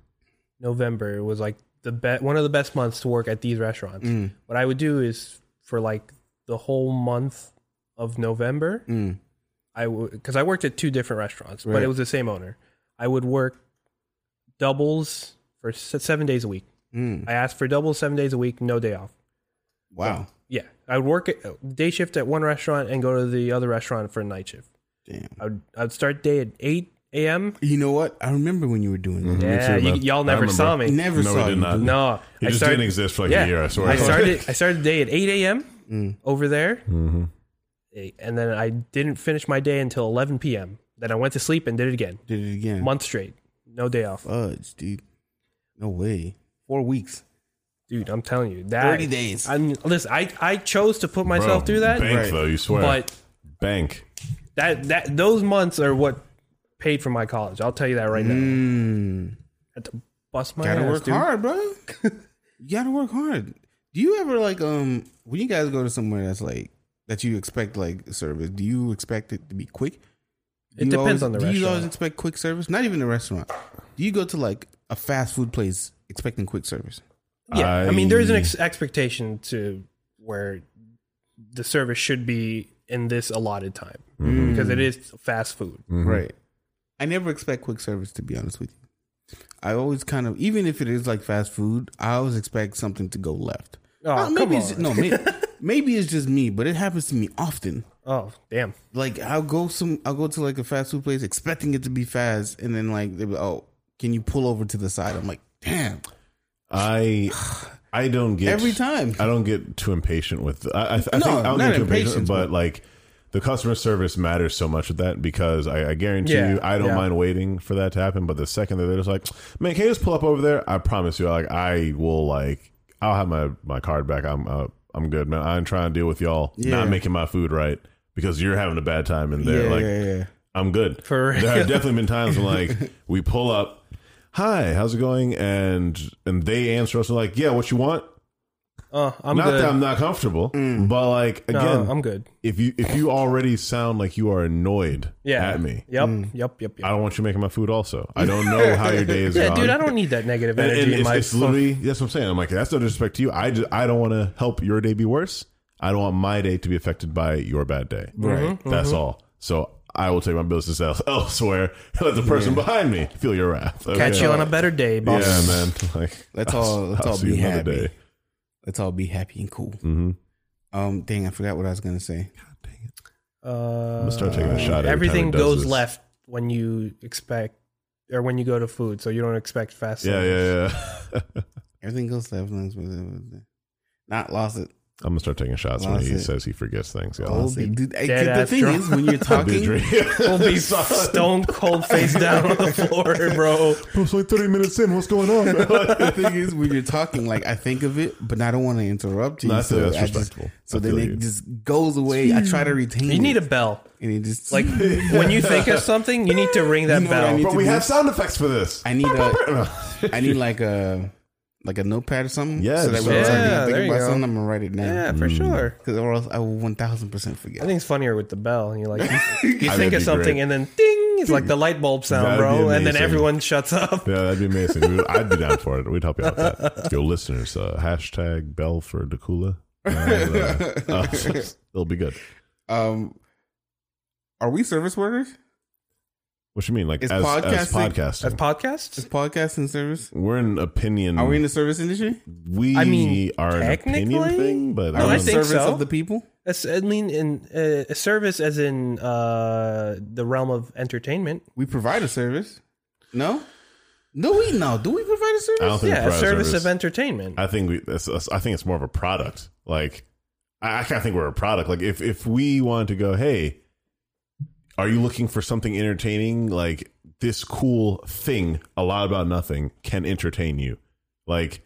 Speaker 3: November was like the be- one of the best months to work at these restaurants.
Speaker 1: Mm.
Speaker 3: What I would do is for like the whole month of November,
Speaker 1: Mm.
Speaker 3: I would because I worked at two different restaurants, but
Speaker 1: Right.
Speaker 3: it was the same owner. I would work doubles for se- seven days a week.
Speaker 1: Mm.
Speaker 3: I asked for doubles seven days a week, no day off.
Speaker 1: Wow.
Speaker 3: Yeah, I would work at, day shift at one restaurant and go to the other restaurant for night shift.
Speaker 1: Damn.
Speaker 3: I would I'd start day at eight a.m.
Speaker 1: You know what? I remember when you were doing that.
Speaker 2: Me
Speaker 3: Yeah,
Speaker 2: too,
Speaker 3: you,
Speaker 2: man.
Speaker 3: y'all
Speaker 2: I
Speaker 3: never saw
Speaker 2: remember.
Speaker 3: me.
Speaker 1: Never
Speaker 2: No, we
Speaker 1: saw
Speaker 2: did
Speaker 1: you
Speaker 2: not.
Speaker 1: do that.
Speaker 3: No,
Speaker 2: He
Speaker 3: I
Speaker 2: just
Speaker 3: started.
Speaker 2: didn't exist for like
Speaker 3: yeah,
Speaker 2: a year. I swear.
Speaker 3: I started. I started day at eight a.m.
Speaker 1: Mm.
Speaker 3: over there,
Speaker 2: hmm
Speaker 3: eh, and then I didn't finish my day until eleven p.m. Then I went to sleep and did it again,
Speaker 1: Did it again.
Speaker 3: month straight, no day off.
Speaker 1: Fudge, dude. No way. Four weeks.
Speaker 3: Dude, I'm telling you that
Speaker 1: 30 days.
Speaker 3: I'm listen. I I chose to put myself through that,
Speaker 2: Bank
Speaker 1: Right.
Speaker 2: though, you swear.
Speaker 3: but
Speaker 2: bank.
Speaker 3: that that those months are what paid for my college. I'll tell you that right now.
Speaker 2: Hmm.
Speaker 1: Mm.
Speaker 3: had to bust my
Speaker 1: Gotta
Speaker 3: ass,
Speaker 1: work
Speaker 3: dude.
Speaker 1: hard, bro. you gotta work hard. Do you ever like um when you guys go to somewhere that's like that you expect like service? Do you expect it to be quick?
Speaker 3: It
Speaker 1: you always-
Speaker 3: depends on the
Speaker 1: do you always
Speaker 3: restaurant.
Speaker 1: expect quick service? Not even a restaurant. Do you go to like a fast food place expecting quick service?
Speaker 3: Yeah, I, mean, there is an
Speaker 2: I-
Speaker 3: ex- expectation to where the service should be in this allotted time because
Speaker 2: Hmm.
Speaker 3: it is fast food.
Speaker 2: Mm-hmm.
Speaker 1: Right. I never expect quick service to be honest with you. I always kind of even if it is like fast food, I always expect something to go left.
Speaker 3: Oh,
Speaker 1: Uh, maybe
Speaker 3: come
Speaker 1: it's
Speaker 3: on.
Speaker 1: no, maybe, maybe it's just me, but it happens to me often.
Speaker 3: Oh, damn.
Speaker 1: Like I'll go some, I'll go to like a fast food place expecting it to be fast, and then like, they be, oh, can you pull over to the side? I'm like, damn,
Speaker 2: Mm-hmm. I I don't get
Speaker 1: every time.
Speaker 2: I don't get too impatient with. I, I, I think
Speaker 1: No,
Speaker 2: I
Speaker 1: not
Speaker 2: don't get too impatient,
Speaker 1: impatient,
Speaker 2: but,
Speaker 1: but-
Speaker 2: like the customer service matters so much with that because I, I guarantee
Speaker 3: Yeah,
Speaker 2: you, I don't
Speaker 3: yeah.
Speaker 2: mind waiting for that to happen. But the second that they're just like, man, can you just pull up over there? I promise you, like I will, like I'll have my my card back. I'm uh, I'm good, man. I'm trying to deal with y'all
Speaker 1: Yeah.
Speaker 2: not making my food right because you're having a bad time in there.
Speaker 1: yeah,
Speaker 2: like
Speaker 1: yeah, yeah.
Speaker 2: I'm good.
Speaker 3: For real.
Speaker 2: There have definitely been times when like we pull up, hi, how's it going? And and they answer us like, yeah, what you want?
Speaker 3: Oh, I'm
Speaker 2: not
Speaker 3: good. Mm.
Speaker 2: that I'm not comfortable, but like
Speaker 3: no,
Speaker 2: again,
Speaker 3: I'm good.
Speaker 2: if you if you already sound like you are annoyed
Speaker 3: Yeah.
Speaker 2: at me, Hmm.
Speaker 3: Yep. Yep. Yep.
Speaker 2: I
Speaker 3: Yep.
Speaker 2: don't want you making my food. Also, I don't know how your day is
Speaker 3: Yeah,
Speaker 2: gone.
Speaker 3: dude, I don't need that negative
Speaker 2: And,
Speaker 3: energy
Speaker 2: and
Speaker 3: in
Speaker 2: it's,
Speaker 3: my.
Speaker 2: it's literally that's what I'm saying. I'm like, that's no disrespect to you. I ju- I don't want to help your day be worse. I don't want my day to be affected by your bad day. Right.
Speaker 3: Mm-hmm.
Speaker 2: That's all. So I will take my business else- elsewhere and let the person behind me feel your wrath. Okay?
Speaker 3: catch you on a better day, boss.
Speaker 2: Yeah, man. Like
Speaker 1: Let's
Speaker 2: I'll-
Speaker 1: all- let's
Speaker 2: I'll
Speaker 1: all
Speaker 2: see
Speaker 1: be
Speaker 2: you another
Speaker 1: happy.
Speaker 2: day.
Speaker 1: Let's all be happy and cool.
Speaker 2: Mm-hmm.
Speaker 1: Um, dang, I forgot what I was gonna say.
Speaker 3: Uh,
Speaker 2: gonna start taking a shot every time
Speaker 3: everything
Speaker 2: it does
Speaker 3: goes
Speaker 2: this.
Speaker 3: left when you expect, or when you go to food, so you don't expect fast.
Speaker 2: Yeah,
Speaker 3: service.
Speaker 2: yeah, yeah.
Speaker 1: Everything goes left. uh, Not lost it.
Speaker 2: I'm gonna start taking shots when
Speaker 1: Lost
Speaker 2: he
Speaker 1: it.
Speaker 2: says he forgets things. y'all.
Speaker 1: Lost it. Dude, I-
Speaker 3: dead
Speaker 1: the
Speaker 3: ass
Speaker 1: thing
Speaker 3: drunk.
Speaker 1: is, when you're
Speaker 2: Did
Speaker 1: talking,
Speaker 2: you-
Speaker 3: We'll be stone cold face down on the floor, bro.
Speaker 2: It's only 30 minutes in. What's going on?
Speaker 1: the thing is, when you're talking, like I think of it, but I don't want to interrupt you.
Speaker 2: No, I feel that's
Speaker 1: I just-
Speaker 2: respectful.
Speaker 1: so
Speaker 2: I
Speaker 1: then
Speaker 2: feel
Speaker 1: it
Speaker 2: you.
Speaker 1: just goes away. I try to retain.
Speaker 3: You need
Speaker 1: it,
Speaker 3: a bell.
Speaker 1: and it just
Speaker 3: Like when you think of something, you need to ring that
Speaker 1: know what I
Speaker 3: bell.
Speaker 1: need
Speaker 2: but we have sound effects for this.
Speaker 1: I need a I need like a like a notepad or something.
Speaker 2: Yeah,
Speaker 1: so that
Speaker 2: just
Speaker 1: when
Speaker 2: write
Speaker 1: I'm
Speaker 2: it down.
Speaker 1: thinking
Speaker 3: Yeah, there you
Speaker 1: about
Speaker 3: go.
Speaker 1: something, I'm gonna write it down
Speaker 2: Hmm.
Speaker 3: for sure.
Speaker 1: because or else I will one thousand percent
Speaker 3: I
Speaker 1: forget.
Speaker 3: think it's funnier with the bell. And you're like, you,
Speaker 2: I
Speaker 3: think
Speaker 2: would
Speaker 3: of
Speaker 2: be
Speaker 3: something,
Speaker 2: great.
Speaker 3: and then ding, it's like the light bulb sound,
Speaker 2: That'd be
Speaker 3: bro. And then
Speaker 2: amazing.
Speaker 3: everyone shuts up.
Speaker 2: Yeah, that'd be amazing. We would- I'd be down for it. We'd help you out with that. Yo, listeners, uh, hashtag bell for Dakula. And, uh, uh, it'll be good.
Speaker 1: Um, are we service workers?
Speaker 2: What you mean? Like,
Speaker 1: Is
Speaker 2: as as
Speaker 1: podcasting-
Speaker 2: podcasting.
Speaker 3: That's podcasts.
Speaker 1: Is podcasting service?
Speaker 2: we're an opinion.
Speaker 1: Are we in the service industry?
Speaker 2: we
Speaker 3: I mean,
Speaker 2: are an opinion
Speaker 3: technically?
Speaker 2: thing, but
Speaker 3: No,
Speaker 1: Are
Speaker 3: I
Speaker 1: we
Speaker 2: don't-
Speaker 3: think
Speaker 1: service
Speaker 3: so.
Speaker 1: of the people?
Speaker 3: That's I mean, in uh, a service as in uh, the realm of entertainment.
Speaker 1: We provide a service. No, no, we no. Do we provide a service?
Speaker 2: I don't think
Speaker 3: Yeah, a
Speaker 2: private
Speaker 3: service of entertainment.
Speaker 2: I think we. That's, that's- I think it's more of a product. Like I, I kind of think we're a product. Like if if we wanted to go, hey, are you looking for something entertaining? Like this cool thing, a lot about nothing, can entertain you. Like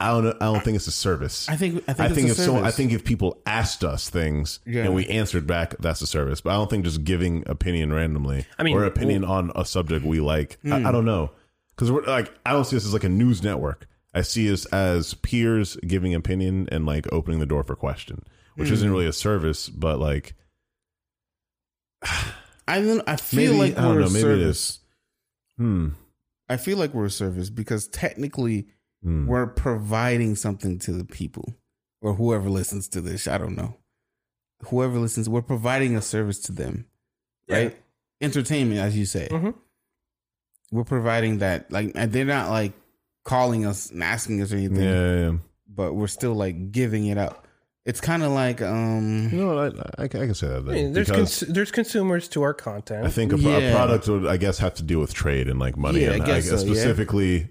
Speaker 2: I don't know, I don't think it's a service.
Speaker 1: I think I think,
Speaker 2: I
Speaker 1: it's
Speaker 2: think
Speaker 1: a
Speaker 2: if so, I
Speaker 1: service.
Speaker 2: think if people asked us things
Speaker 1: Yeah.
Speaker 2: and we answered back, that's a service. But I don't think just giving opinion randomly
Speaker 3: I mean,
Speaker 2: or opinion on a subject we like.
Speaker 1: Hmm.
Speaker 2: I, I don't know because we're like I don't see this as like a news network. I see us as peers giving opinion and like opening the door for question, which
Speaker 1: Hmm.
Speaker 2: isn't really a service, but like
Speaker 1: I don't- I feel
Speaker 2: maybe
Speaker 1: like
Speaker 2: I don't
Speaker 1: we're
Speaker 2: know.
Speaker 1: a
Speaker 2: Maybe it
Speaker 1: service.
Speaker 2: is. Hmm.
Speaker 1: I feel like we're a service because technically
Speaker 2: Hmm.
Speaker 1: we're providing something to the people or whoever listens to this. I don't know. Whoever listens, we're providing a service to them, right? Entertainment, as you say.
Speaker 2: Mm-hmm.
Speaker 3: Mhm.
Speaker 1: We're providing that. Like and they're not like calling us and asking us
Speaker 2: Yeah,
Speaker 1: anything,
Speaker 2: yeah, yeah.
Speaker 1: but we're still like giving it up. It's kind of like
Speaker 2: You
Speaker 1: um
Speaker 2: know, what, I, I, I can say that. Then,
Speaker 3: I mean, there's
Speaker 2: because-
Speaker 3: cons- there's consumers to our
Speaker 2: I
Speaker 3: content.
Speaker 2: think a, pro- a
Speaker 1: Yeah.
Speaker 2: product would, I guess, have to deal with trade and like money.
Speaker 1: Yeah, I
Speaker 2: and
Speaker 1: guess so, yeah.
Speaker 2: specifically,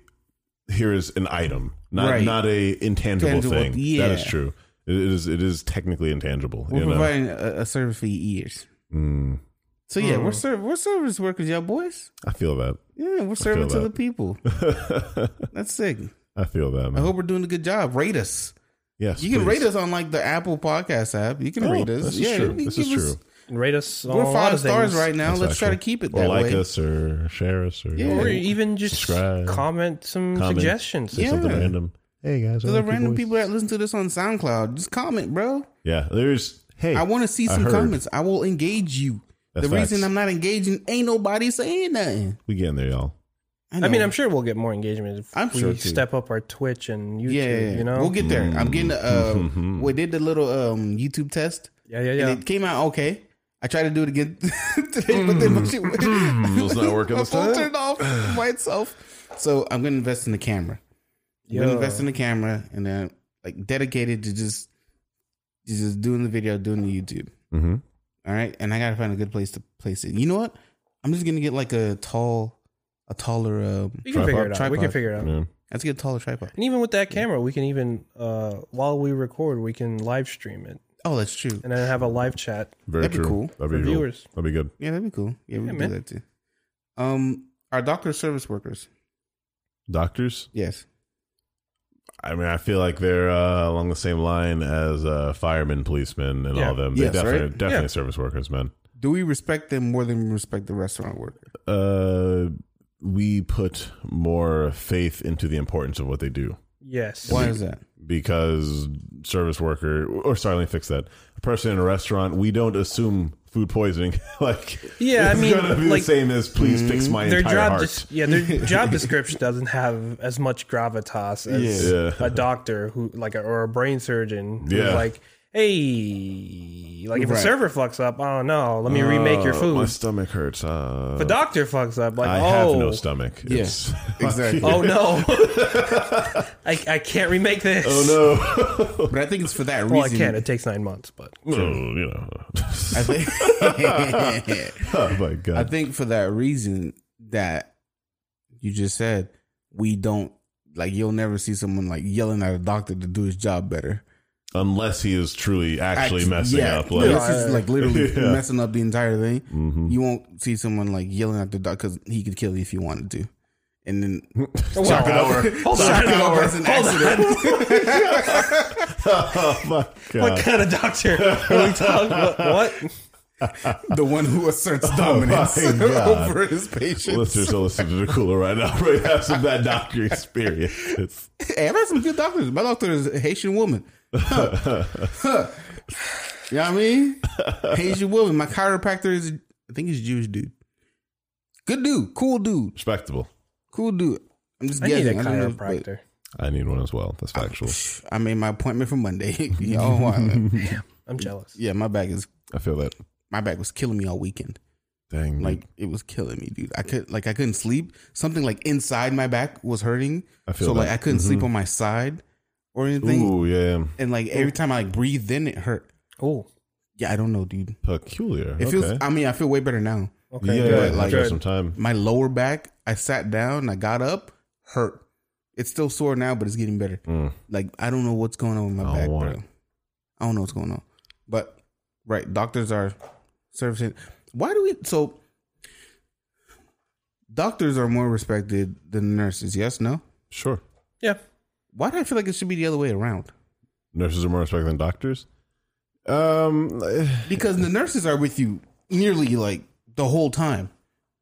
Speaker 2: here is an item, not
Speaker 1: Right.
Speaker 2: not a intangible
Speaker 1: Tangible,
Speaker 2: thing. That is
Speaker 1: yeah.
Speaker 2: true. It is it is technically intangible.
Speaker 1: we're
Speaker 2: you know?
Speaker 1: providing a, a service for your ears.
Speaker 2: Mm,
Speaker 1: So yeah,
Speaker 3: Hmm.
Speaker 1: we're serv- we're service workers, y'all boys.
Speaker 2: I feel
Speaker 1: Yeah, we're serving to
Speaker 2: that.
Speaker 1: the people.
Speaker 2: that.
Speaker 1: That's sick.
Speaker 2: I feel that. Man.
Speaker 1: I hope we're doing a good job. Rate us.
Speaker 2: yes,
Speaker 1: You can
Speaker 2: please.
Speaker 1: rate us on like the Apple Podcast app. You can
Speaker 2: Oh,
Speaker 1: rate us.
Speaker 2: This
Speaker 1: yeah,
Speaker 2: is true.
Speaker 1: you can
Speaker 2: This is
Speaker 1: give us-
Speaker 2: true.
Speaker 3: Rate us. on a
Speaker 1: We're
Speaker 3: lot
Speaker 1: five
Speaker 3: of
Speaker 1: stars
Speaker 3: things.
Speaker 1: right now.
Speaker 2: That's
Speaker 1: Let's try to
Speaker 2: actually-
Speaker 1: keep it
Speaker 2: Or
Speaker 1: that
Speaker 2: like
Speaker 1: way.
Speaker 2: us, or share us, or
Speaker 1: Yeah.
Speaker 3: Or
Speaker 1: Yeah.
Speaker 3: even just
Speaker 2: Subscribe.
Speaker 3: comment some
Speaker 2: Comment.
Speaker 3: suggestions.
Speaker 2: say something
Speaker 1: Yeah.
Speaker 2: random. Hey guys, I
Speaker 1: To the
Speaker 2: like your
Speaker 1: random
Speaker 2: voice.
Speaker 1: people that listen to this on SoundCloud, just comment, bro.
Speaker 2: Yeah, there's. Hey,
Speaker 1: I want to see
Speaker 2: I
Speaker 1: some
Speaker 2: heard.
Speaker 1: comments. I will engage you.
Speaker 2: That's
Speaker 1: the reason
Speaker 2: facts.
Speaker 1: I'm not engaging ain't nobody saying nothing.
Speaker 2: we getting there, y'all.
Speaker 3: I mean,
Speaker 1: know.
Speaker 3: I'm sure we'll get more engagement if
Speaker 1: I'm
Speaker 3: we
Speaker 1: sure too.
Speaker 3: step up our Twitch and YouTube.
Speaker 1: yeah, yeah, yeah.
Speaker 3: you know,
Speaker 1: we'll get there. I'm getting. Uh,
Speaker 2: Mhm.
Speaker 1: we did the little um YouTube test,
Speaker 3: yeah, yeah, yeah.
Speaker 1: and it came out okay. I tried to do it again today, but then my shit
Speaker 2: It's Mm-hmm. not working
Speaker 1: My
Speaker 2: this
Speaker 1: phone
Speaker 2: time.
Speaker 1: turned off by itself. So I'm gonna invest in the camera. I'm gonna
Speaker 3: Yeah.
Speaker 1: invest in the camera and then like dedicated to just to just doing the video, doing the YouTube.
Speaker 2: Mm-hmm.
Speaker 1: All right. And I gotta find a good place to place it. You know what? I'm just gonna get like a tall a taller um
Speaker 3: we can figure it out.
Speaker 1: tripod,
Speaker 3: We can
Speaker 1: tripod.
Speaker 3: figure it out.
Speaker 2: Yeah.
Speaker 1: let's get a taller tripod.
Speaker 3: And even with that camera, we can even uh, while we record, we can live stream it
Speaker 1: Oh, that's true.
Speaker 3: and then have a live chat
Speaker 2: Very
Speaker 1: That'd be
Speaker 2: true.
Speaker 1: cool
Speaker 2: That'd
Speaker 3: for
Speaker 2: be cool.
Speaker 3: viewers.
Speaker 2: That'd be good.
Speaker 1: Yeah, that'd be cool. Yeah, we
Speaker 3: Yeah,
Speaker 1: can
Speaker 3: man.
Speaker 1: do that too. Um our doctor service workers.
Speaker 2: Doctors.
Speaker 1: Yes.
Speaker 2: I mean, I feel like they're uh, along the same line as uh, firemen, policemen, and
Speaker 3: Yeah.
Speaker 2: all them. They
Speaker 1: Yes,
Speaker 2: definitely,
Speaker 1: right?
Speaker 2: definitely
Speaker 3: Yeah.
Speaker 2: service workers, man.
Speaker 1: Do we respect them more than we respect the restaurant worker?
Speaker 2: Uh, we put more faith into the importance of what they do
Speaker 3: Yes.
Speaker 1: Why is that?
Speaker 2: because service worker, or sorry, let me fix that. A person in a restaurant, we don't assume food poisoning. like,
Speaker 3: Yeah, I
Speaker 2: it's
Speaker 3: mean,
Speaker 2: gonna be
Speaker 3: like,
Speaker 2: the same as please fix my
Speaker 3: Their
Speaker 2: entire
Speaker 3: job,
Speaker 2: heart.
Speaker 3: des- yeah, their job description doesn't have as much gravitas as
Speaker 2: Yeah. Yeah.
Speaker 3: a doctor who, like, a, or a brain surgeon. Who's
Speaker 2: Yeah.
Speaker 3: like, hey, like if a
Speaker 1: Right.
Speaker 3: server fucks up, oh no, let me remake your
Speaker 2: Oh,
Speaker 3: food.
Speaker 2: My stomach hurts. Uh,
Speaker 3: if a doctor fucks up, like,
Speaker 2: I
Speaker 3: oh,
Speaker 2: have no stomach.
Speaker 1: Yeah.
Speaker 2: It's-
Speaker 1: Exactly.
Speaker 3: oh no, I, I can't remake this.
Speaker 2: oh no.
Speaker 1: But I think it's for that reason.
Speaker 3: Well, I can. It takes nine months, but
Speaker 2: Well, you know.
Speaker 1: I think
Speaker 2: oh my
Speaker 1: I
Speaker 2: god.
Speaker 1: think for that reason that you just said, we don't like you'll never see someone like yelling at a doctor to do his job better.
Speaker 2: Unless he is truly actually
Speaker 1: Act-
Speaker 2: messing
Speaker 1: yeah,
Speaker 2: up,
Speaker 1: no,
Speaker 2: like
Speaker 1: this is like literally
Speaker 2: Yeah.
Speaker 1: messing up the entire thing.
Speaker 2: Mhm.
Speaker 1: You won't see someone like yelling at the doctor because he could kill you if he wanted to. And then
Speaker 3: Well, Hold on.
Speaker 1: Shock hour is an accident.
Speaker 2: oh my god.
Speaker 3: What kind of doctor are we talking? What? what?
Speaker 1: the one who asserts dominance
Speaker 2: my God.
Speaker 1: over his patients.
Speaker 2: Listeners are listening to the cooler right now. Right, have some bad doctor experiences.
Speaker 1: Hey, I've had some good doctors. My doctor is a Haitian woman. Huh. Huh. you know what I mean? Haitian woman. My chiropractor is, I think he's a Jewish dude. Good dude. Cool dude.
Speaker 2: Respectable.
Speaker 1: Cool dude. I'm just
Speaker 3: I need
Speaker 1: guessing.
Speaker 3: a
Speaker 1: I don't know, but
Speaker 3: chiropractor.
Speaker 2: I need one as well. That's factual.
Speaker 1: I made my appointment for Monday. Y'all wild.
Speaker 3: I'm jealous.
Speaker 1: yeah, my back is
Speaker 2: I feel that.
Speaker 1: my back was killing me all weekend.
Speaker 3: Mm.
Speaker 2: Dang. Like
Speaker 1: Like it was killing me, dude. I could like I couldn't sleep. Something like inside my back was hurting.
Speaker 2: I feel
Speaker 1: so like
Speaker 2: that. Mm-hmm.
Speaker 1: I couldn't
Speaker 3: Mm-hmm.
Speaker 1: sleep on my side or anything.
Speaker 2: ooh yeah,
Speaker 1: And like every time I like breathed in, it hurt.
Speaker 3: Oh,
Speaker 1: Yeah, I don't know, dude.
Speaker 2: peculiar.
Speaker 1: It
Speaker 2: okay.
Speaker 1: feels. I mean, I feel way better now.
Speaker 3: okay.
Speaker 2: yeah,
Speaker 1: good,
Speaker 2: like
Speaker 1: like-
Speaker 2: some time.
Speaker 1: My lower back. I sat down. I got up. Hurt. It's still sore now, but it's getting better.
Speaker 2: Mm.
Speaker 1: Like I don't know what's going on with my
Speaker 2: I don't
Speaker 1: back,
Speaker 2: want
Speaker 1: bro. I don't know what's going on. But right, doctors are servicing. Why do we? So doctors are more respected than nurses. Yes, no.
Speaker 2: Sure.
Speaker 3: Yeah.
Speaker 1: Why do I feel like it should be the other way around?
Speaker 2: Nurses are more respected than doctors. Um,
Speaker 1: Because the nurses are with you nearly like the whole time,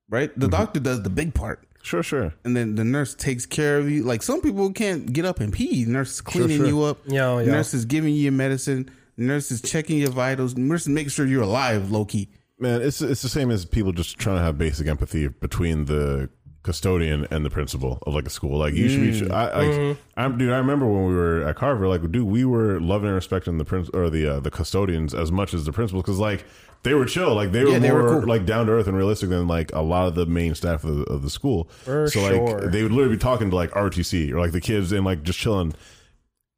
Speaker 1: right?
Speaker 2: Mm-hmm.
Speaker 1: The doctor does the big part.
Speaker 2: sure, sure.
Speaker 1: and then the nurse takes care of you. Like some people can't get up and pee. Nurse is cleaning
Speaker 2: sure.
Speaker 1: you up.
Speaker 3: Yeah, oh, yeah.
Speaker 1: Nurse is giving you your medicine. Nurse is checking your vitals. Nurse is making sure you're alive, low key.
Speaker 2: Man, it's it's the same as people just trying to have basic empathy between the custodian and the principal of like a school. Like you
Speaker 1: Mm.
Speaker 2: should be. I, I,
Speaker 1: Mm-hmm.
Speaker 2: I'm dude. I remember when we were at Carver. Like, dude, we were loving and respecting the prince or the uh, the custodians as much as the principal because like they were chill. Like they were
Speaker 1: Yeah, they
Speaker 2: more
Speaker 1: were cool.
Speaker 2: like down to earth and realistic than like a lot of the main staff of the, of the school.
Speaker 3: For
Speaker 2: so
Speaker 3: sure.
Speaker 2: like they would literally be talking to like RTC or like the kids and like just chilling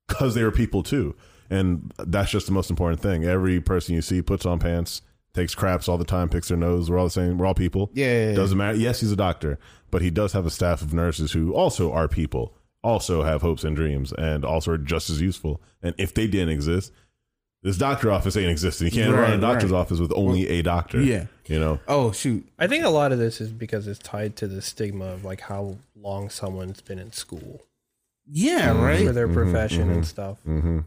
Speaker 2: because they were people too. And that's just the most important thing. Every person you see puts on pants, takes craps all the time, picks their nose. We're all the same. We're all people.
Speaker 1: Yeah.
Speaker 2: Doesn't matter. Yes, he's a doctor, but he does have a staff of nurses who also are people, also have hopes and dreams, and also are just as useful. And if they didn't exist, this doctor office ain't existing. You can't run a
Speaker 1: Right,
Speaker 2: doctor's
Speaker 1: right.
Speaker 2: office with only a doctor.
Speaker 1: yeah.
Speaker 2: You know?
Speaker 1: Oh shoot.
Speaker 3: I think a lot of this is because it's tied to the stigma of like how long someone's been in school
Speaker 1: Yeah.
Speaker 3: for
Speaker 1: Right.
Speaker 3: their profession and stuff.
Speaker 2: Mm-hmm.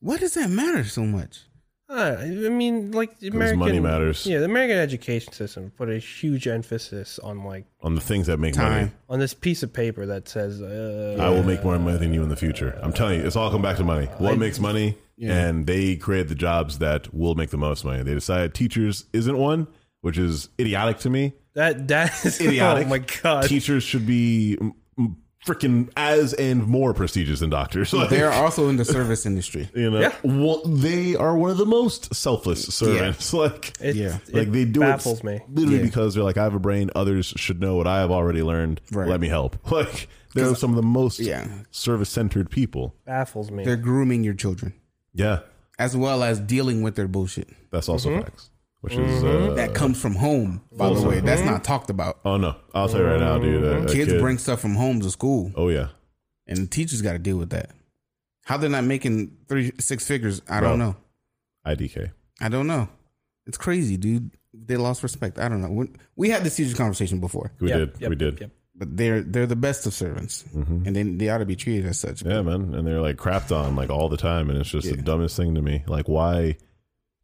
Speaker 1: Why does that matter so much?
Speaker 3: Uh, I mean, like the American
Speaker 2: money matters.
Speaker 3: Yeah, the American education system put a huge emphasis on like
Speaker 2: On the things that make money.
Speaker 1: Time.
Speaker 3: on this piece of paper that says, uh,
Speaker 2: I will make more money than you in the future. I'm telling you, it's all come back to money. What makes money?
Speaker 1: Yeah.
Speaker 2: And they create the jobs that will make the most money. They decide teachers isn't one, which is idiotic to me.
Speaker 3: that that is
Speaker 2: Idiotic.
Speaker 3: Oh my god!
Speaker 2: Teachers should be freaking as and more prestigious than doctors. Like,
Speaker 1: They are also in the service industry.
Speaker 2: you know,
Speaker 3: Yeah.
Speaker 2: well, they are one of the most selfless servants. Like,
Speaker 3: It,
Speaker 1: Yeah.
Speaker 3: it
Speaker 2: like they do
Speaker 3: baffles
Speaker 2: it
Speaker 3: me.
Speaker 2: literally
Speaker 1: Yeah.
Speaker 2: because they're like, I have a brain. Others should know what I have already learned.
Speaker 1: Right.
Speaker 2: Let me help. Like, they're some of the most
Speaker 1: Yeah.
Speaker 2: service centered people.
Speaker 3: Baffles me.
Speaker 1: They're grooming your children
Speaker 2: Yeah.
Speaker 1: as well as dealing with their bullshit
Speaker 2: That's also
Speaker 3: Mm-hmm.
Speaker 2: facts. Which is uh,
Speaker 1: that comes from home. By the way, that's not talked about.
Speaker 2: oh no, I'll tell you right now, dude. A, a
Speaker 1: hmm? Kids
Speaker 2: kid-
Speaker 1: bring stuff from home to school,
Speaker 2: oh yeah,
Speaker 1: and the teachers got to deal with that. How they're not making three six figures, I don't
Speaker 2: Bro.
Speaker 1: know.
Speaker 2: IDK.
Speaker 1: I don't know. It's crazy, dude. They lost respect. I don't know. We, we had this huge conversation before,
Speaker 2: We
Speaker 3: Yep,
Speaker 2: did,
Speaker 3: yep,
Speaker 2: we did.
Speaker 3: yep.
Speaker 1: but they're they're the best of servants,
Speaker 2: Mm-hmm.
Speaker 1: and they they ought to be treated as such.
Speaker 2: Yeah, man. And they're like crapped on like all the time, and it's just the dumbest thing to me. Like, why?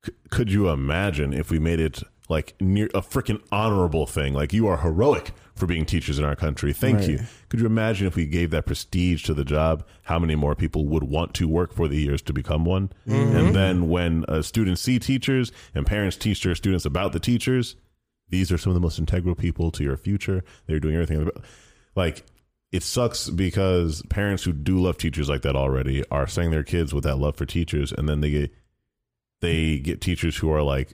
Speaker 2: C- could you imagine if we made it like near a freaking honorable thing? Like, you are heroic for being teachers in our country. Thank you. Could you imagine if we gave that prestige to the job? How many more people would want to work for the years to become one? And then when uh, students see teachers and parents teach their students about the teachers, these are some of the most integral people to your future. They're doing everything. Like, it sucks because parents who do love teachers like that already are sending their kids with that love for teachers, and then they get they get teachers who are like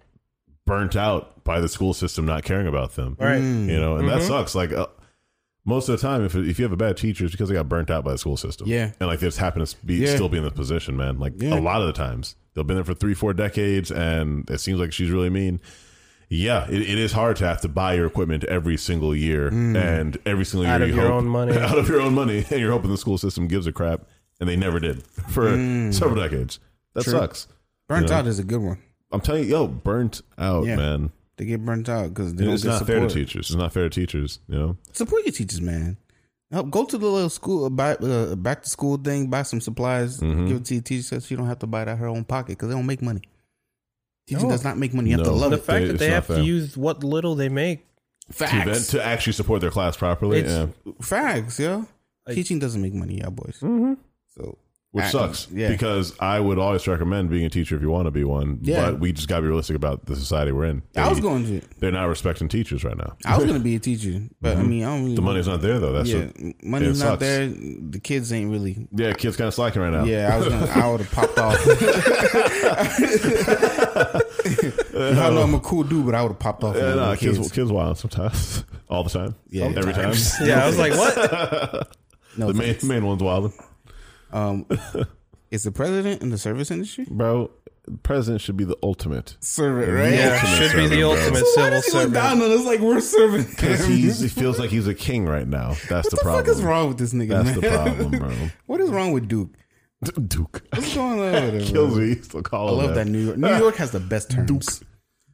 Speaker 2: burnt out by the school system not caring about them.
Speaker 3: All right.
Speaker 1: Mm.
Speaker 2: You know, and that sucks. Like uh, most of the time, if if you have a bad teacher, it's because they got burnt out by the school system.
Speaker 1: Yeah.
Speaker 2: and like they just happen to be
Speaker 1: Yeah.
Speaker 2: still be in this position, man. Like
Speaker 1: Yeah.
Speaker 2: a lot of the times, they've been there for three, four decades, and it seems like she's really mean. Yeah, it, it is hard to have to buy your equipment every single year,
Speaker 1: Hmm.
Speaker 2: and every single year
Speaker 3: Out of
Speaker 2: you
Speaker 3: your
Speaker 2: hope-
Speaker 3: own money.
Speaker 2: out of your own money, and you're hoping the school system gives a crap, and they never did for
Speaker 1: Hmm.
Speaker 2: several decades. That sucks.
Speaker 1: Burnt out is a good one.
Speaker 2: I'm telling you, yo, burnt out,
Speaker 1: Yeah.
Speaker 2: man.
Speaker 1: They get burnt out because they
Speaker 2: And
Speaker 1: don't
Speaker 2: it's
Speaker 1: get
Speaker 2: not fair
Speaker 1: support.
Speaker 2: to teachers. It's not fair to teachers. You know,
Speaker 1: Support your teachers, man. Help go to the little school buy uh, back to school thing, buy some supplies,
Speaker 2: Mm-hmm.
Speaker 1: give it to your teacher so she don't have to buy it out her own pocket because they don't make money. Teacher
Speaker 3: No.
Speaker 1: does not make money. You have
Speaker 2: No.
Speaker 1: to love
Speaker 3: The
Speaker 1: it.
Speaker 3: fact
Speaker 2: It's
Speaker 3: that they
Speaker 2: not
Speaker 3: have
Speaker 2: fair.
Speaker 3: to use what little they make.
Speaker 2: to, event,
Speaker 1: Facts,
Speaker 2: to actually support their class properly,
Speaker 3: It's-
Speaker 2: yeah.
Speaker 1: facts, yo.
Speaker 3: Like-
Speaker 1: Teaching doesn't make money, y'all boys.
Speaker 2: Mm-hmm.
Speaker 1: So
Speaker 2: which
Speaker 1: I-
Speaker 2: sucks.
Speaker 1: yeah.
Speaker 2: because I would always recommend being a teacher if you want to be one.
Speaker 1: Yeah.
Speaker 2: but we just gotta be realistic about the society we're in.
Speaker 1: I was
Speaker 2: They-
Speaker 1: going to.
Speaker 2: They're not respecting teachers right now.
Speaker 1: I was going to be a teacher, but I mean, I don't. Really,
Speaker 2: Mm-hmm. The money's not there though. That's
Speaker 1: yeah,
Speaker 2: yeah.
Speaker 1: money's
Speaker 2: it
Speaker 1: not
Speaker 2: sucks. Oh.
Speaker 1: there. The kids ain't really.
Speaker 2: yeah, kids kind of slacking right now.
Speaker 1: Yeah, I was. Gonna, I would have popped off. I don't know. I'm a cool dude, but I would have popped off.
Speaker 2: Yeah,
Speaker 1: when I
Speaker 2: nah,
Speaker 1: was a
Speaker 2: kids,
Speaker 1: kid.
Speaker 2: kids, wild sometimes, all the time,
Speaker 1: Yeah.
Speaker 2: every time.
Speaker 3: Yeah, I was like, what?
Speaker 1: No,
Speaker 2: the main, main one's wild,
Speaker 1: um, is the president in the service industry?
Speaker 2: bro. President should be the ultimate.
Speaker 1: Servant, right?
Speaker 3: Yeah, should be the
Speaker 2: servant, bro.
Speaker 3: ultimate
Speaker 1: Why
Speaker 3: civil
Speaker 1: does he look down
Speaker 3: servant.
Speaker 1: on us like we're servants?
Speaker 2: Because he's- he feels like he's a king right now. That's
Speaker 1: what
Speaker 2: the,
Speaker 1: the,
Speaker 2: problem.
Speaker 1: fuck is wrong with this nigga, man?
Speaker 2: That's the problem, bro.
Speaker 1: What is wrong with Duke?
Speaker 2: Duke
Speaker 1: What's going uh, on with him?
Speaker 2: kills
Speaker 1: bro?
Speaker 2: me. Still call
Speaker 1: I love that New York. New York has the best terms.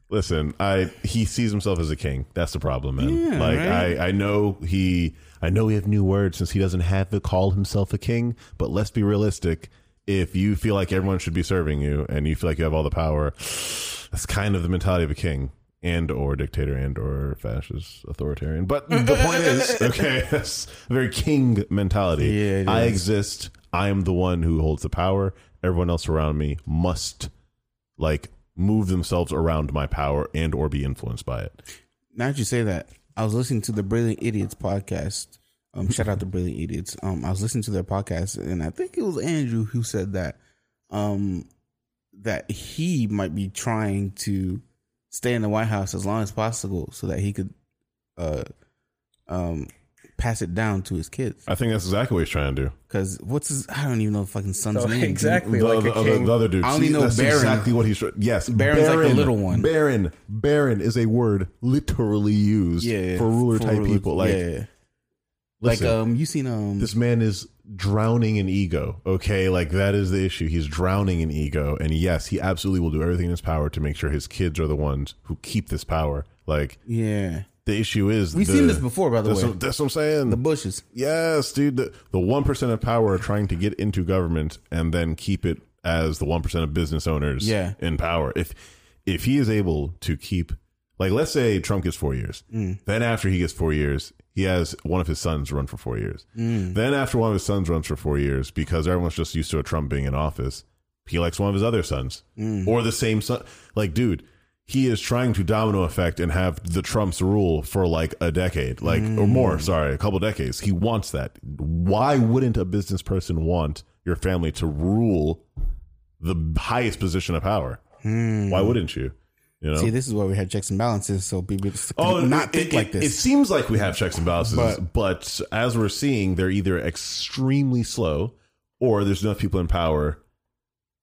Speaker 2: Listen, I he sees himself as a king. That's the problem, man.
Speaker 1: Yeah,
Speaker 2: like
Speaker 1: right?
Speaker 2: I, I know he I know we have new words since he doesn't have to call himself a king, but let's be realistic. If you feel like everyone should be serving you and you feel like you have all the power, that's kind of the mentality of a king and or dictator and or fascist authoritarian. But the point is, okay, that's a very king mentality.
Speaker 1: Yeah, it
Speaker 2: I
Speaker 1: is.
Speaker 2: exist. I am the one who holds the power. Everyone else around me must like move themselves around my power and or be influenced by it.
Speaker 1: Now that you say that, I was listening to the Brilliant Idiots podcast. Um, shout out to Brilliant Idiots. Um, I was listening to their podcast, and I think it was Andrew who said that, um, that he might be trying to stay in the White House as long as possible so that he could, uh, um, pass it down to his kids.
Speaker 2: I think that's exactly what he's trying to do.
Speaker 1: Because what's his? I don't even know the fucking son's
Speaker 3: So,
Speaker 1: name. dude.
Speaker 3: exactly
Speaker 2: the,
Speaker 3: like
Speaker 2: the-
Speaker 3: a king.
Speaker 2: the other dude.
Speaker 1: I only know
Speaker 2: that's
Speaker 1: Baron.
Speaker 2: exactly what he's. tr- Yes,
Speaker 1: Baron's like the
Speaker 2: Baron.
Speaker 1: little one.
Speaker 2: Baron. Baron is a word literally used
Speaker 1: Yeah,
Speaker 2: for ruler type
Speaker 1: ruler-
Speaker 2: people. Like,
Speaker 1: yeah. like
Speaker 2: listen,
Speaker 1: um, you seen um,
Speaker 2: this man is drowning in ego. Okay, like that is the issue. He's drowning in ego, and yes, he absolutely will do everything in his power to make sure his kids are the ones who keep this power. Like
Speaker 1: yeah.
Speaker 2: the issue is
Speaker 1: We've
Speaker 2: the-
Speaker 1: seen this before, by the
Speaker 2: That's
Speaker 1: way.
Speaker 2: what, that's what I'm saying.
Speaker 1: the Bushes.
Speaker 2: Yes, dude. The the one percent of power are trying to get into government and then keep it as the one percent of business owners
Speaker 1: Yeah.
Speaker 2: in power. If if he is able to keep like let's say Trump gets four years. Then after he gets four years, he has one of his sons run for four years. Then after one of his sons runs for four years, because everyone's just used to a Trump being in office, he likes one of his other sons. Or the same son like dude. He is trying to domino effect and have the Trumps rule for like a decade, like or more. Sorry, a couple decades. He wants that. Why wouldn't a business person want your family to rule the highest position of power. Why wouldn't you? You know.
Speaker 1: See, this is why we had checks and balances, so people just not
Speaker 2: Oh, it-
Speaker 1: think
Speaker 2: it-
Speaker 1: like
Speaker 2: It
Speaker 1: this.
Speaker 2: seems like we have checks and balances, but,
Speaker 1: But-
Speaker 2: as we're seeing, they're either extremely slow, or there's enough people in power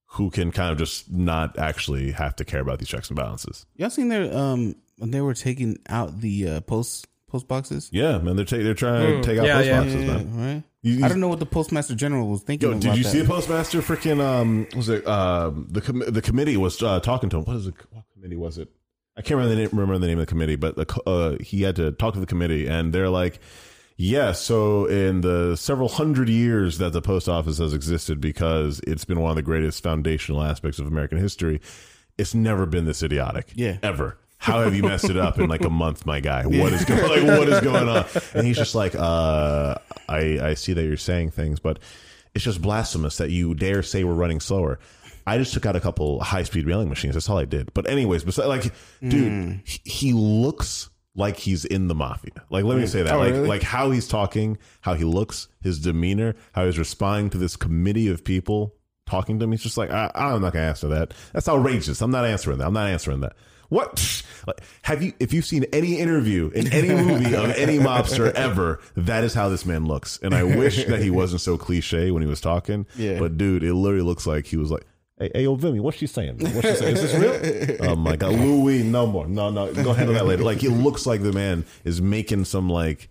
Speaker 2: who can kind of just not actually have to care about these checks and balances.
Speaker 1: Y'all seen their um when they were taking out the uh, post post boxes?
Speaker 2: Yeah, man, they're ta- they're trying
Speaker 3: Mm,
Speaker 2: to take out
Speaker 3: yeah,
Speaker 2: post
Speaker 3: yeah.
Speaker 2: boxes, man.
Speaker 1: right.
Speaker 2: You- you-
Speaker 1: I don't know what the postmaster general was thinking.
Speaker 2: Yo, did
Speaker 1: about
Speaker 2: you
Speaker 1: that.
Speaker 2: see the postmaster? Freaking um, was it um the com- the committee was uh, talking to him. What is it? What committee was it? I can't remember the name, remember the name of the committee, but the, co- uh, he had to talk to the committee, and they're like, "Yeah, so in the several hundred years that the post office has existed, because it's been one of the greatest foundational aspects of American history, it's never been this idiotic,
Speaker 1: Yeah.
Speaker 2: ever." How have you messed it up in like a month, my guy? What is going like what is going on? And he's just like, uh, I I see that you're saying things, but it's just blasphemous that you dare say we're running slower. I just took out a couple high speed mailing machines. That's all I did. But anyways, besides, like,
Speaker 1: Hmm.
Speaker 2: dude, he, he looks like he's in the mafia. Like, let me say that.
Speaker 1: Oh,
Speaker 2: like,
Speaker 1: really?
Speaker 2: like how he's talking, how he looks, his demeanor, how he's responding to this committee of people talking to him. He's just like, I, I'm not gonna answer that. That's outrageous. I'm not answering that. I'm not answering that. What? Like, have you? If you've seen any interview in any movie of any mobster ever, that is how this man looks. And I wish that he wasn't so cliche when he was talking.
Speaker 1: Yeah.
Speaker 2: But dude, it literally looks like he was like. Hey, hey, yo, Vimy, what's she saying? What's she saying? Is this real? oh my god, Louis, no more, no, no, go handle that later. Like, he looks like the man is making some like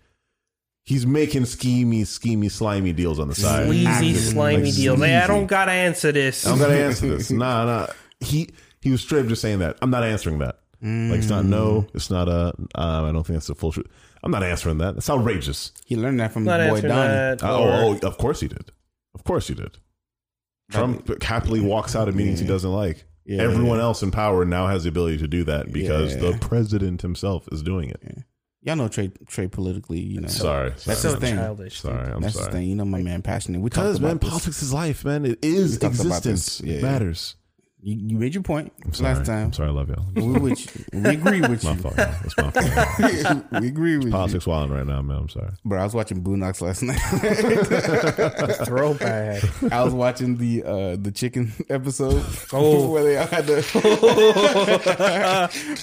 Speaker 2: he's making schemy, schemy, slimy deals on the side.
Speaker 3: Sleazy,
Speaker 2: Actively,
Speaker 3: slimy
Speaker 2: like,
Speaker 3: deal. Hey, I
Speaker 2: sleazy.
Speaker 3: don't gotta answer this.
Speaker 2: I'm gonna answer this. Nah, nah. He he was straight up just saying that. I'm not answering that. Like it's not no.
Speaker 1: Mm.
Speaker 2: It's not a. Um, I don't think that's the full truth. I'm not answering that. That's outrageous.
Speaker 1: He learned that from
Speaker 3: not
Speaker 1: the boy
Speaker 3: answering
Speaker 1: Donnie.
Speaker 3: that. or-
Speaker 2: Oh, oh, of course he did. Of course he did. Trump happily walks out of meetings he doesn't like.
Speaker 1: Yeah.
Speaker 2: Everyone else in power now has the ability to do that because the president himself is doing it.
Speaker 1: Y'all know trade trade politically. You know,
Speaker 2: Sorry, sorry,
Speaker 1: that's the
Speaker 2: I'm
Speaker 1: thing.
Speaker 3: Childish.
Speaker 2: Sorry, I'm
Speaker 1: that's
Speaker 2: sorry.
Speaker 1: the thing. You know, my man, passionate. We talked
Speaker 2: Because
Speaker 1: about
Speaker 2: man,
Speaker 1: this.
Speaker 2: politics is life, man. It is
Speaker 1: talked about
Speaker 2: existence.
Speaker 1: this. Yeah,
Speaker 2: it
Speaker 1: yeah.
Speaker 2: matters.
Speaker 1: You, you made your point
Speaker 2: Sorry.
Speaker 1: last time.
Speaker 2: I'm sorry, I love y'all.
Speaker 1: We with you. We agree with
Speaker 2: My
Speaker 1: you.
Speaker 2: fault. y'all. It's my fault.
Speaker 1: we agree with you.
Speaker 2: Politics wilding right now, man. I'm sorry.
Speaker 1: Bro, I was watching Boondocks last night.
Speaker 3: Throwback.
Speaker 1: I was watching the uh the chicken episode.
Speaker 3: Oh.
Speaker 1: where they all had the.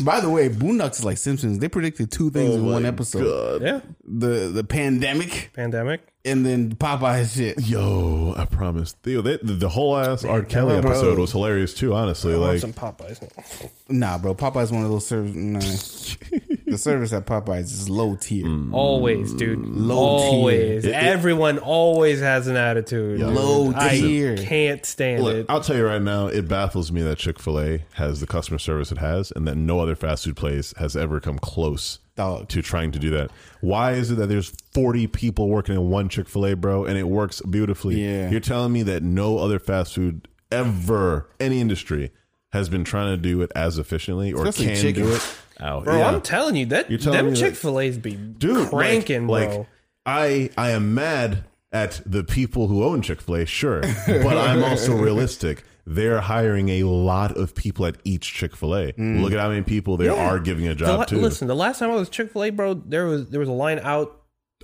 Speaker 1: By the way, Boondocks is like Simpsons. They predicted two things
Speaker 3: Oh
Speaker 1: in one episode:
Speaker 3: yeah.
Speaker 1: the the pandemic
Speaker 3: Pandemic.
Speaker 1: and then Popeye shit.
Speaker 2: Yo, I promise. Theo, that, the, the whole ass R. Kelly
Speaker 1: bro.
Speaker 2: episode was hilarious too, honestly.
Speaker 3: I want
Speaker 2: Like,
Speaker 3: some Popeyes.
Speaker 1: Nah, bro, Popeye's one of those servers. Nah. the service at Popeyes is low tier.
Speaker 3: Mm. Always, dude.
Speaker 1: Low tier.
Speaker 3: always.
Speaker 2: Mm. It- it-
Speaker 3: Everyone always has an attitude.
Speaker 2: Yeah.
Speaker 1: Low
Speaker 3: I
Speaker 1: tier.
Speaker 3: can't stand
Speaker 2: Look,
Speaker 3: it.
Speaker 2: I'll tell you right now, it baffles me that Chick Fil A has the customer service it has, and that no other fast food place has ever come close
Speaker 1: Dog.
Speaker 2: to trying to do that. Why is it that there's 40 people working in one Chick Fil A, bro, and it works beautifully?
Speaker 1: Yeah.
Speaker 2: you're telling me that no other fast food ever, any industry, has been trying to do it as efficiently or
Speaker 1: Especially
Speaker 2: can
Speaker 1: chicken.
Speaker 2: do it. Ow,
Speaker 3: Bro,
Speaker 2: yeah.
Speaker 3: I'm telling you that
Speaker 2: You're telling
Speaker 3: them
Speaker 2: me that-
Speaker 3: Chick Fil A's be
Speaker 2: dude
Speaker 3: cranking,
Speaker 2: like,
Speaker 3: bro.
Speaker 2: like, i i am mad at the people who own chick-fil-a sure but i'm also realistic they're hiring a lot of people at each chick-fil-a look at how many people they
Speaker 3: Mm. Yeah.
Speaker 2: are giving a
Speaker 3: The
Speaker 2: job
Speaker 3: la-
Speaker 2: to
Speaker 3: listen, the last time I was Chick Fil A, bro, there was there was a line out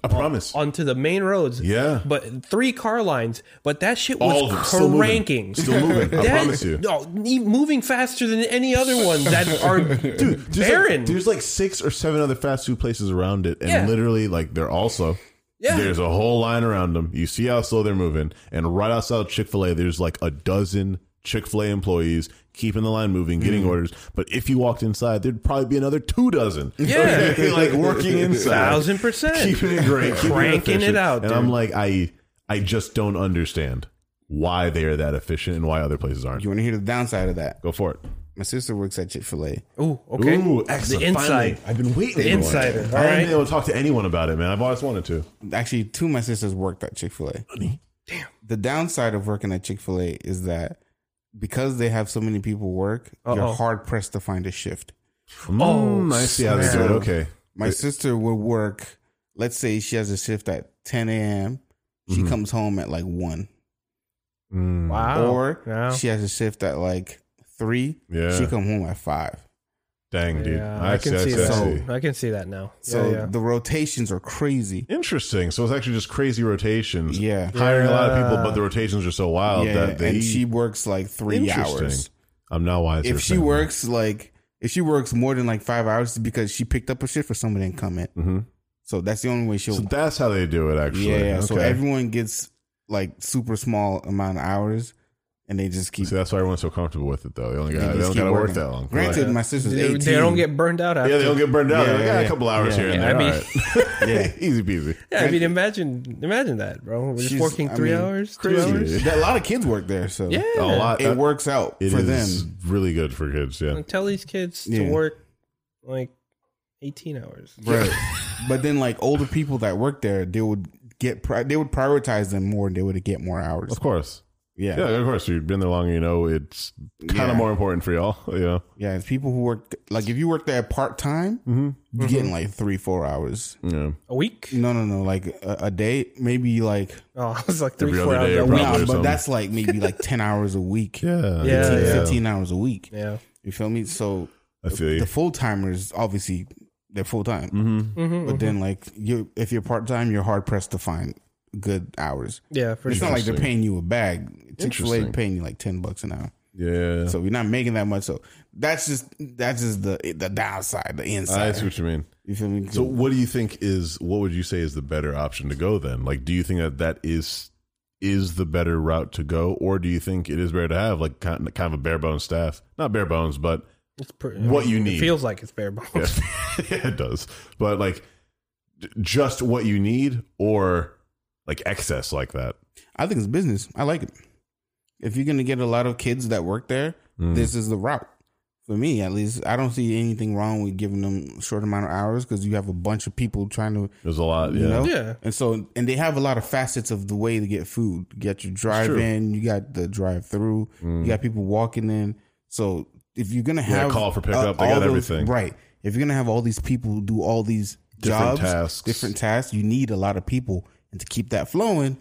Speaker 2: i promise
Speaker 3: onto the main roads.
Speaker 2: yeah
Speaker 3: but three car lines. But that shit
Speaker 2: all
Speaker 3: was
Speaker 2: of them still
Speaker 3: cranking.
Speaker 2: moving still moving i
Speaker 3: That-
Speaker 2: promise you
Speaker 3: No, e- moving faster than any other ones that are
Speaker 2: Dude, there's
Speaker 3: barren.
Speaker 2: like, there's like six or seven other fast food places around it, and
Speaker 3: Yeah.
Speaker 2: literally, like, they're also
Speaker 3: Yeah.
Speaker 2: There's a whole line around them. You see how slow they're moving, and right outside Chick Fil A, there's like a dozen Chick Fil A employees keeping the line moving,
Speaker 3: Mm.
Speaker 2: getting orders. But if you walked inside, there'd probably be another two dozen.
Speaker 3: Yeah.
Speaker 2: like working inside,
Speaker 3: thousand percent.
Speaker 2: keeping it great, keeping
Speaker 3: Cranking it
Speaker 2: efficient.
Speaker 3: out,
Speaker 2: And
Speaker 3: dude.
Speaker 2: I'm like, I, I just don't understand why they are that efficient and why other places aren't.
Speaker 1: You want to hear the downside of that?
Speaker 2: Go for it.
Speaker 1: My sister works at Chick Fil A.
Speaker 3: Ooh, okay.
Speaker 2: Ooh, excellent.
Speaker 3: The
Speaker 2: Finally.
Speaker 3: inside.
Speaker 2: I've been waiting.
Speaker 3: The
Speaker 2: for one.
Speaker 3: insider.
Speaker 2: I
Speaker 3: All
Speaker 2: haven't
Speaker 3: right.
Speaker 2: been able to talk to anyone about it, man. I've always wanted to.
Speaker 1: Actually, two of my sisters worked at Chick Fil A.
Speaker 2: Damn.
Speaker 1: The downside of working at Chick Fil A is that because they have so many people work,
Speaker 3: Uh-oh.
Speaker 1: you're hard pressed to find a shift.
Speaker 2: Mm, I see how they
Speaker 1: Hmm.
Speaker 2: do
Speaker 1: Oh, snap.
Speaker 2: it. Okay.
Speaker 1: My sister would work. Let's say she has a shift at 10 a.m. She
Speaker 2: Mhm.
Speaker 1: comes home at like one,
Speaker 2: Mm.
Speaker 3: Wow.
Speaker 1: or
Speaker 3: Yeah.
Speaker 1: she has a shift at like three.
Speaker 2: Yeah.
Speaker 1: She come home at five.
Speaker 2: Dang, dude.
Speaker 3: Yeah,
Speaker 2: I,
Speaker 3: I can see
Speaker 2: I
Speaker 1: that.
Speaker 2: see.
Speaker 3: I can see that now.
Speaker 1: So
Speaker 3: yeah,
Speaker 1: the rotations are crazy.
Speaker 2: Interesting. So it's actually just crazy rotations.
Speaker 1: Yeah,
Speaker 2: Hiring a lot of people,
Speaker 3: Yeah.
Speaker 2: but the rotations are so wild
Speaker 1: yeah.
Speaker 2: that they.
Speaker 1: And she works like three
Speaker 2: Interesting.
Speaker 1: hours.
Speaker 2: I'm not wise.
Speaker 1: If she works like if she works more than like five hours, it's because she picked up a shift for someone didn't come in.
Speaker 2: hmm
Speaker 1: So that's the only way she'll.
Speaker 2: So that's how they do it, actually.
Speaker 1: yeah, yeah.
Speaker 2: Okay.
Speaker 1: So everyone gets like super small amount of hours, and they just keep.
Speaker 2: See, that's why everyone's so comfortable with it, though. They only
Speaker 1: They
Speaker 2: got they
Speaker 1: just
Speaker 2: don't
Speaker 1: keep
Speaker 2: got to work
Speaker 1: working.
Speaker 2: that long.
Speaker 1: Granted,
Speaker 2: Right.
Speaker 1: my sister's
Speaker 3: they,
Speaker 1: eighteen.
Speaker 3: they don't get burned out after.
Speaker 2: yeah, they don't get burned out.
Speaker 1: Yeah,
Speaker 2: They're like,
Speaker 1: yeah,
Speaker 2: "Ah, a
Speaker 1: yeah.
Speaker 2: couple hours
Speaker 1: Yeah.
Speaker 2: here and
Speaker 3: Yeah,
Speaker 2: there.
Speaker 3: I mean-
Speaker 2: All right. easy peasy.
Speaker 3: Yeah, I mean, imagine, imagine that, bro. We're just
Speaker 1: She's-
Speaker 3: working
Speaker 1: I
Speaker 3: three
Speaker 1: mean,
Speaker 3: hours, two
Speaker 2: crazy.
Speaker 1: A
Speaker 3: hours.
Speaker 1: lot of kids work there, so
Speaker 3: Yeah,
Speaker 2: A lot.
Speaker 1: it works out
Speaker 2: Uh, It
Speaker 1: for
Speaker 2: is
Speaker 1: them.
Speaker 2: really good for kids. Yeah.
Speaker 3: tell these kids
Speaker 1: Yeah.
Speaker 3: to work like eighteen hours.
Speaker 1: Right. but then like older people that work there, they would get pri- they would prioritize them more and they would get more hours.
Speaker 2: Of course.
Speaker 1: Yeah.
Speaker 2: Yeah,
Speaker 1: Yeah.
Speaker 2: of course. You've been there long, you know, it's kind
Speaker 1: Yeah.
Speaker 2: of more important for y'all, you know.
Speaker 1: it's people who work like if you work there part time, you're getting like 3 4 hours.
Speaker 2: Mm-hmm. Yeah.
Speaker 3: A week?
Speaker 1: No, no, no, like a, a day, maybe like
Speaker 3: Oh, it was like three,
Speaker 2: Every
Speaker 3: four
Speaker 2: other
Speaker 3: hours
Speaker 2: day,
Speaker 3: a
Speaker 2: probably.
Speaker 3: week.
Speaker 1: nah, but
Speaker 2: something.
Speaker 1: that's like maybe like 10 hours a week.
Speaker 2: Yeah.
Speaker 3: Yeah,
Speaker 1: 15,
Speaker 3: yeah.
Speaker 1: 15 hours a week.
Speaker 3: Yeah.
Speaker 1: You feel me? So
Speaker 2: I feel you.
Speaker 1: the full timers obviously they're full time.
Speaker 2: hmm
Speaker 3: hmm
Speaker 1: But then like you if you're part time, you're hard pressed to find good hours.
Speaker 3: yeah, for
Speaker 1: It's
Speaker 3: sure.
Speaker 1: not like they're
Speaker 2: Interesting.
Speaker 1: paying you a bag. Chick Fil A
Speaker 2: Interesting.
Speaker 1: paying you like ten bucks an hour,
Speaker 2: Yeah.
Speaker 1: so you're not making that much. So that's just that's just the the downside, the
Speaker 2: I
Speaker 1: inside.
Speaker 2: see what you mean.
Speaker 1: You feel me?
Speaker 2: So, what do you think is what would you say is the better option to go then? Like, do you think that that is is the better route to go, or do you think it is better to have like kind kind of a bare bones staff? Not bare bones, but
Speaker 3: It's pretty,
Speaker 2: what you
Speaker 3: It
Speaker 2: need.
Speaker 3: feels like it's bare bones.
Speaker 2: yeah, it does. But like, j- just what you need, or like excess like that.
Speaker 1: I think it's business. I like it. If you're gonna get a lot of kids that work there,
Speaker 2: Hmm.
Speaker 1: this is the route for me at least. I don't see anything wrong with giving them a short amount of hours because you have a bunch of people trying to,
Speaker 2: There's a lot. Yeah.
Speaker 1: you know.
Speaker 3: Yeah.
Speaker 1: And so, and they have a lot of facets of the way to get food. You got your drive
Speaker 2: true. Hmm.
Speaker 1: in, you got the drive through, you got people walking in. So if you're gonna
Speaker 2: Yeah,
Speaker 1: have
Speaker 2: call for pickup, they
Speaker 1: all
Speaker 2: got everything.
Speaker 1: right? If you're gonna have all these people who do all these
Speaker 2: Different
Speaker 1: jobs,
Speaker 2: tasks.
Speaker 1: different tasks, you need a lot of people, and to keep that flowing,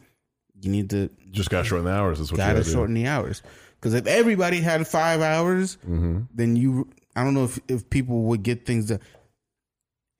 Speaker 1: you need to
Speaker 2: Just gotta shorten the hours. Is what you
Speaker 1: gotta
Speaker 2: gotta do.
Speaker 1: shorten the hours. Because if everybody had five hours, then you, I don't know if if people would get things done.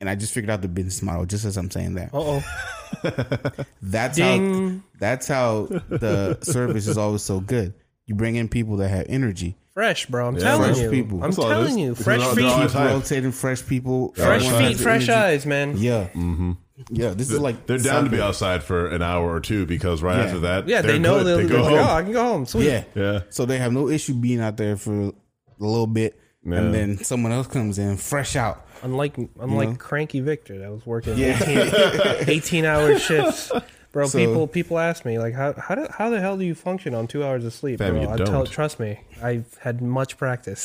Speaker 1: And I just figured out the business model just as I'm saying that.
Speaker 3: Uh oh.
Speaker 1: That's how
Speaker 3: Ding.
Speaker 1: that's how the service is always so good. You bring in people that have energy,
Speaker 3: Fresh, bro. I'm
Speaker 2: Yeah.
Speaker 3: telling
Speaker 1: Fresh
Speaker 3: you.
Speaker 1: people.
Speaker 3: I'm
Speaker 2: That's all it is.
Speaker 3: telling you.
Speaker 2: They're
Speaker 3: Fresh
Speaker 2: all- they're
Speaker 3: feet.
Speaker 2: all the
Speaker 1: keep
Speaker 2: time.
Speaker 1: rotating fresh people,
Speaker 3: fresh
Speaker 1: everyone
Speaker 3: feet,
Speaker 1: has the
Speaker 3: fresh
Speaker 1: energy.
Speaker 3: eyes, man. Yeah,
Speaker 1: Yeah, yeah. This is like
Speaker 2: They're down to be
Speaker 1: something-
Speaker 2: outside for an hour or two because right
Speaker 1: Yeah.
Speaker 2: after that,
Speaker 3: they
Speaker 2: they're
Speaker 3: know
Speaker 2: good.
Speaker 3: they'll,
Speaker 2: they
Speaker 3: they'll
Speaker 2: go
Speaker 3: be like, Oh,
Speaker 2: home.
Speaker 3: I can go home. Sweet.
Speaker 1: Yeah,
Speaker 2: Yeah,
Speaker 1: so they have no issue being out there for a little bit.
Speaker 2: Yeah.
Speaker 1: and then someone else comes in fresh out.
Speaker 3: Unlike unlike
Speaker 1: know?
Speaker 3: cranky Victor that was working
Speaker 1: Yeah,
Speaker 3: 18 hour shifts. Bro,
Speaker 1: So-
Speaker 3: people people ask me like how how, do, how the hell do you function on 2 hours of sleep?
Speaker 2: Fam,
Speaker 3: bro?
Speaker 2: you
Speaker 3: I
Speaker 2: don't.
Speaker 3: trust me. I've had much practice.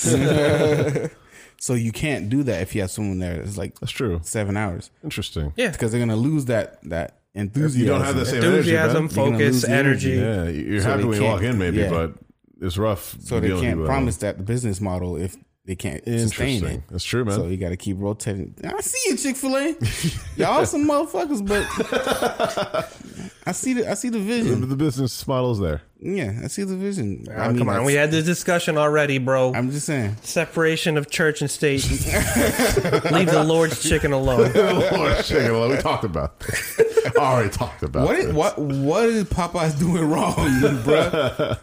Speaker 1: so you can't do that if you have someone there that's like
Speaker 2: That's true.
Speaker 1: seven hours
Speaker 2: Interesting.
Speaker 3: yeah.
Speaker 1: because they're gonna lose that that enthusiasm.
Speaker 2: You don't have the same energy,
Speaker 3: Enthusiasm,
Speaker 2: man.
Speaker 1: You're gonna lose
Speaker 3: focus,
Speaker 1: the energy.
Speaker 3: energy.
Speaker 2: Yeah, you're
Speaker 1: So
Speaker 2: happy
Speaker 1: they
Speaker 2: when you walk
Speaker 1: can't-
Speaker 2: in, maybe,
Speaker 1: yeah.
Speaker 2: but it's rough.
Speaker 1: So they
Speaker 2: dealing with uh,
Speaker 1: can't
Speaker 2: people that
Speaker 1: promise that the business model if they can't
Speaker 2: way.
Speaker 1: sustain it.
Speaker 2: Interesting. That's true, man.
Speaker 1: So you got to keep rotating. I see you, Chick Fil A. Y'all some motherfuckers, but I see the I see the
Speaker 2: the,
Speaker 1: vision.
Speaker 2: the business model's there.
Speaker 1: Yeah, I see the vision.
Speaker 3: Oh,
Speaker 1: I mean,
Speaker 3: come on, we had this discussion already, bro.
Speaker 1: I'm just saying.
Speaker 3: Separation of church and state. Leave the Lord's chicken alone.
Speaker 2: Lord, Oh, shit, we talked about. This. Already talked about.
Speaker 1: What is,
Speaker 2: this.
Speaker 1: what what is Popeyes doing wrong, bruh?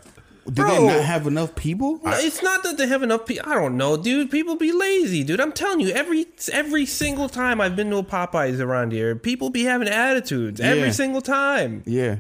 Speaker 1: Do they
Speaker 3: Bro.
Speaker 1: not have enough people?
Speaker 3: No, it's not that they have enough. Pe- I don't know, dude. People be lazy, dude. I'm telling you, every every single time I've been to a Popeyes around here, people be having attitudes
Speaker 1: Yeah.
Speaker 3: every single time.
Speaker 1: Yeah,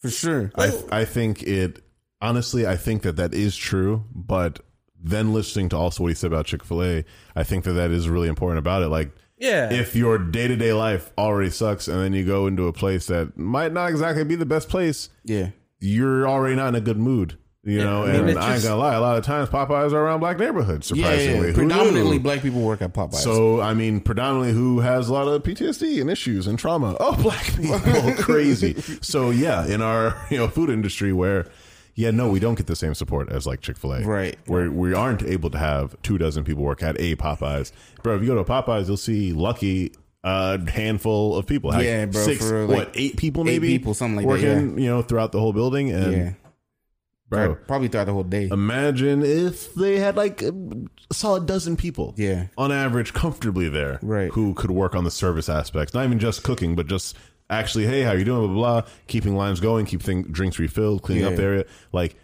Speaker 1: for sure.
Speaker 2: I, I think it honestly i think that that is true but then listening to also what he said about chick-fil-a i think that that is really important about it like
Speaker 3: Yeah.
Speaker 2: if your day-to-day life already sucks and then you go into a place that might not exactly be the best place
Speaker 1: Yeah,
Speaker 2: you're already not in a good mood you know
Speaker 3: I mean,
Speaker 2: and
Speaker 3: it's
Speaker 2: i ain't
Speaker 3: just-
Speaker 2: gonna lie a lot of times popeyes are around black neighborhoods
Speaker 1: yeah,
Speaker 2: surprisingly
Speaker 1: yeah.
Speaker 2: Who
Speaker 1: Predominantly
Speaker 2: knew?
Speaker 1: black people work at Popeyes.
Speaker 2: so I mean, predominantly who has a lot of PTSD and issues and trauma? Oh, black people, crazy. So yeah, in our you know food industry, where yeah, no, we don't get the same support as like Chick Fil A,
Speaker 1: Right.
Speaker 2: Where we aren't able to have two dozen people work at a Popeyes, bro. If you go to a Popeyes, you'll see lucky a handful of people, Like,
Speaker 1: Yeah, bro,
Speaker 2: six,
Speaker 1: for, like,
Speaker 2: what eight people,
Speaker 1: eight
Speaker 2: maybe
Speaker 1: people, something like that,
Speaker 2: working, you know, throughout the whole building, and
Speaker 1: yeah,
Speaker 2: bro. um,
Speaker 1: probably throughout the whole day.
Speaker 2: Imagine if they had like a solid dozen people,
Speaker 1: Yeah.
Speaker 2: on average, comfortably there,
Speaker 1: Right.
Speaker 2: Who could work on the service aspects, not even just cooking, but just actually, hey, how you doing? Blah blah, blah keeping lines going, keep thing, drinks refilled, cleaning up
Speaker 1: Yeah.
Speaker 2: the area. Like,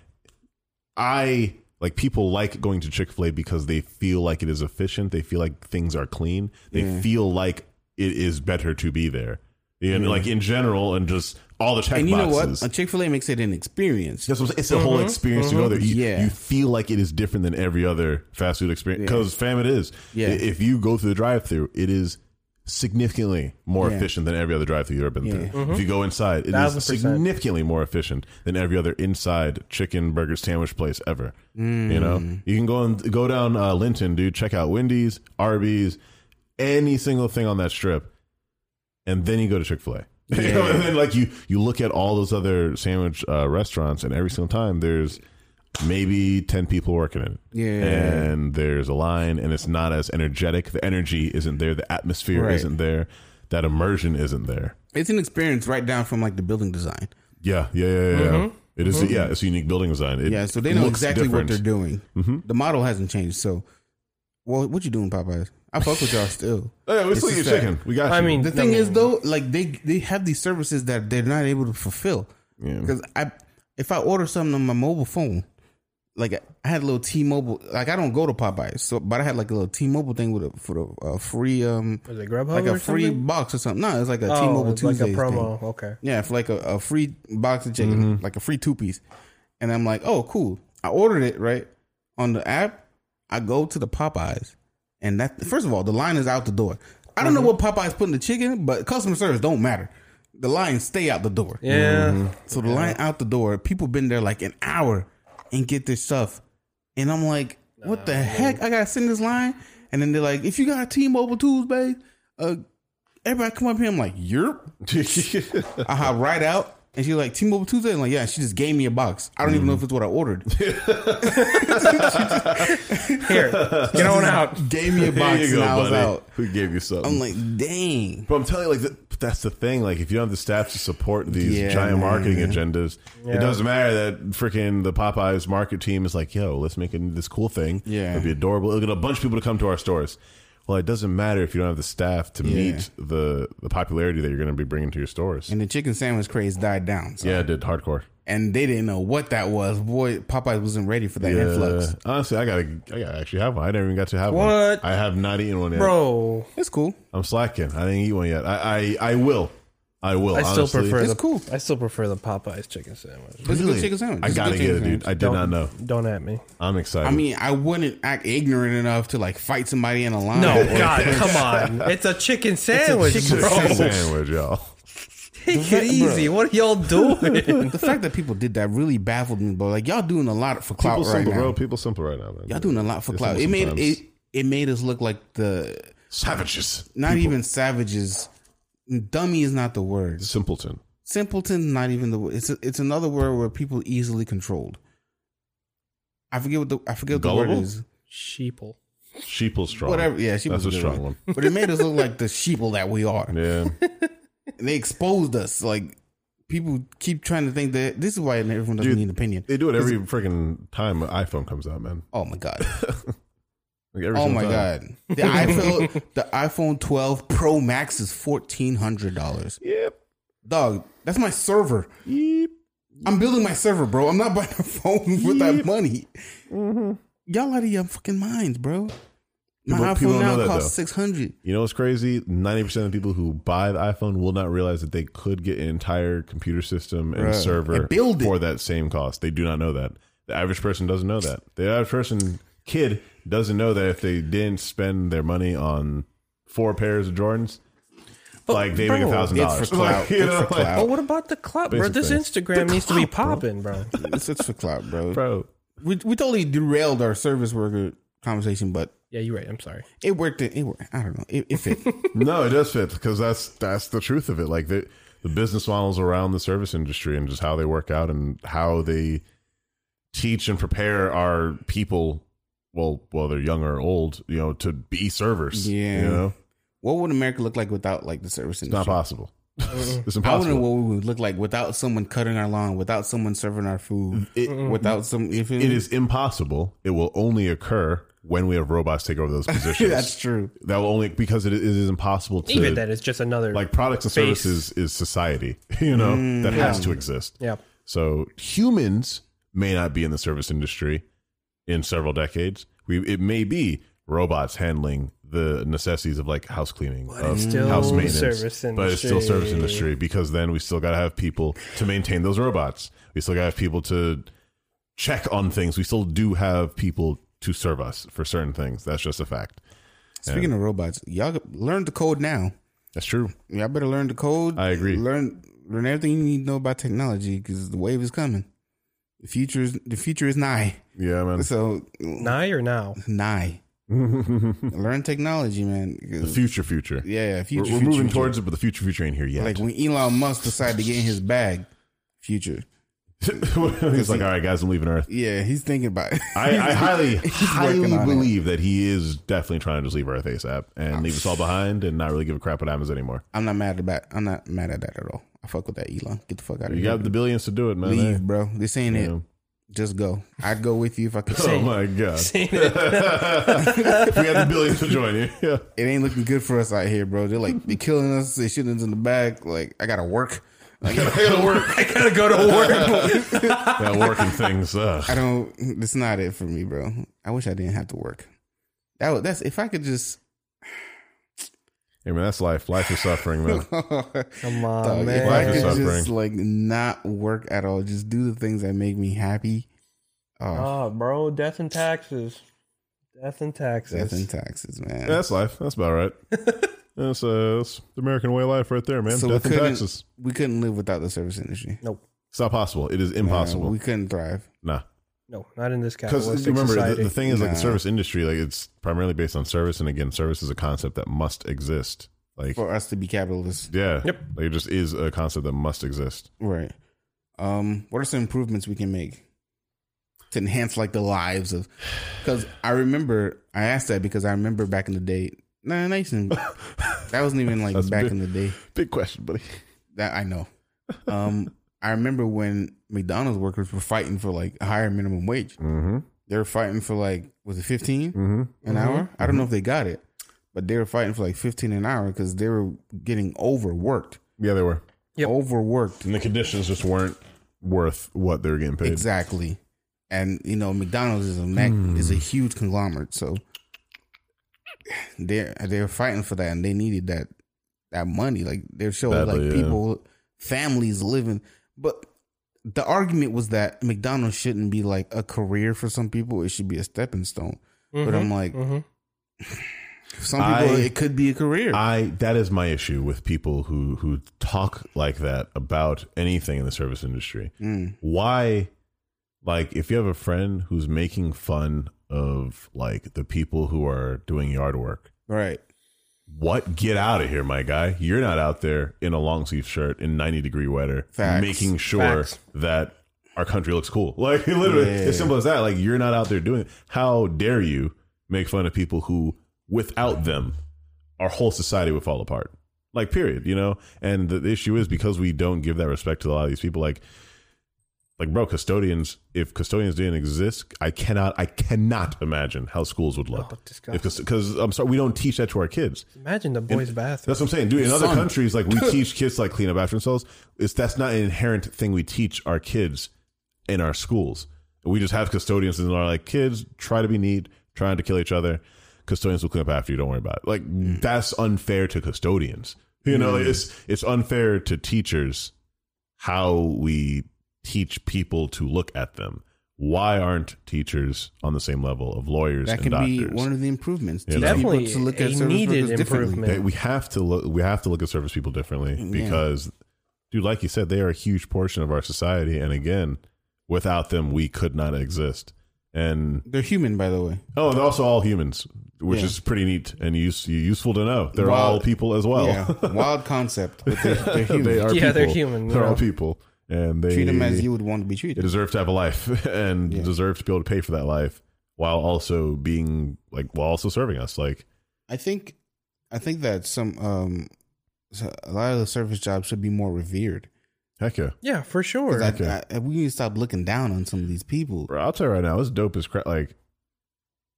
Speaker 2: I like people like going to Chick Fil A because they feel like it is efficient. They feel like things are clean. They feel like it is better to be there. You know, like in general, and just all the check
Speaker 1: and you know
Speaker 2: boxes.
Speaker 1: what? A Chick Fil A makes it an experience.
Speaker 2: That's what I'm saying. It's a whole experience to go there. You,
Speaker 1: Yeah.
Speaker 2: you feel like it is different than every other fast food experience because fam, it is.
Speaker 1: Yeah.
Speaker 2: I- If you go through the drive-through, it is significantly more
Speaker 1: Yeah.
Speaker 2: efficient than every other drive-through you've ever been through. If you go inside, it is
Speaker 3: Thousand percent.
Speaker 2: significantly more efficient than every other inside chicken burger sandwich place ever. You
Speaker 1: Mm.
Speaker 2: know, you can go and go down uh, Linton, dude. Check out Wendy's, Arby's, any single thing on that strip and then you go to Chick Fil A. and then like you you look at all those other sandwich uh, restaurants, and every single time there's maybe ten people working in it.
Speaker 1: Yeah.
Speaker 2: and there's a line, and it's not as energetic. The energy isn't there. The atmosphere
Speaker 1: Right.
Speaker 2: isn't there. That immersion isn't there.
Speaker 1: It's an experience right down from like the building design.
Speaker 2: Yeah, yeah, yeah, yeah. yeah. It is- Yeah, it's a unique building design. It
Speaker 1: Mm-hmm. Yeah, so they know
Speaker 2: looks
Speaker 1: exactly what
Speaker 2: different. Mm-hmm.
Speaker 1: they're doing. The model hasn't changed. So, well, what you doing, Popeyes? I fuck with y'all still.
Speaker 2: Hey, we
Speaker 1: It's
Speaker 2: still your
Speaker 1: just that-
Speaker 2: chicken. We got.
Speaker 3: I
Speaker 2: you.
Speaker 3: mean,
Speaker 1: The thing is, though, like they they have these services that they're not able to fulfill.
Speaker 2: Mm.
Speaker 1: Because I, if I order something on my mobile phone, like I had a little T-Mobile. Like I don't go to Popeyes, so but I had like a little T-Mobile thing with a for a, a free um
Speaker 3: Was it Grubhub
Speaker 1: like
Speaker 3: or
Speaker 1: a free
Speaker 3: something?
Speaker 1: box or something. No, it's like a
Speaker 3: Oh,
Speaker 1: mobile
Speaker 3: it's like a
Speaker 1: Tuesday thing.
Speaker 3: promo. Okay.
Speaker 1: Yeah, for like a, a free box of chicken, like a free two piece. And I'm like, oh, cool. I ordered it, right? On the app, I go to the Popeyes. And that, first of all, the line is out the door. I don't know what
Speaker 3: Mm-hmm.
Speaker 1: Popeyes put in the chicken, but customer service don't matter. The line stay out the door.
Speaker 3: Yeah.
Speaker 1: So the line out the door, people been there like an hour and get their stuff. And I'm like, what the heck? I gotta send this line. And then they're like, if you got T Mobile Tuesday, uh everybody come up here. I'm like, Yerp. I hop right out. And she's like, T Mobile Tuesday? I'm like, yeah, she just gave me a box. I don't even
Speaker 2: Mm.
Speaker 1: know if it's what I ordered.
Speaker 3: Here, get on out.
Speaker 1: gave me a
Speaker 2: Here
Speaker 1: box
Speaker 2: you
Speaker 1: and
Speaker 2: go,
Speaker 1: I was
Speaker 2: buddy.
Speaker 1: out.
Speaker 2: Who gave you something?
Speaker 1: I'm like, dang.
Speaker 2: But I'm telling you, like th- but that's the thing. Like, if you don't have the staff to support these
Speaker 1: Yeah,
Speaker 2: giant marketing
Speaker 1: man.
Speaker 2: agendas, it doesn't matter that freaking the Popeyes market team is like, "Yo, let's make it into this cool thing.
Speaker 1: Yeah.
Speaker 2: it'll be adorable. It'll get a bunch of people to come to our stores." Well, it doesn't matter if you don't have the staff to
Speaker 1: Yeah.
Speaker 2: meet the the popularity that you're going to be bringing to your stores.
Speaker 1: And the chicken sandwich craze died down. So.
Speaker 2: yeah, it did hardcore.
Speaker 1: And they didn't know what that was. Boy, Popeyes wasn't ready for that influx.
Speaker 2: Uh, honestly, I gotta, I gotta actually have one. I never even got to have one.
Speaker 3: What?
Speaker 2: I have not eaten one yet.
Speaker 3: Bro,
Speaker 1: It's cool.
Speaker 2: I'm slacking. I didn't eat one yet. I, I, I will. I will.
Speaker 3: I still
Speaker 2: honestly.
Speaker 3: prefer
Speaker 1: It's
Speaker 3: the
Speaker 1: cool.
Speaker 3: I still prefer the Popeyes chicken sandwich.
Speaker 1: It's a
Speaker 2: Really?
Speaker 1: good chicken sandwich.
Speaker 2: I
Speaker 1: It's a good
Speaker 2: gotta get
Speaker 1: chicken
Speaker 2: it, dude.
Speaker 1: sandwich.
Speaker 2: I did
Speaker 3: Don't
Speaker 2: not know.
Speaker 3: Don't at me.
Speaker 2: I'm excited.
Speaker 1: I mean, I wouldn't act ignorant enough to like fight somebody in a line.
Speaker 3: No,
Speaker 1: or-
Speaker 3: God, come on. It's a chicken sandwich,
Speaker 1: chicken
Speaker 3: bro.
Speaker 2: Chicken
Speaker 1: sandwich.
Speaker 2: sandwich, y'all.
Speaker 3: Take it easy. What are y'all doing?
Speaker 1: the fact that people did that really baffled me, bro. Like y'all doing a lot for clout
Speaker 2: People
Speaker 1: right
Speaker 2: simple,
Speaker 1: now.
Speaker 2: bro. People simple right now, man.
Speaker 1: Y'all doing a lot for
Speaker 2: It's
Speaker 1: clout.
Speaker 2: simple
Speaker 1: It made
Speaker 2: sometimes.
Speaker 1: it it made us look like the
Speaker 2: savages.
Speaker 1: not
Speaker 2: People.
Speaker 1: even savages. Dummy is not the word.
Speaker 2: simpleton.
Speaker 1: Simpleton's not even the word. It's it's another word where people easily controlled. I forget what the I forget what the
Speaker 2: Gullible?
Speaker 1: word is.
Speaker 3: Sheeple.
Speaker 2: Sheeple strong.
Speaker 1: Whatever. Yeah, she
Speaker 2: That's
Speaker 1: was
Speaker 2: a
Speaker 1: good
Speaker 2: strong one.
Speaker 1: But it made us look like the sheeple that we are.
Speaker 2: Yeah.
Speaker 1: And they exposed us. Like people keep trying to think that this is why everyone doesn't
Speaker 2: Dude,
Speaker 1: need an opinion.
Speaker 2: They do it every freaking time an iPhone comes out, man.
Speaker 1: Oh my god.
Speaker 2: Like every
Speaker 1: Oh
Speaker 2: single
Speaker 1: my
Speaker 2: time.
Speaker 1: god. The iPhone the iPhone 12 Pro Max is fourteen hundred dollars.
Speaker 2: Yep.
Speaker 1: Dog, that's my server.
Speaker 2: Yeep.
Speaker 1: I'm building my server, bro. I'm not buying a phone with that
Speaker 2: Yep.
Speaker 1: money.
Speaker 2: Mm-hmm.
Speaker 1: Y'all out of your fucking minds, bro. My
Speaker 2: People-
Speaker 1: iPhone
Speaker 2: people don't know
Speaker 1: now
Speaker 2: that,
Speaker 1: costs
Speaker 2: though.
Speaker 1: six hundred.
Speaker 2: You know what's crazy? Ninety percent of the people who buy the iPhone will not realize that they could get an entire computer system and
Speaker 1: Right.
Speaker 2: server
Speaker 1: And build it.
Speaker 2: for that same cost. They do not know that. The average person doesn't know that. The average person kid doesn't know that if they didn't spend their money on four pairs of Jordans, like they make
Speaker 3: bro,
Speaker 2: a thousand
Speaker 1: it's for
Speaker 2: dollars.
Speaker 1: clout.
Speaker 2: Like, you
Speaker 1: It's
Speaker 2: know,
Speaker 1: for
Speaker 2: like,
Speaker 1: clout.
Speaker 3: But what about the clout, bro?
Speaker 2: Basic
Speaker 3: This
Speaker 2: things.
Speaker 3: Instagram needs to be
Speaker 2: clout, bro.
Speaker 3: popping, bro.
Speaker 1: It's, it's for clout, bro.
Speaker 2: bro.
Speaker 1: We we totally derailed our service worker conversation, but
Speaker 3: Yeah, you're right. I'm sorry.
Speaker 1: it worked. It, it worked. I don't know. It, it fit.
Speaker 2: No, it does fit because that's that's the truth of it. Like the the business models around the service industry and just how they work out and how they teach and prepare our people. Well, whether young or old, you know, to be servers.
Speaker 1: Yeah.
Speaker 2: you know,
Speaker 1: what would America look like without like the service industry?
Speaker 2: it's not possible. it's
Speaker 1: Uh, I wonder
Speaker 2: impossible.
Speaker 1: what we would look like without someone cutting our lawn, without someone serving our food,
Speaker 2: It-
Speaker 1: without some. If
Speaker 2: it is impossible. It will only occur when we have robots take over those positions.
Speaker 1: that's true.
Speaker 2: that will only because it, it is impossible to
Speaker 3: Even that is just another
Speaker 2: like products and
Speaker 3: Face.
Speaker 2: services is society. You know that has
Speaker 1: Mm.
Speaker 2: to exist.
Speaker 3: yeah.
Speaker 2: So humans may not be in the service industry in several decades. We it may be robots handling the necessities of like house cleaning, of
Speaker 3: it's still
Speaker 2: house maintenance,
Speaker 3: service
Speaker 2: but it's still service
Speaker 3: industry.
Speaker 2: industry because then we still got to have people to maintain those robots. We still got to have people to check on things. We still do have people to serve us for certain things. That's just a fact.
Speaker 1: Speaking of robots, y'all learn to code now.
Speaker 2: That's true.
Speaker 1: Y'all better learn to code.
Speaker 2: I agree.
Speaker 1: Learn learn everything you need to know about technology because the wave is coming. The future is the future is nigh.
Speaker 2: Yeah, man.
Speaker 1: So
Speaker 3: Nigh or now?
Speaker 1: nigh. learn technology, man. 'cause-
Speaker 2: The future, future.
Speaker 1: yeah,
Speaker 2: We're,
Speaker 1: future.
Speaker 2: we're
Speaker 1: future,
Speaker 2: moving
Speaker 1: future.
Speaker 2: towards it, but the future, future ain't here yet.
Speaker 1: like when Elon Musk decided to get in his bag. Future.
Speaker 2: he's like, all right, guys, I'm leaving Earth.
Speaker 1: Yeah, he's thinking about it.
Speaker 2: I, I highly, highly
Speaker 1: working on it.
Speaker 2: believe that he is definitely trying to just leave Earth ASAP and leave us all behind and not really give a crap what happens anymore.
Speaker 1: I'm not mad about. I'm not mad at that at all. I fuck with that Elon. Get the fuck out of
Speaker 2: You
Speaker 1: here.
Speaker 2: got the billions to do it, man.
Speaker 1: Leave,
Speaker 2: Hey,
Speaker 1: bro. This ain't
Speaker 2: you
Speaker 1: it.
Speaker 2: know.
Speaker 1: Just go. I'd go with you if I could.
Speaker 2: Oh my god!
Speaker 3: Ain't it?
Speaker 2: if we had the billions to join you, yeah.
Speaker 1: It ain't looking good for us out here, bro. They're like they're killing us. They shooting us in the back. Like I gotta work. Like, I gotta work.
Speaker 3: I gotta go to work.
Speaker 2: yeah, working things. uh, Ugh.
Speaker 1: I don't. It's not it for me, bro. I wish I didn't have to work. That would, that's if I could just.
Speaker 2: Hey, man, that's life. Life is suffering, man.
Speaker 3: Come on,
Speaker 1: Dog, if I
Speaker 2: Life
Speaker 1: could
Speaker 2: is
Speaker 3: man.
Speaker 1: just
Speaker 2: suffering.
Speaker 1: like not work at all, just do the things that make me happy. Oh,
Speaker 3: Oh, bro, death and taxes. Death and taxes.
Speaker 1: death and taxes, man.
Speaker 2: Yeah, that's life. That's about right. That's, uh, that's the American way of life, right there, man.
Speaker 1: So we
Speaker 2: Death and
Speaker 1: couldn't-
Speaker 2: taxes.
Speaker 1: we couldn't live without the service industry.
Speaker 3: no,
Speaker 2: It's not possible. It is
Speaker 1: Uh,
Speaker 2: impossible.
Speaker 1: we couldn't thrive.
Speaker 2: nah.
Speaker 3: no, not in this
Speaker 2: because
Speaker 3: capitalistic
Speaker 2: remember the,
Speaker 3: society.
Speaker 2: the thing is like the
Speaker 1: Nah.
Speaker 2: service industry like it's primarily based on service and again service is a concept that must exist like
Speaker 1: for us to be capitalists.
Speaker 2: yeah
Speaker 3: Yep.
Speaker 2: like, it just is a concept that must exist
Speaker 1: Right. Um, what are some improvements we can make to enhance like the lives of? Because I remember I asked that because I remember back in the day. Nah, nice and that wasn't even like
Speaker 2: That's
Speaker 1: back
Speaker 2: big.
Speaker 1: in the day.
Speaker 2: big question buddy
Speaker 1: That I know. Um, I remember when McDonald's workers were fighting for like a higher minimum wage.
Speaker 2: mm-hmm
Speaker 1: They were fighting for like was it 15
Speaker 2: mm-hmm
Speaker 1: an hour? I don't know if they got it, but they were fighting for like fifteen an hour because they were getting overworked.
Speaker 2: yeah they were
Speaker 3: Yep.
Speaker 1: Overworked.
Speaker 2: and the conditions just weren't worth what they were getting paid
Speaker 1: Exactly. And you know, McDonald's is a mag-
Speaker 2: Hmm.
Speaker 1: is a huge conglomerate, so they're they're fighting for that, and they needed that that money. Like they're showing
Speaker 2: Badly,
Speaker 1: like
Speaker 2: yeah.
Speaker 1: people, families living. But the argument was that McDonald's shouldn't be like a career for some people. It should be a stepping stone. But
Speaker 2: um,
Speaker 1: I'm like,
Speaker 3: Mhm.
Speaker 1: for some people,
Speaker 2: I-
Speaker 1: it could be a career.
Speaker 2: I that is my issue with people who who talk like that about anything in the service industry.
Speaker 1: Mm.
Speaker 2: Why like if you have a friend who's making fun of like the people who are doing yard work,
Speaker 1: Right.
Speaker 2: what get out of here, my guy. You're not out there in a long sleeve shirt in 90 degree weather
Speaker 1: Facts.
Speaker 2: making sure
Speaker 3: Facts.
Speaker 2: that our country looks cool. Like literally,
Speaker 1: Yeah.
Speaker 2: it's simple as that. Like you're not out there doing it. How dare you make fun of people who without them our whole society would fall apart. Like period, you know? And the, the issue is because we don't give that respect to a lot of these people like like bro, custodians, if custodians didn't exist, I cannot I cannot imagine how schools would look.
Speaker 3: Oh, disgusting.
Speaker 2: because I'm sorry, we don't teach that to our kids.
Speaker 3: Imagine the boys' bathroom.
Speaker 2: That's what I'm saying, dude. In other
Speaker 1: Son.
Speaker 2: countries, like we teach kids to, like clean up after themselves. It's that's not an inherent thing we teach our kids in our schools. We just have custodians and are like, kids, try to be neat, trying to kill each other. Custodians will clean up after you. Don't worry about it. Like that's unfair to custodians. You know, it's it's unfair to teachers how we teach people to look at them. Why aren't teachers on the same level of lawyers
Speaker 1: That
Speaker 2: and
Speaker 1: could be
Speaker 2: doctors?
Speaker 1: one of the improvements.
Speaker 2: Yeah.
Speaker 1: Teach
Speaker 3: Definitely
Speaker 1: people to look
Speaker 3: a
Speaker 1: at service
Speaker 3: needed
Speaker 1: workers differently.
Speaker 3: improvement.
Speaker 2: They- we have to look. We have to look at service people differently because, dude, like you said, they are a huge portion of our society, and again, without them, we could not exist. And
Speaker 1: They're human, by the way.
Speaker 2: oh, and they're also all humans, which
Speaker 1: Yeah.
Speaker 2: is pretty neat and use, useful to know. They're
Speaker 1: Wow.
Speaker 2: all people as well.
Speaker 1: Yeah, wild concept. But they're, they're human.
Speaker 2: they are.
Speaker 3: Yeah,
Speaker 2: people.
Speaker 3: they're human,
Speaker 2: They're
Speaker 3: yeah.
Speaker 2: all people, and they
Speaker 1: Treat them as you would want to be treated.
Speaker 2: they deserve to have a life and
Speaker 1: Yeah.
Speaker 2: deserve to be able to pay for that life while also being like while also serving us. Like
Speaker 1: I think, I think that some um, so a lot of the service jobs should be more revered.
Speaker 2: heck yeah.
Speaker 3: Yeah, for
Speaker 1: 'Cause
Speaker 3: sure.
Speaker 1: I-
Speaker 2: Okay.
Speaker 1: I- we need to stop looking down on some of these people.
Speaker 2: Bro, I'll tell you right now, it's dope as crap. Like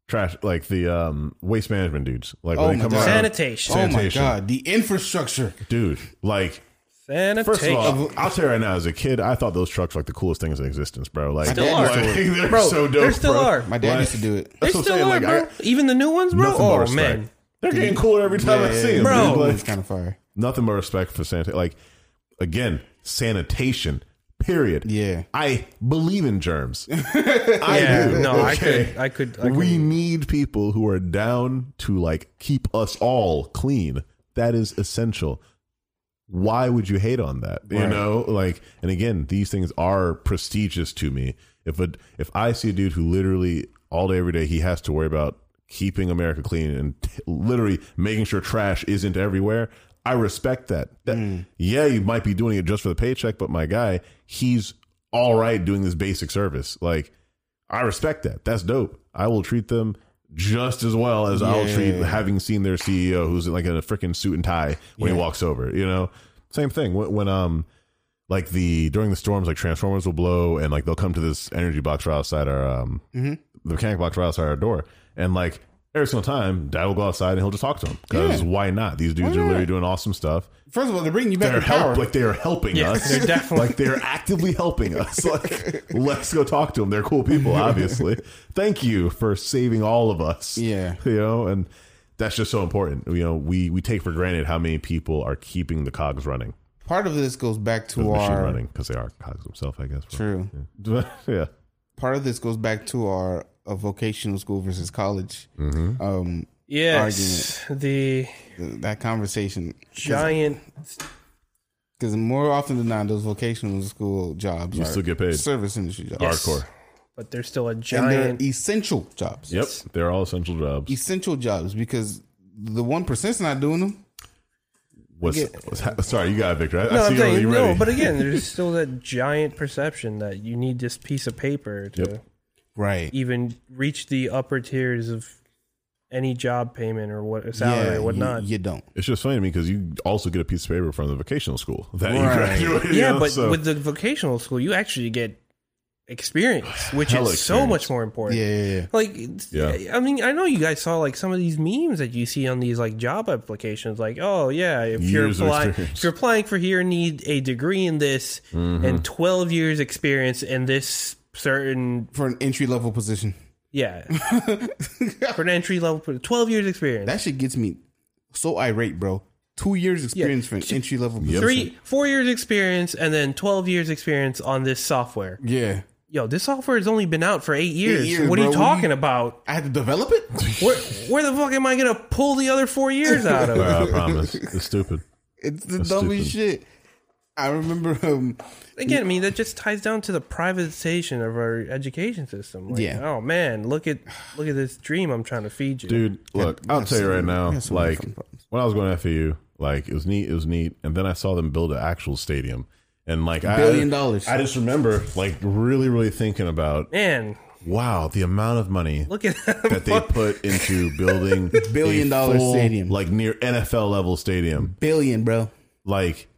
Speaker 2: trash, like the um waste management dudes. Like
Speaker 1: Oh
Speaker 2: when
Speaker 1: my
Speaker 2: they come
Speaker 1: God.
Speaker 2: around,
Speaker 3: Sanitation.
Speaker 1: Oh my
Speaker 2: Sanitation.
Speaker 1: god, the infrastructure.
Speaker 2: dude. Like
Speaker 3: Sanitation.
Speaker 2: first of all, I'll tell you right now, as a kid, I thought those trucks were like the coolest things in existence, bro. Like,
Speaker 1: Still
Speaker 2: like,
Speaker 1: are.
Speaker 2: they're
Speaker 3: Bro,
Speaker 2: so dope.
Speaker 3: there still
Speaker 2: bro.
Speaker 3: are.
Speaker 1: My dad
Speaker 2: Like,
Speaker 1: used to do it.
Speaker 2: That's what
Speaker 3: they
Speaker 2: I'm
Speaker 3: still
Speaker 2: saying.
Speaker 3: are,
Speaker 2: Like,
Speaker 3: bro.
Speaker 2: I,
Speaker 3: Even the new ones, bro.
Speaker 2: nothing but
Speaker 3: Oh
Speaker 2: respect.
Speaker 3: man,
Speaker 2: They're getting cooler every time I see them,
Speaker 3: Bro.
Speaker 2: dude. Like,
Speaker 1: it's kind of fire.
Speaker 2: nothing but respect for sanitation. Like again, sanitation. Period.
Speaker 1: Yeah.
Speaker 2: I believe in germs. I
Speaker 3: yeah.
Speaker 2: do.
Speaker 3: No,
Speaker 2: okay?
Speaker 3: I could, I could, I could.
Speaker 2: we need people who are down to like keep us all clean. That is essential. Why would you hate on that? You
Speaker 1: Right.
Speaker 2: know, like, and again, these things are prestigious to me. If a if I see a dude who literally all day every day he has to worry about keeping America clean and t- literally making sure trash isn't everywhere, I respect that. that Yeah, you might be doing it just for the paycheck, but my guy, he's all right doing this basic service. Like, I respect that. That's dope. I will treat them just as well as I'll treat having seen their CEO who's in like in a freaking suit and tie when he walks over. You know, same thing when, when um like the during the storms like transformers will blow and like they'll come to this energy box right outside our um
Speaker 1: Mm-hmm.
Speaker 2: the mechanic box right outside our door and like every single time dad will go outside and he'll just talk to him because
Speaker 1: Yeah.
Speaker 2: why not? These
Speaker 1: Why
Speaker 2: dudes are literally
Speaker 1: not?
Speaker 2: doing awesome stuff.
Speaker 1: First of all, they're bringing you back
Speaker 2: They're
Speaker 1: to power.
Speaker 2: help like they are helping
Speaker 3: Yeah,
Speaker 2: us.
Speaker 3: they're definitely-
Speaker 2: like they're actively helping us. Like let's go talk to them. They're cool people, obviously. Thank you for saving all of us.
Speaker 1: Yeah.
Speaker 2: you know, and that's just so important. You know, we we take for granted how many people are keeping the cogs running,
Speaker 1: Part of this goes back
Speaker 2: the
Speaker 1: to
Speaker 2: machine
Speaker 1: our
Speaker 2: running because they are cogs themselves, I guess.
Speaker 1: true.
Speaker 2: yeah.
Speaker 1: Part of this goes back to our uh, vocational school versus college.
Speaker 2: Mm-hmm.
Speaker 1: Um,
Speaker 3: yes, the
Speaker 1: th- that conversation.
Speaker 3: giant.
Speaker 1: Because more often than not, those vocational school jobs
Speaker 2: You
Speaker 1: are
Speaker 2: still get paid.
Speaker 1: service industry jobs.
Speaker 2: Hardcore. e-
Speaker 3: But there's still a
Speaker 1: And they're
Speaker 3: giant.
Speaker 1: essential jobs.
Speaker 2: Yep, they're all essential jobs.
Speaker 1: Essential jobs because the one percent's not doing them.
Speaker 2: What's, what's ha- sorry, you got it, Victor. I,
Speaker 3: no,
Speaker 2: I see
Speaker 3: I'm
Speaker 2: you already
Speaker 3: saying
Speaker 2: ready.
Speaker 3: no. But again, there's still that giant perception that you need this piece of paper to
Speaker 2: Yep.
Speaker 1: Right.
Speaker 3: even reach the upper tiers of any job payment or what salary or whatnot.
Speaker 1: You, you don't.
Speaker 2: It's just funny to me because you also get a piece of paper from the vocational school that you
Speaker 1: Right.
Speaker 2: graduated. you
Speaker 3: yeah,
Speaker 2: know,
Speaker 3: but
Speaker 2: so-
Speaker 3: with the vocational school, you actually get experience, which is
Speaker 2: Hella
Speaker 3: so
Speaker 2: experience.
Speaker 3: much more important.
Speaker 1: Yeah, yeah, yeah.
Speaker 3: Like, it's-
Speaker 2: Yeah.
Speaker 3: I mean, I know you guys saw like some of these memes that you see on these like job applications. Like, oh yeah, if
Speaker 2: Years of
Speaker 3: you're applying,
Speaker 2: experience. Mm-hmm.
Speaker 3: if you're applying for here, need a degree in this and 12 years experience in this certain
Speaker 1: For an entry level position.
Speaker 3: yeah for an entry level 12 years experience.
Speaker 1: That shit gets me so irate, bro. two years experience for an entry level position.
Speaker 3: Three, four years experience, and then twelve years experience on this software.
Speaker 1: Yeah.
Speaker 3: Yo, this software has only been out for eight years.
Speaker 1: years,
Speaker 3: what are you
Speaker 1: bro. What
Speaker 3: talking
Speaker 1: you-
Speaker 3: about?
Speaker 1: I had to develop it.
Speaker 3: Where, where the fuck am I gonna pull the other four years out of?
Speaker 2: I promise. It's stupid.
Speaker 1: It's the
Speaker 2: That's
Speaker 1: dumbest shit. I remember um
Speaker 3: Again, I mean that just ties down to the privatization of our education system. Like,
Speaker 1: Yeah.
Speaker 3: Oh man, look at look at this dream I'm trying to feed you.
Speaker 2: Dude, look, I'll tell you right now,
Speaker 1: have so many
Speaker 2: like
Speaker 1: fun problems.
Speaker 2: when I was going to FAU, like it was neat, it was neat. And then I saw them build an actual stadium. And like I-
Speaker 1: billion
Speaker 2: I,
Speaker 1: dollars.
Speaker 2: I just remember like really, really thinking about
Speaker 3: man,
Speaker 2: wow, the amount of money
Speaker 3: look at
Speaker 2: that they put into building
Speaker 1: Billion
Speaker 2: a
Speaker 1: dollar
Speaker 2: full,
Speaker 1: stadium.
Speaker 2: like near NFL level stadium.
Speaker 1: billion, bro.
Speaker 2: Like,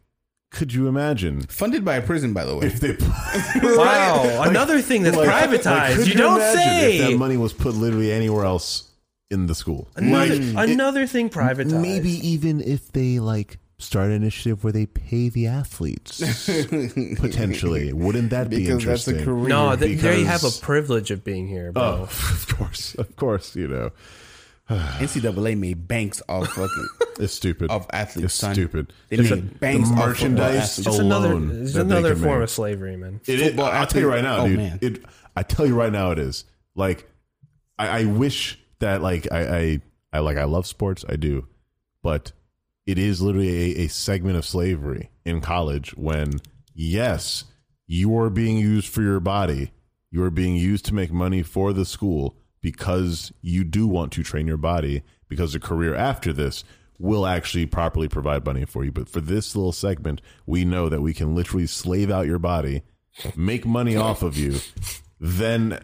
Speaker 2: could you imagine
Speaker 1: Funded by a prison, by the way.
Speaker 2: if they
Speaker 3: Wow, another thing that's
Speaker 2: like- like,
Speaker 3: privatized.
Speaker 2: could
Speaker 3: you don't
Speaker 2: imagine If
Speaker 3: say.
Speaker 2: that money was put literally anywhere else in the school.
Speaker 3: another
Speaker 2: it-
Speaker 3: another thing privatized.
Speaker 2: Maybe even if they like start an initiative where they pay the athletes, potentially, wouldn't that be
Speaker 1: because that's
Speaker 2: interesting?
Speaker 1: a career.
Speaker 3: No, they, they
Speaker 2: because-
Speaker 3: have a privilege of being here, bro.
Speaker 2: Oh, of course, of course, you know
Speaker 1: NCAA made banks off fucking
Speaker 2: it's stupid.
Speaker 1: of athletes.
Speaker 2: it's
Speaker 1: son.
Speaker 2: stupid.
Speaker 1: They
Speaker 2: Just
Speaker 1: made
Speaker 2: the
Speaker 1: banks off of
Speaker 2: merchandise
Speaker 1: athletes.
Speaker 3: It's
Speaker 2: alone.
Speaker 3: another,
Speaker 2: that
Speaker 3: it's
Speaker 2: they
Speaker 3: another
Speaker 2: can
Speaker 3: form
Speaker 2: make.
Speaker 3: of slavery, man.
Speaker 2: It,
Speaker 1: Football
Speaker 2: I- I'll tell you right now,
Speaker 1: athlete- oh,
Speaker 2: dude.
Speaker 1: man.
Speaker 2: It. I tell you right now, it is like I, I wish that like I, I I like I love sports, I do, but it is literally a, a segment of slavery in college when yes, you are being used for your body, you are being used to make money for the school because you do want to train your body because the career after this will actually properly provide money for you. But for this little segment, we know that we can literally slave out your body make money off of you, then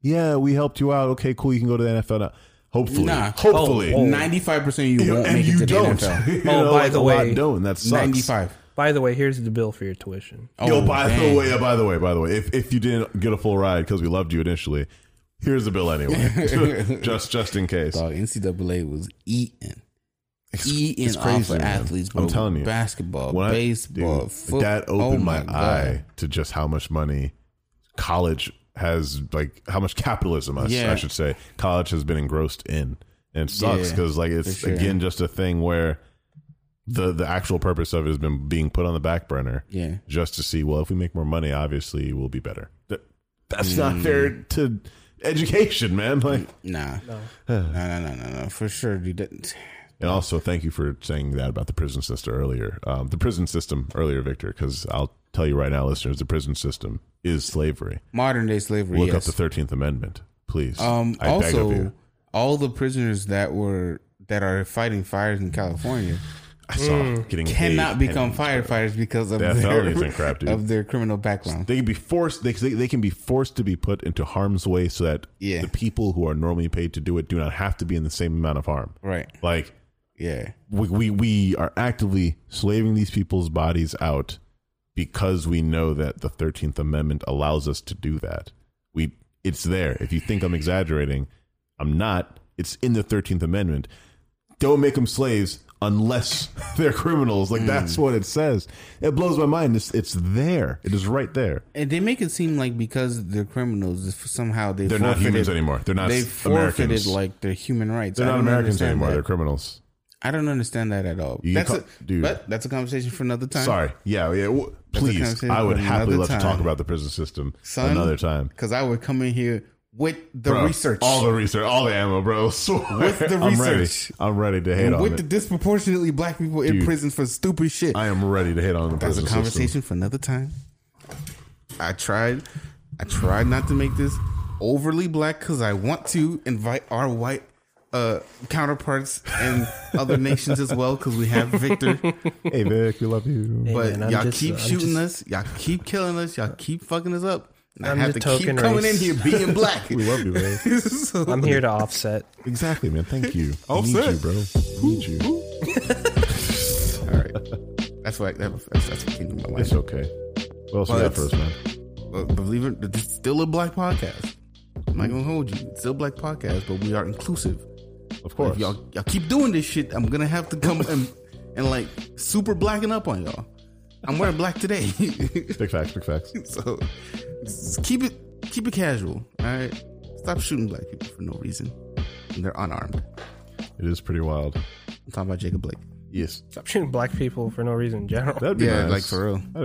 Speaker 2: yeah, we helped you out. Okay, cool. You can go to the NFL now. Hopefully,
Speaker 1: Nah.
Speaker 2: hopefully,
Speaker 1: Ninety-five percent of you won't
Speaker 2: Oh. and
Speaker 1: make it
Speaker 2: you
Speaker 1: to
Speaker 2: don't.
Speaker 1: the NFL.
Speaker 2: You
Speaker 3: Oh, by
Speaker 2: like
Speaker 3: the
Speaker 2: a lot
Speaker 3: way,
Speaker 2: don't. That sucks.
Speaker 1: Ninety-five.
Speaker 3: By the way, here's the bill for your tuition.
Speaker 1: Oh,
Speaker 2: Yo, by
Speaker 1: dang.
Speaker 2: the way, by the way, by the way, if if you didn't get a full ride because we loved you initially, here's the bill anyway, just just in case.
Speaker 1: Dog, NCAA was eating.
Speaker 2: It's-
Speaker 1: Eating
Speaker 2: it's
Speaker 1: off of
Speaker 2: man.
Speaker 1: athletes, bro.
Speaker 2: I'm telling you,
Speaker 1: Basketball,
Speaker 2: When I-
Speaker 1: baseball, oh
Speaker 2: dude,
Speaker 1: football.
Speaker 2: That opened my, eye to just how much money college has, like how much capitalism, I, s-
Speaker 1: Yeah.
Speaker 2: I should say, college has been engrossed in, and it sucks
Speaker 1: Yeah,
Speaker 2: because like it's
Speaker 1: for sure.
Speaker 2: again just a thing where the the actual purpose of it has been being put on the back burner,
Speaker 1: Yeah.
Speaker 2: just to see. Well, if we make more money, obviously we'll be better. That- That's
Speaker 1: Mm.
Speaker 2: not fair to education, man. Like,
Speaker 1: Nah. No. no, no, no, no, no. For sure, dude. That-
Speaker 2: And also, thank you for saying that about the prison system earlier. Um, the prison system earlier, Victor, because I'll tell you right now, listeners, the prison system is slavery.
Speaker 1: Modern day slavery.
Speaker 2: Look
Speaker 1: yes.
Speaker 2: up the Thirteenth Amendment, please.
Speaker 1: Um,
Speaker 2: I beg of
Speaker 1: also,
Speaker 2: you.
Speaker 1: all the prisoners that were that are fighting fires in California
Speaker 2: I saw getting
Speaker 1: cannot
Speaker 2: paid
Speaker 1: become
Speaker 2: pennies.
Speaker 1: firefighters because of
Speaker 2: That felonies
Speaker 1: their
Speaker 2: and crap, dude.
Speaker 1: of their criminal background.
Speaker 2: They can be forced. They, they, they can be forced to be put into harm's way, so that
Speaker 1: Yeah.
Speaker 2: the people who are normally paid to do it do not have to be in the same amount of harm.
Speaker 1: Right.
Speaker 2: Like
Speaker 1: Yeah.
Speaker 2: we, we we are actively slaving these people's bodies out because we know that the 13th amendment allows us to do that we it's there if you think i'm exaggerating i'm not it's in the 13th amendment don't make them slaves unless they're criminals like that's
Speaker 1: Mm.
Speaker 2: what it says it blows my mind it's, it's there it is right there
Speaker 1: And they make it seem like because they're criminals, if somehow they
Speaker 2: they're not humans
Speaker 1: forfeited-
Speaker 2: anymore they're not
Speaker 1: They
Speaker 2: s-
Speaker 1: forfeited
Speaker 2: americans
Speaker 1: like their human rights.
Speaker 2: they're
Speaker 1: I
Speaker 2: not
Speaker 1: don't
Speaker 2: americans
Speaker 1: understand
Speaker 2: anymore
Speaker 1: that.
Speaker 2: they're criminals
Speaker 1: I don't understand that at all.
Speaker 2: You
Speaker 1: that's
Speaker 2: ca-
Speaker 1: a,
Speaker 2: dude.
Speaker 1: But that's a conversation for another time.
Speaker 2: Sorry. Yeah. Yeah. w-
Speaker 1: That's a
Speaker 2: Please,
Speaker 1: conversation
Speaker 2: I would
Speaker 1: for
Speaker 2: happily
Speaker 1: another
Speaker 2: love to talk
Speaker 1: time.
Speaker 2: about the prison system
Speaker 1: Son,
Speaker 2: another time.
Speaker 1: because I would come in here with the
Speaker 2: Bro,
Speaker 1: research,
Speaker 2: all the research, all the ammo, bro. Swear.
Speaker 1: With the
Speaker 2: I'm ready.
Speaker 1: research.
Speaker 2: I'm ready to hate on
Speaker 1: with
Speaker 2: it.
Speaker 1: the disproportionately black people in
Speaker 2: Dude.
Speaker 1: prison for stupid shit.
Speaker 2: I am ready to hate on the
Speaker 1: That's a
Speaker 2: prison
Speaker 1: conversation
Speaker 2: system.
Speaker 1: for another time. I tried, I tried not to make this overly black because I want to invite our white uh, counterparts and other nations as well because we have Victor.
Speaker 2: Hey Vic, we love you.
Speaker 1: But
Speaker 3: man, I'm
Speaker 1: y'all
Speaker 3: just-
Speaker 1: keep
Speaker 3: I'm
Speaker 1: shooting
Speaker 3: just-
Speaker 1: us, y'all keep killing us, y'all keep fucking us up. And I
Speaker 3: I'm
Speaker 1: have
Speaker 3: the
Speaker 1: to keep
Speaker 3: token
Speaker 1: coming
Speaker 3: race.
Speaker 1: in here being black.
Speaker 2: we love you, man.
Speaker 1: So-
Speaker 3: I'm here to offset.
Speaker 2: exactly, man. Thank you. I need
Speaker 1: Offset.
Speaker 2: you, bro. I need you.
Speaker 1: All right, that's what that, that's, that's what came to my mind.
Speaker 2: It's okay. What else
Speaker 1: Well,
Speaker 2: we got
Speaker 1: that's-
Speaker 2: for us, man?
Speaker 1: But believe it, it's still a black podcast. I'm not gonna hold you. It's still a black podcast, but we are inclusive.
Speaker 2: Of
Speaker 1: But
Speaker 2: course.
Speaker 1: If y'all y'all keep doing this shit, I'm gonna have to come and and like super blacken up on y'all. I'm wearing black today,
Speaker 2: Big facts, big facts.
Speaker 1: so just keep it keep it casual. All right, stop shooting black people for no reason. And they're unarmed.
Speaker 2: It is pretty wild.
Speaker 1: I'm talking about Jacob Blake.
Speaker 2: Yes,
Speaker 3: Stop shooting black people for no reason in general.
Speaker 2: that'd be
Speaker 1: Yeah,
Speaker 2: nice.
Speaker 1: like for real.
Speaker 2: I'd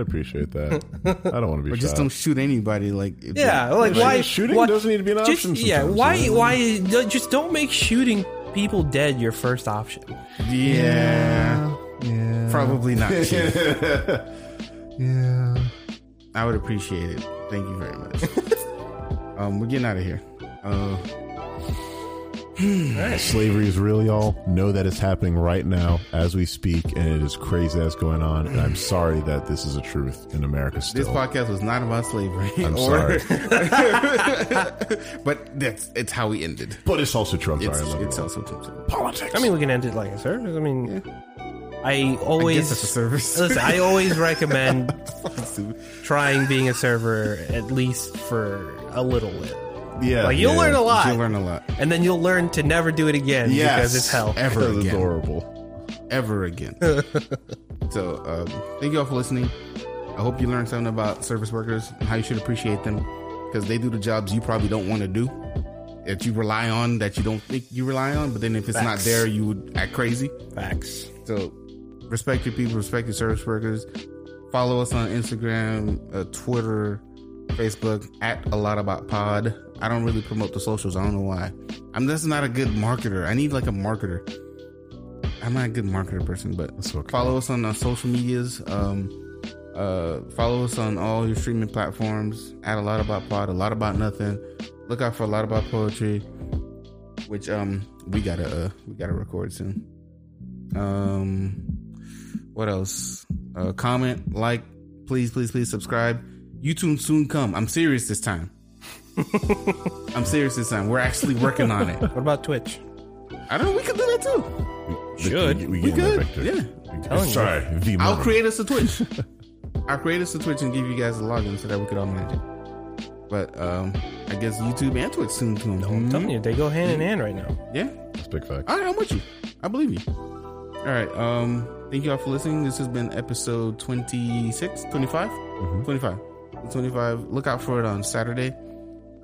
Speaker 2: appreciate that. I don't want to be.
Speaker 1: Or just
Speaker 2: shot.
Speaker 1: don't shoot anybody. Like if
Speaker 3: Yeah,
Speaker 1: they-
Speaker 3: like
Speaker 2: Shooting-
Speaker 3: why
Speaker 2: shooting
Speaker 3: why-
Speaker 2: doesn't need to be an
Speaker 3: just-
Speaker 2: option
Speaker 3: Yeah,
Speaker 2: sometimes,
Speaker 3: why
Speaker 2: you know?
Speaker 3: why d- just don't make shooting people dead your first option.
Speaker 1: yeah, probably not. Chief.
Speaker 2: yeah.
Speaker 1: I would appreciate it. Thank you very much. um, we're getting out of here. Uh,
Speaker 2: Slavery is real, y'all. Know that it's happening right now as we speak, and it is crazy that's going on. And I'm sorry that this is a truth in America still.
Speaker 1: this podcast was not about slavery.
Speaker 2: I'm sorry,
Speaker 1: but that's it's how we ended.
Speaker 2: but it's also Trump.
Speaker 1: It's
Speaker 2: sorry, I love
Speaker 1: it's
Speaker 2: you all.
Speaker 1: also Tim
Speaker 2: politics.
Speaker 3: I mean, we can end it like a service. I mean, I always
Speaker 1: that's a service.
Speaker 3: listen. I always recommend
Speaker 1: Sutton.
Speaker 3: trying being a server at least for a little bit.
Speaker 2: yeah,
Speaker 3: Like you'll
Speaker 2: yeah.
Speaker 3: learn a lot,
Speaker 1: You'll learn a lot.
Speaker 3: and then you'll learn to never do it again
Speaker 2: Yes,
Speaker 3: because it's hell.
Speaker 1: Ever
Speaker 2: That was
Speaker 1: again.
Speaker 2: adorable.
Speaker 1: ever again. so, um, thank you all for listening. I hope you learned something about service workers and how you should appreciate them because they do the jobs you probably don't want to do that you rely on that you don't think you rely on. But then if it's not
Speaker 3: Facts.
Speaker 1: there, you would act crazy.
Speaker 3: Facts.
Speaker 1: So, respect your people, respect your service workers. Follow us on Instagram, uh, Twitter, Facebook at a lot about pod. I don't really promote the socials. I don't know why. I'm just not a good marketer. I need like a marketer. I'm not a good marketer person, but
Speaker 2: That's okay.
Speaker 1: follow us on our social medias. Um, uh, follow us on all your streaming platforms at a lot about pod, a lot about nothing. Look out for a lot about poetry, which um we gotta uh, we gotta record soon. Um, what else? Uh, comment, like, please, please, please subscribe. YouTube soon come. I'm serious this time. I'm serious this time. We're actually working on it.
Speaker 3: What about Twitch?
Speaker 1: I don't know. We could do that too.
Speaker 3: Should.
Speaker 2: we, we,
Speaker 1: We
Speaker 2: get that,
Speaker 1: could.
Speaker 2: Victor.
Speaker 1: Yeah.
Speaker 2: We-
Speaker 3: telling you.
Speaker 2: sorry, the
Speaker 1: I'll
Speaker 2: moment.
Speaker 1: create us a Twitch. I'll create us a Twitch and give you guys a login so that we could all manage it. But um, I guess YouTube and Twitch soon come. Mm-hmm.
Speaker 3: I'm telling you, they go hand in hand right now.
Speaker 1: Yeah.
Speaker 2: That's big fact.
Speaker 1: All right, I'm with you. I believe you. All right. Um, thank you all for listening. This has been episode 26, 25, 25, 25. Look out for it on Saturday.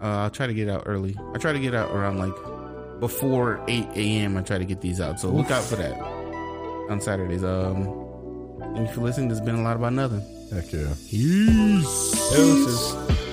Speaker 1: Uh, I'll try to get out early. I try to get out around like before 8 a.m. I try to get these out. So look out for that on Saturdays. Um, thank you for listening. There's been a lot about nothing.
Speaker 2: Heck yeah.
Speaker 1: Peace.
Speaker 3: Doses.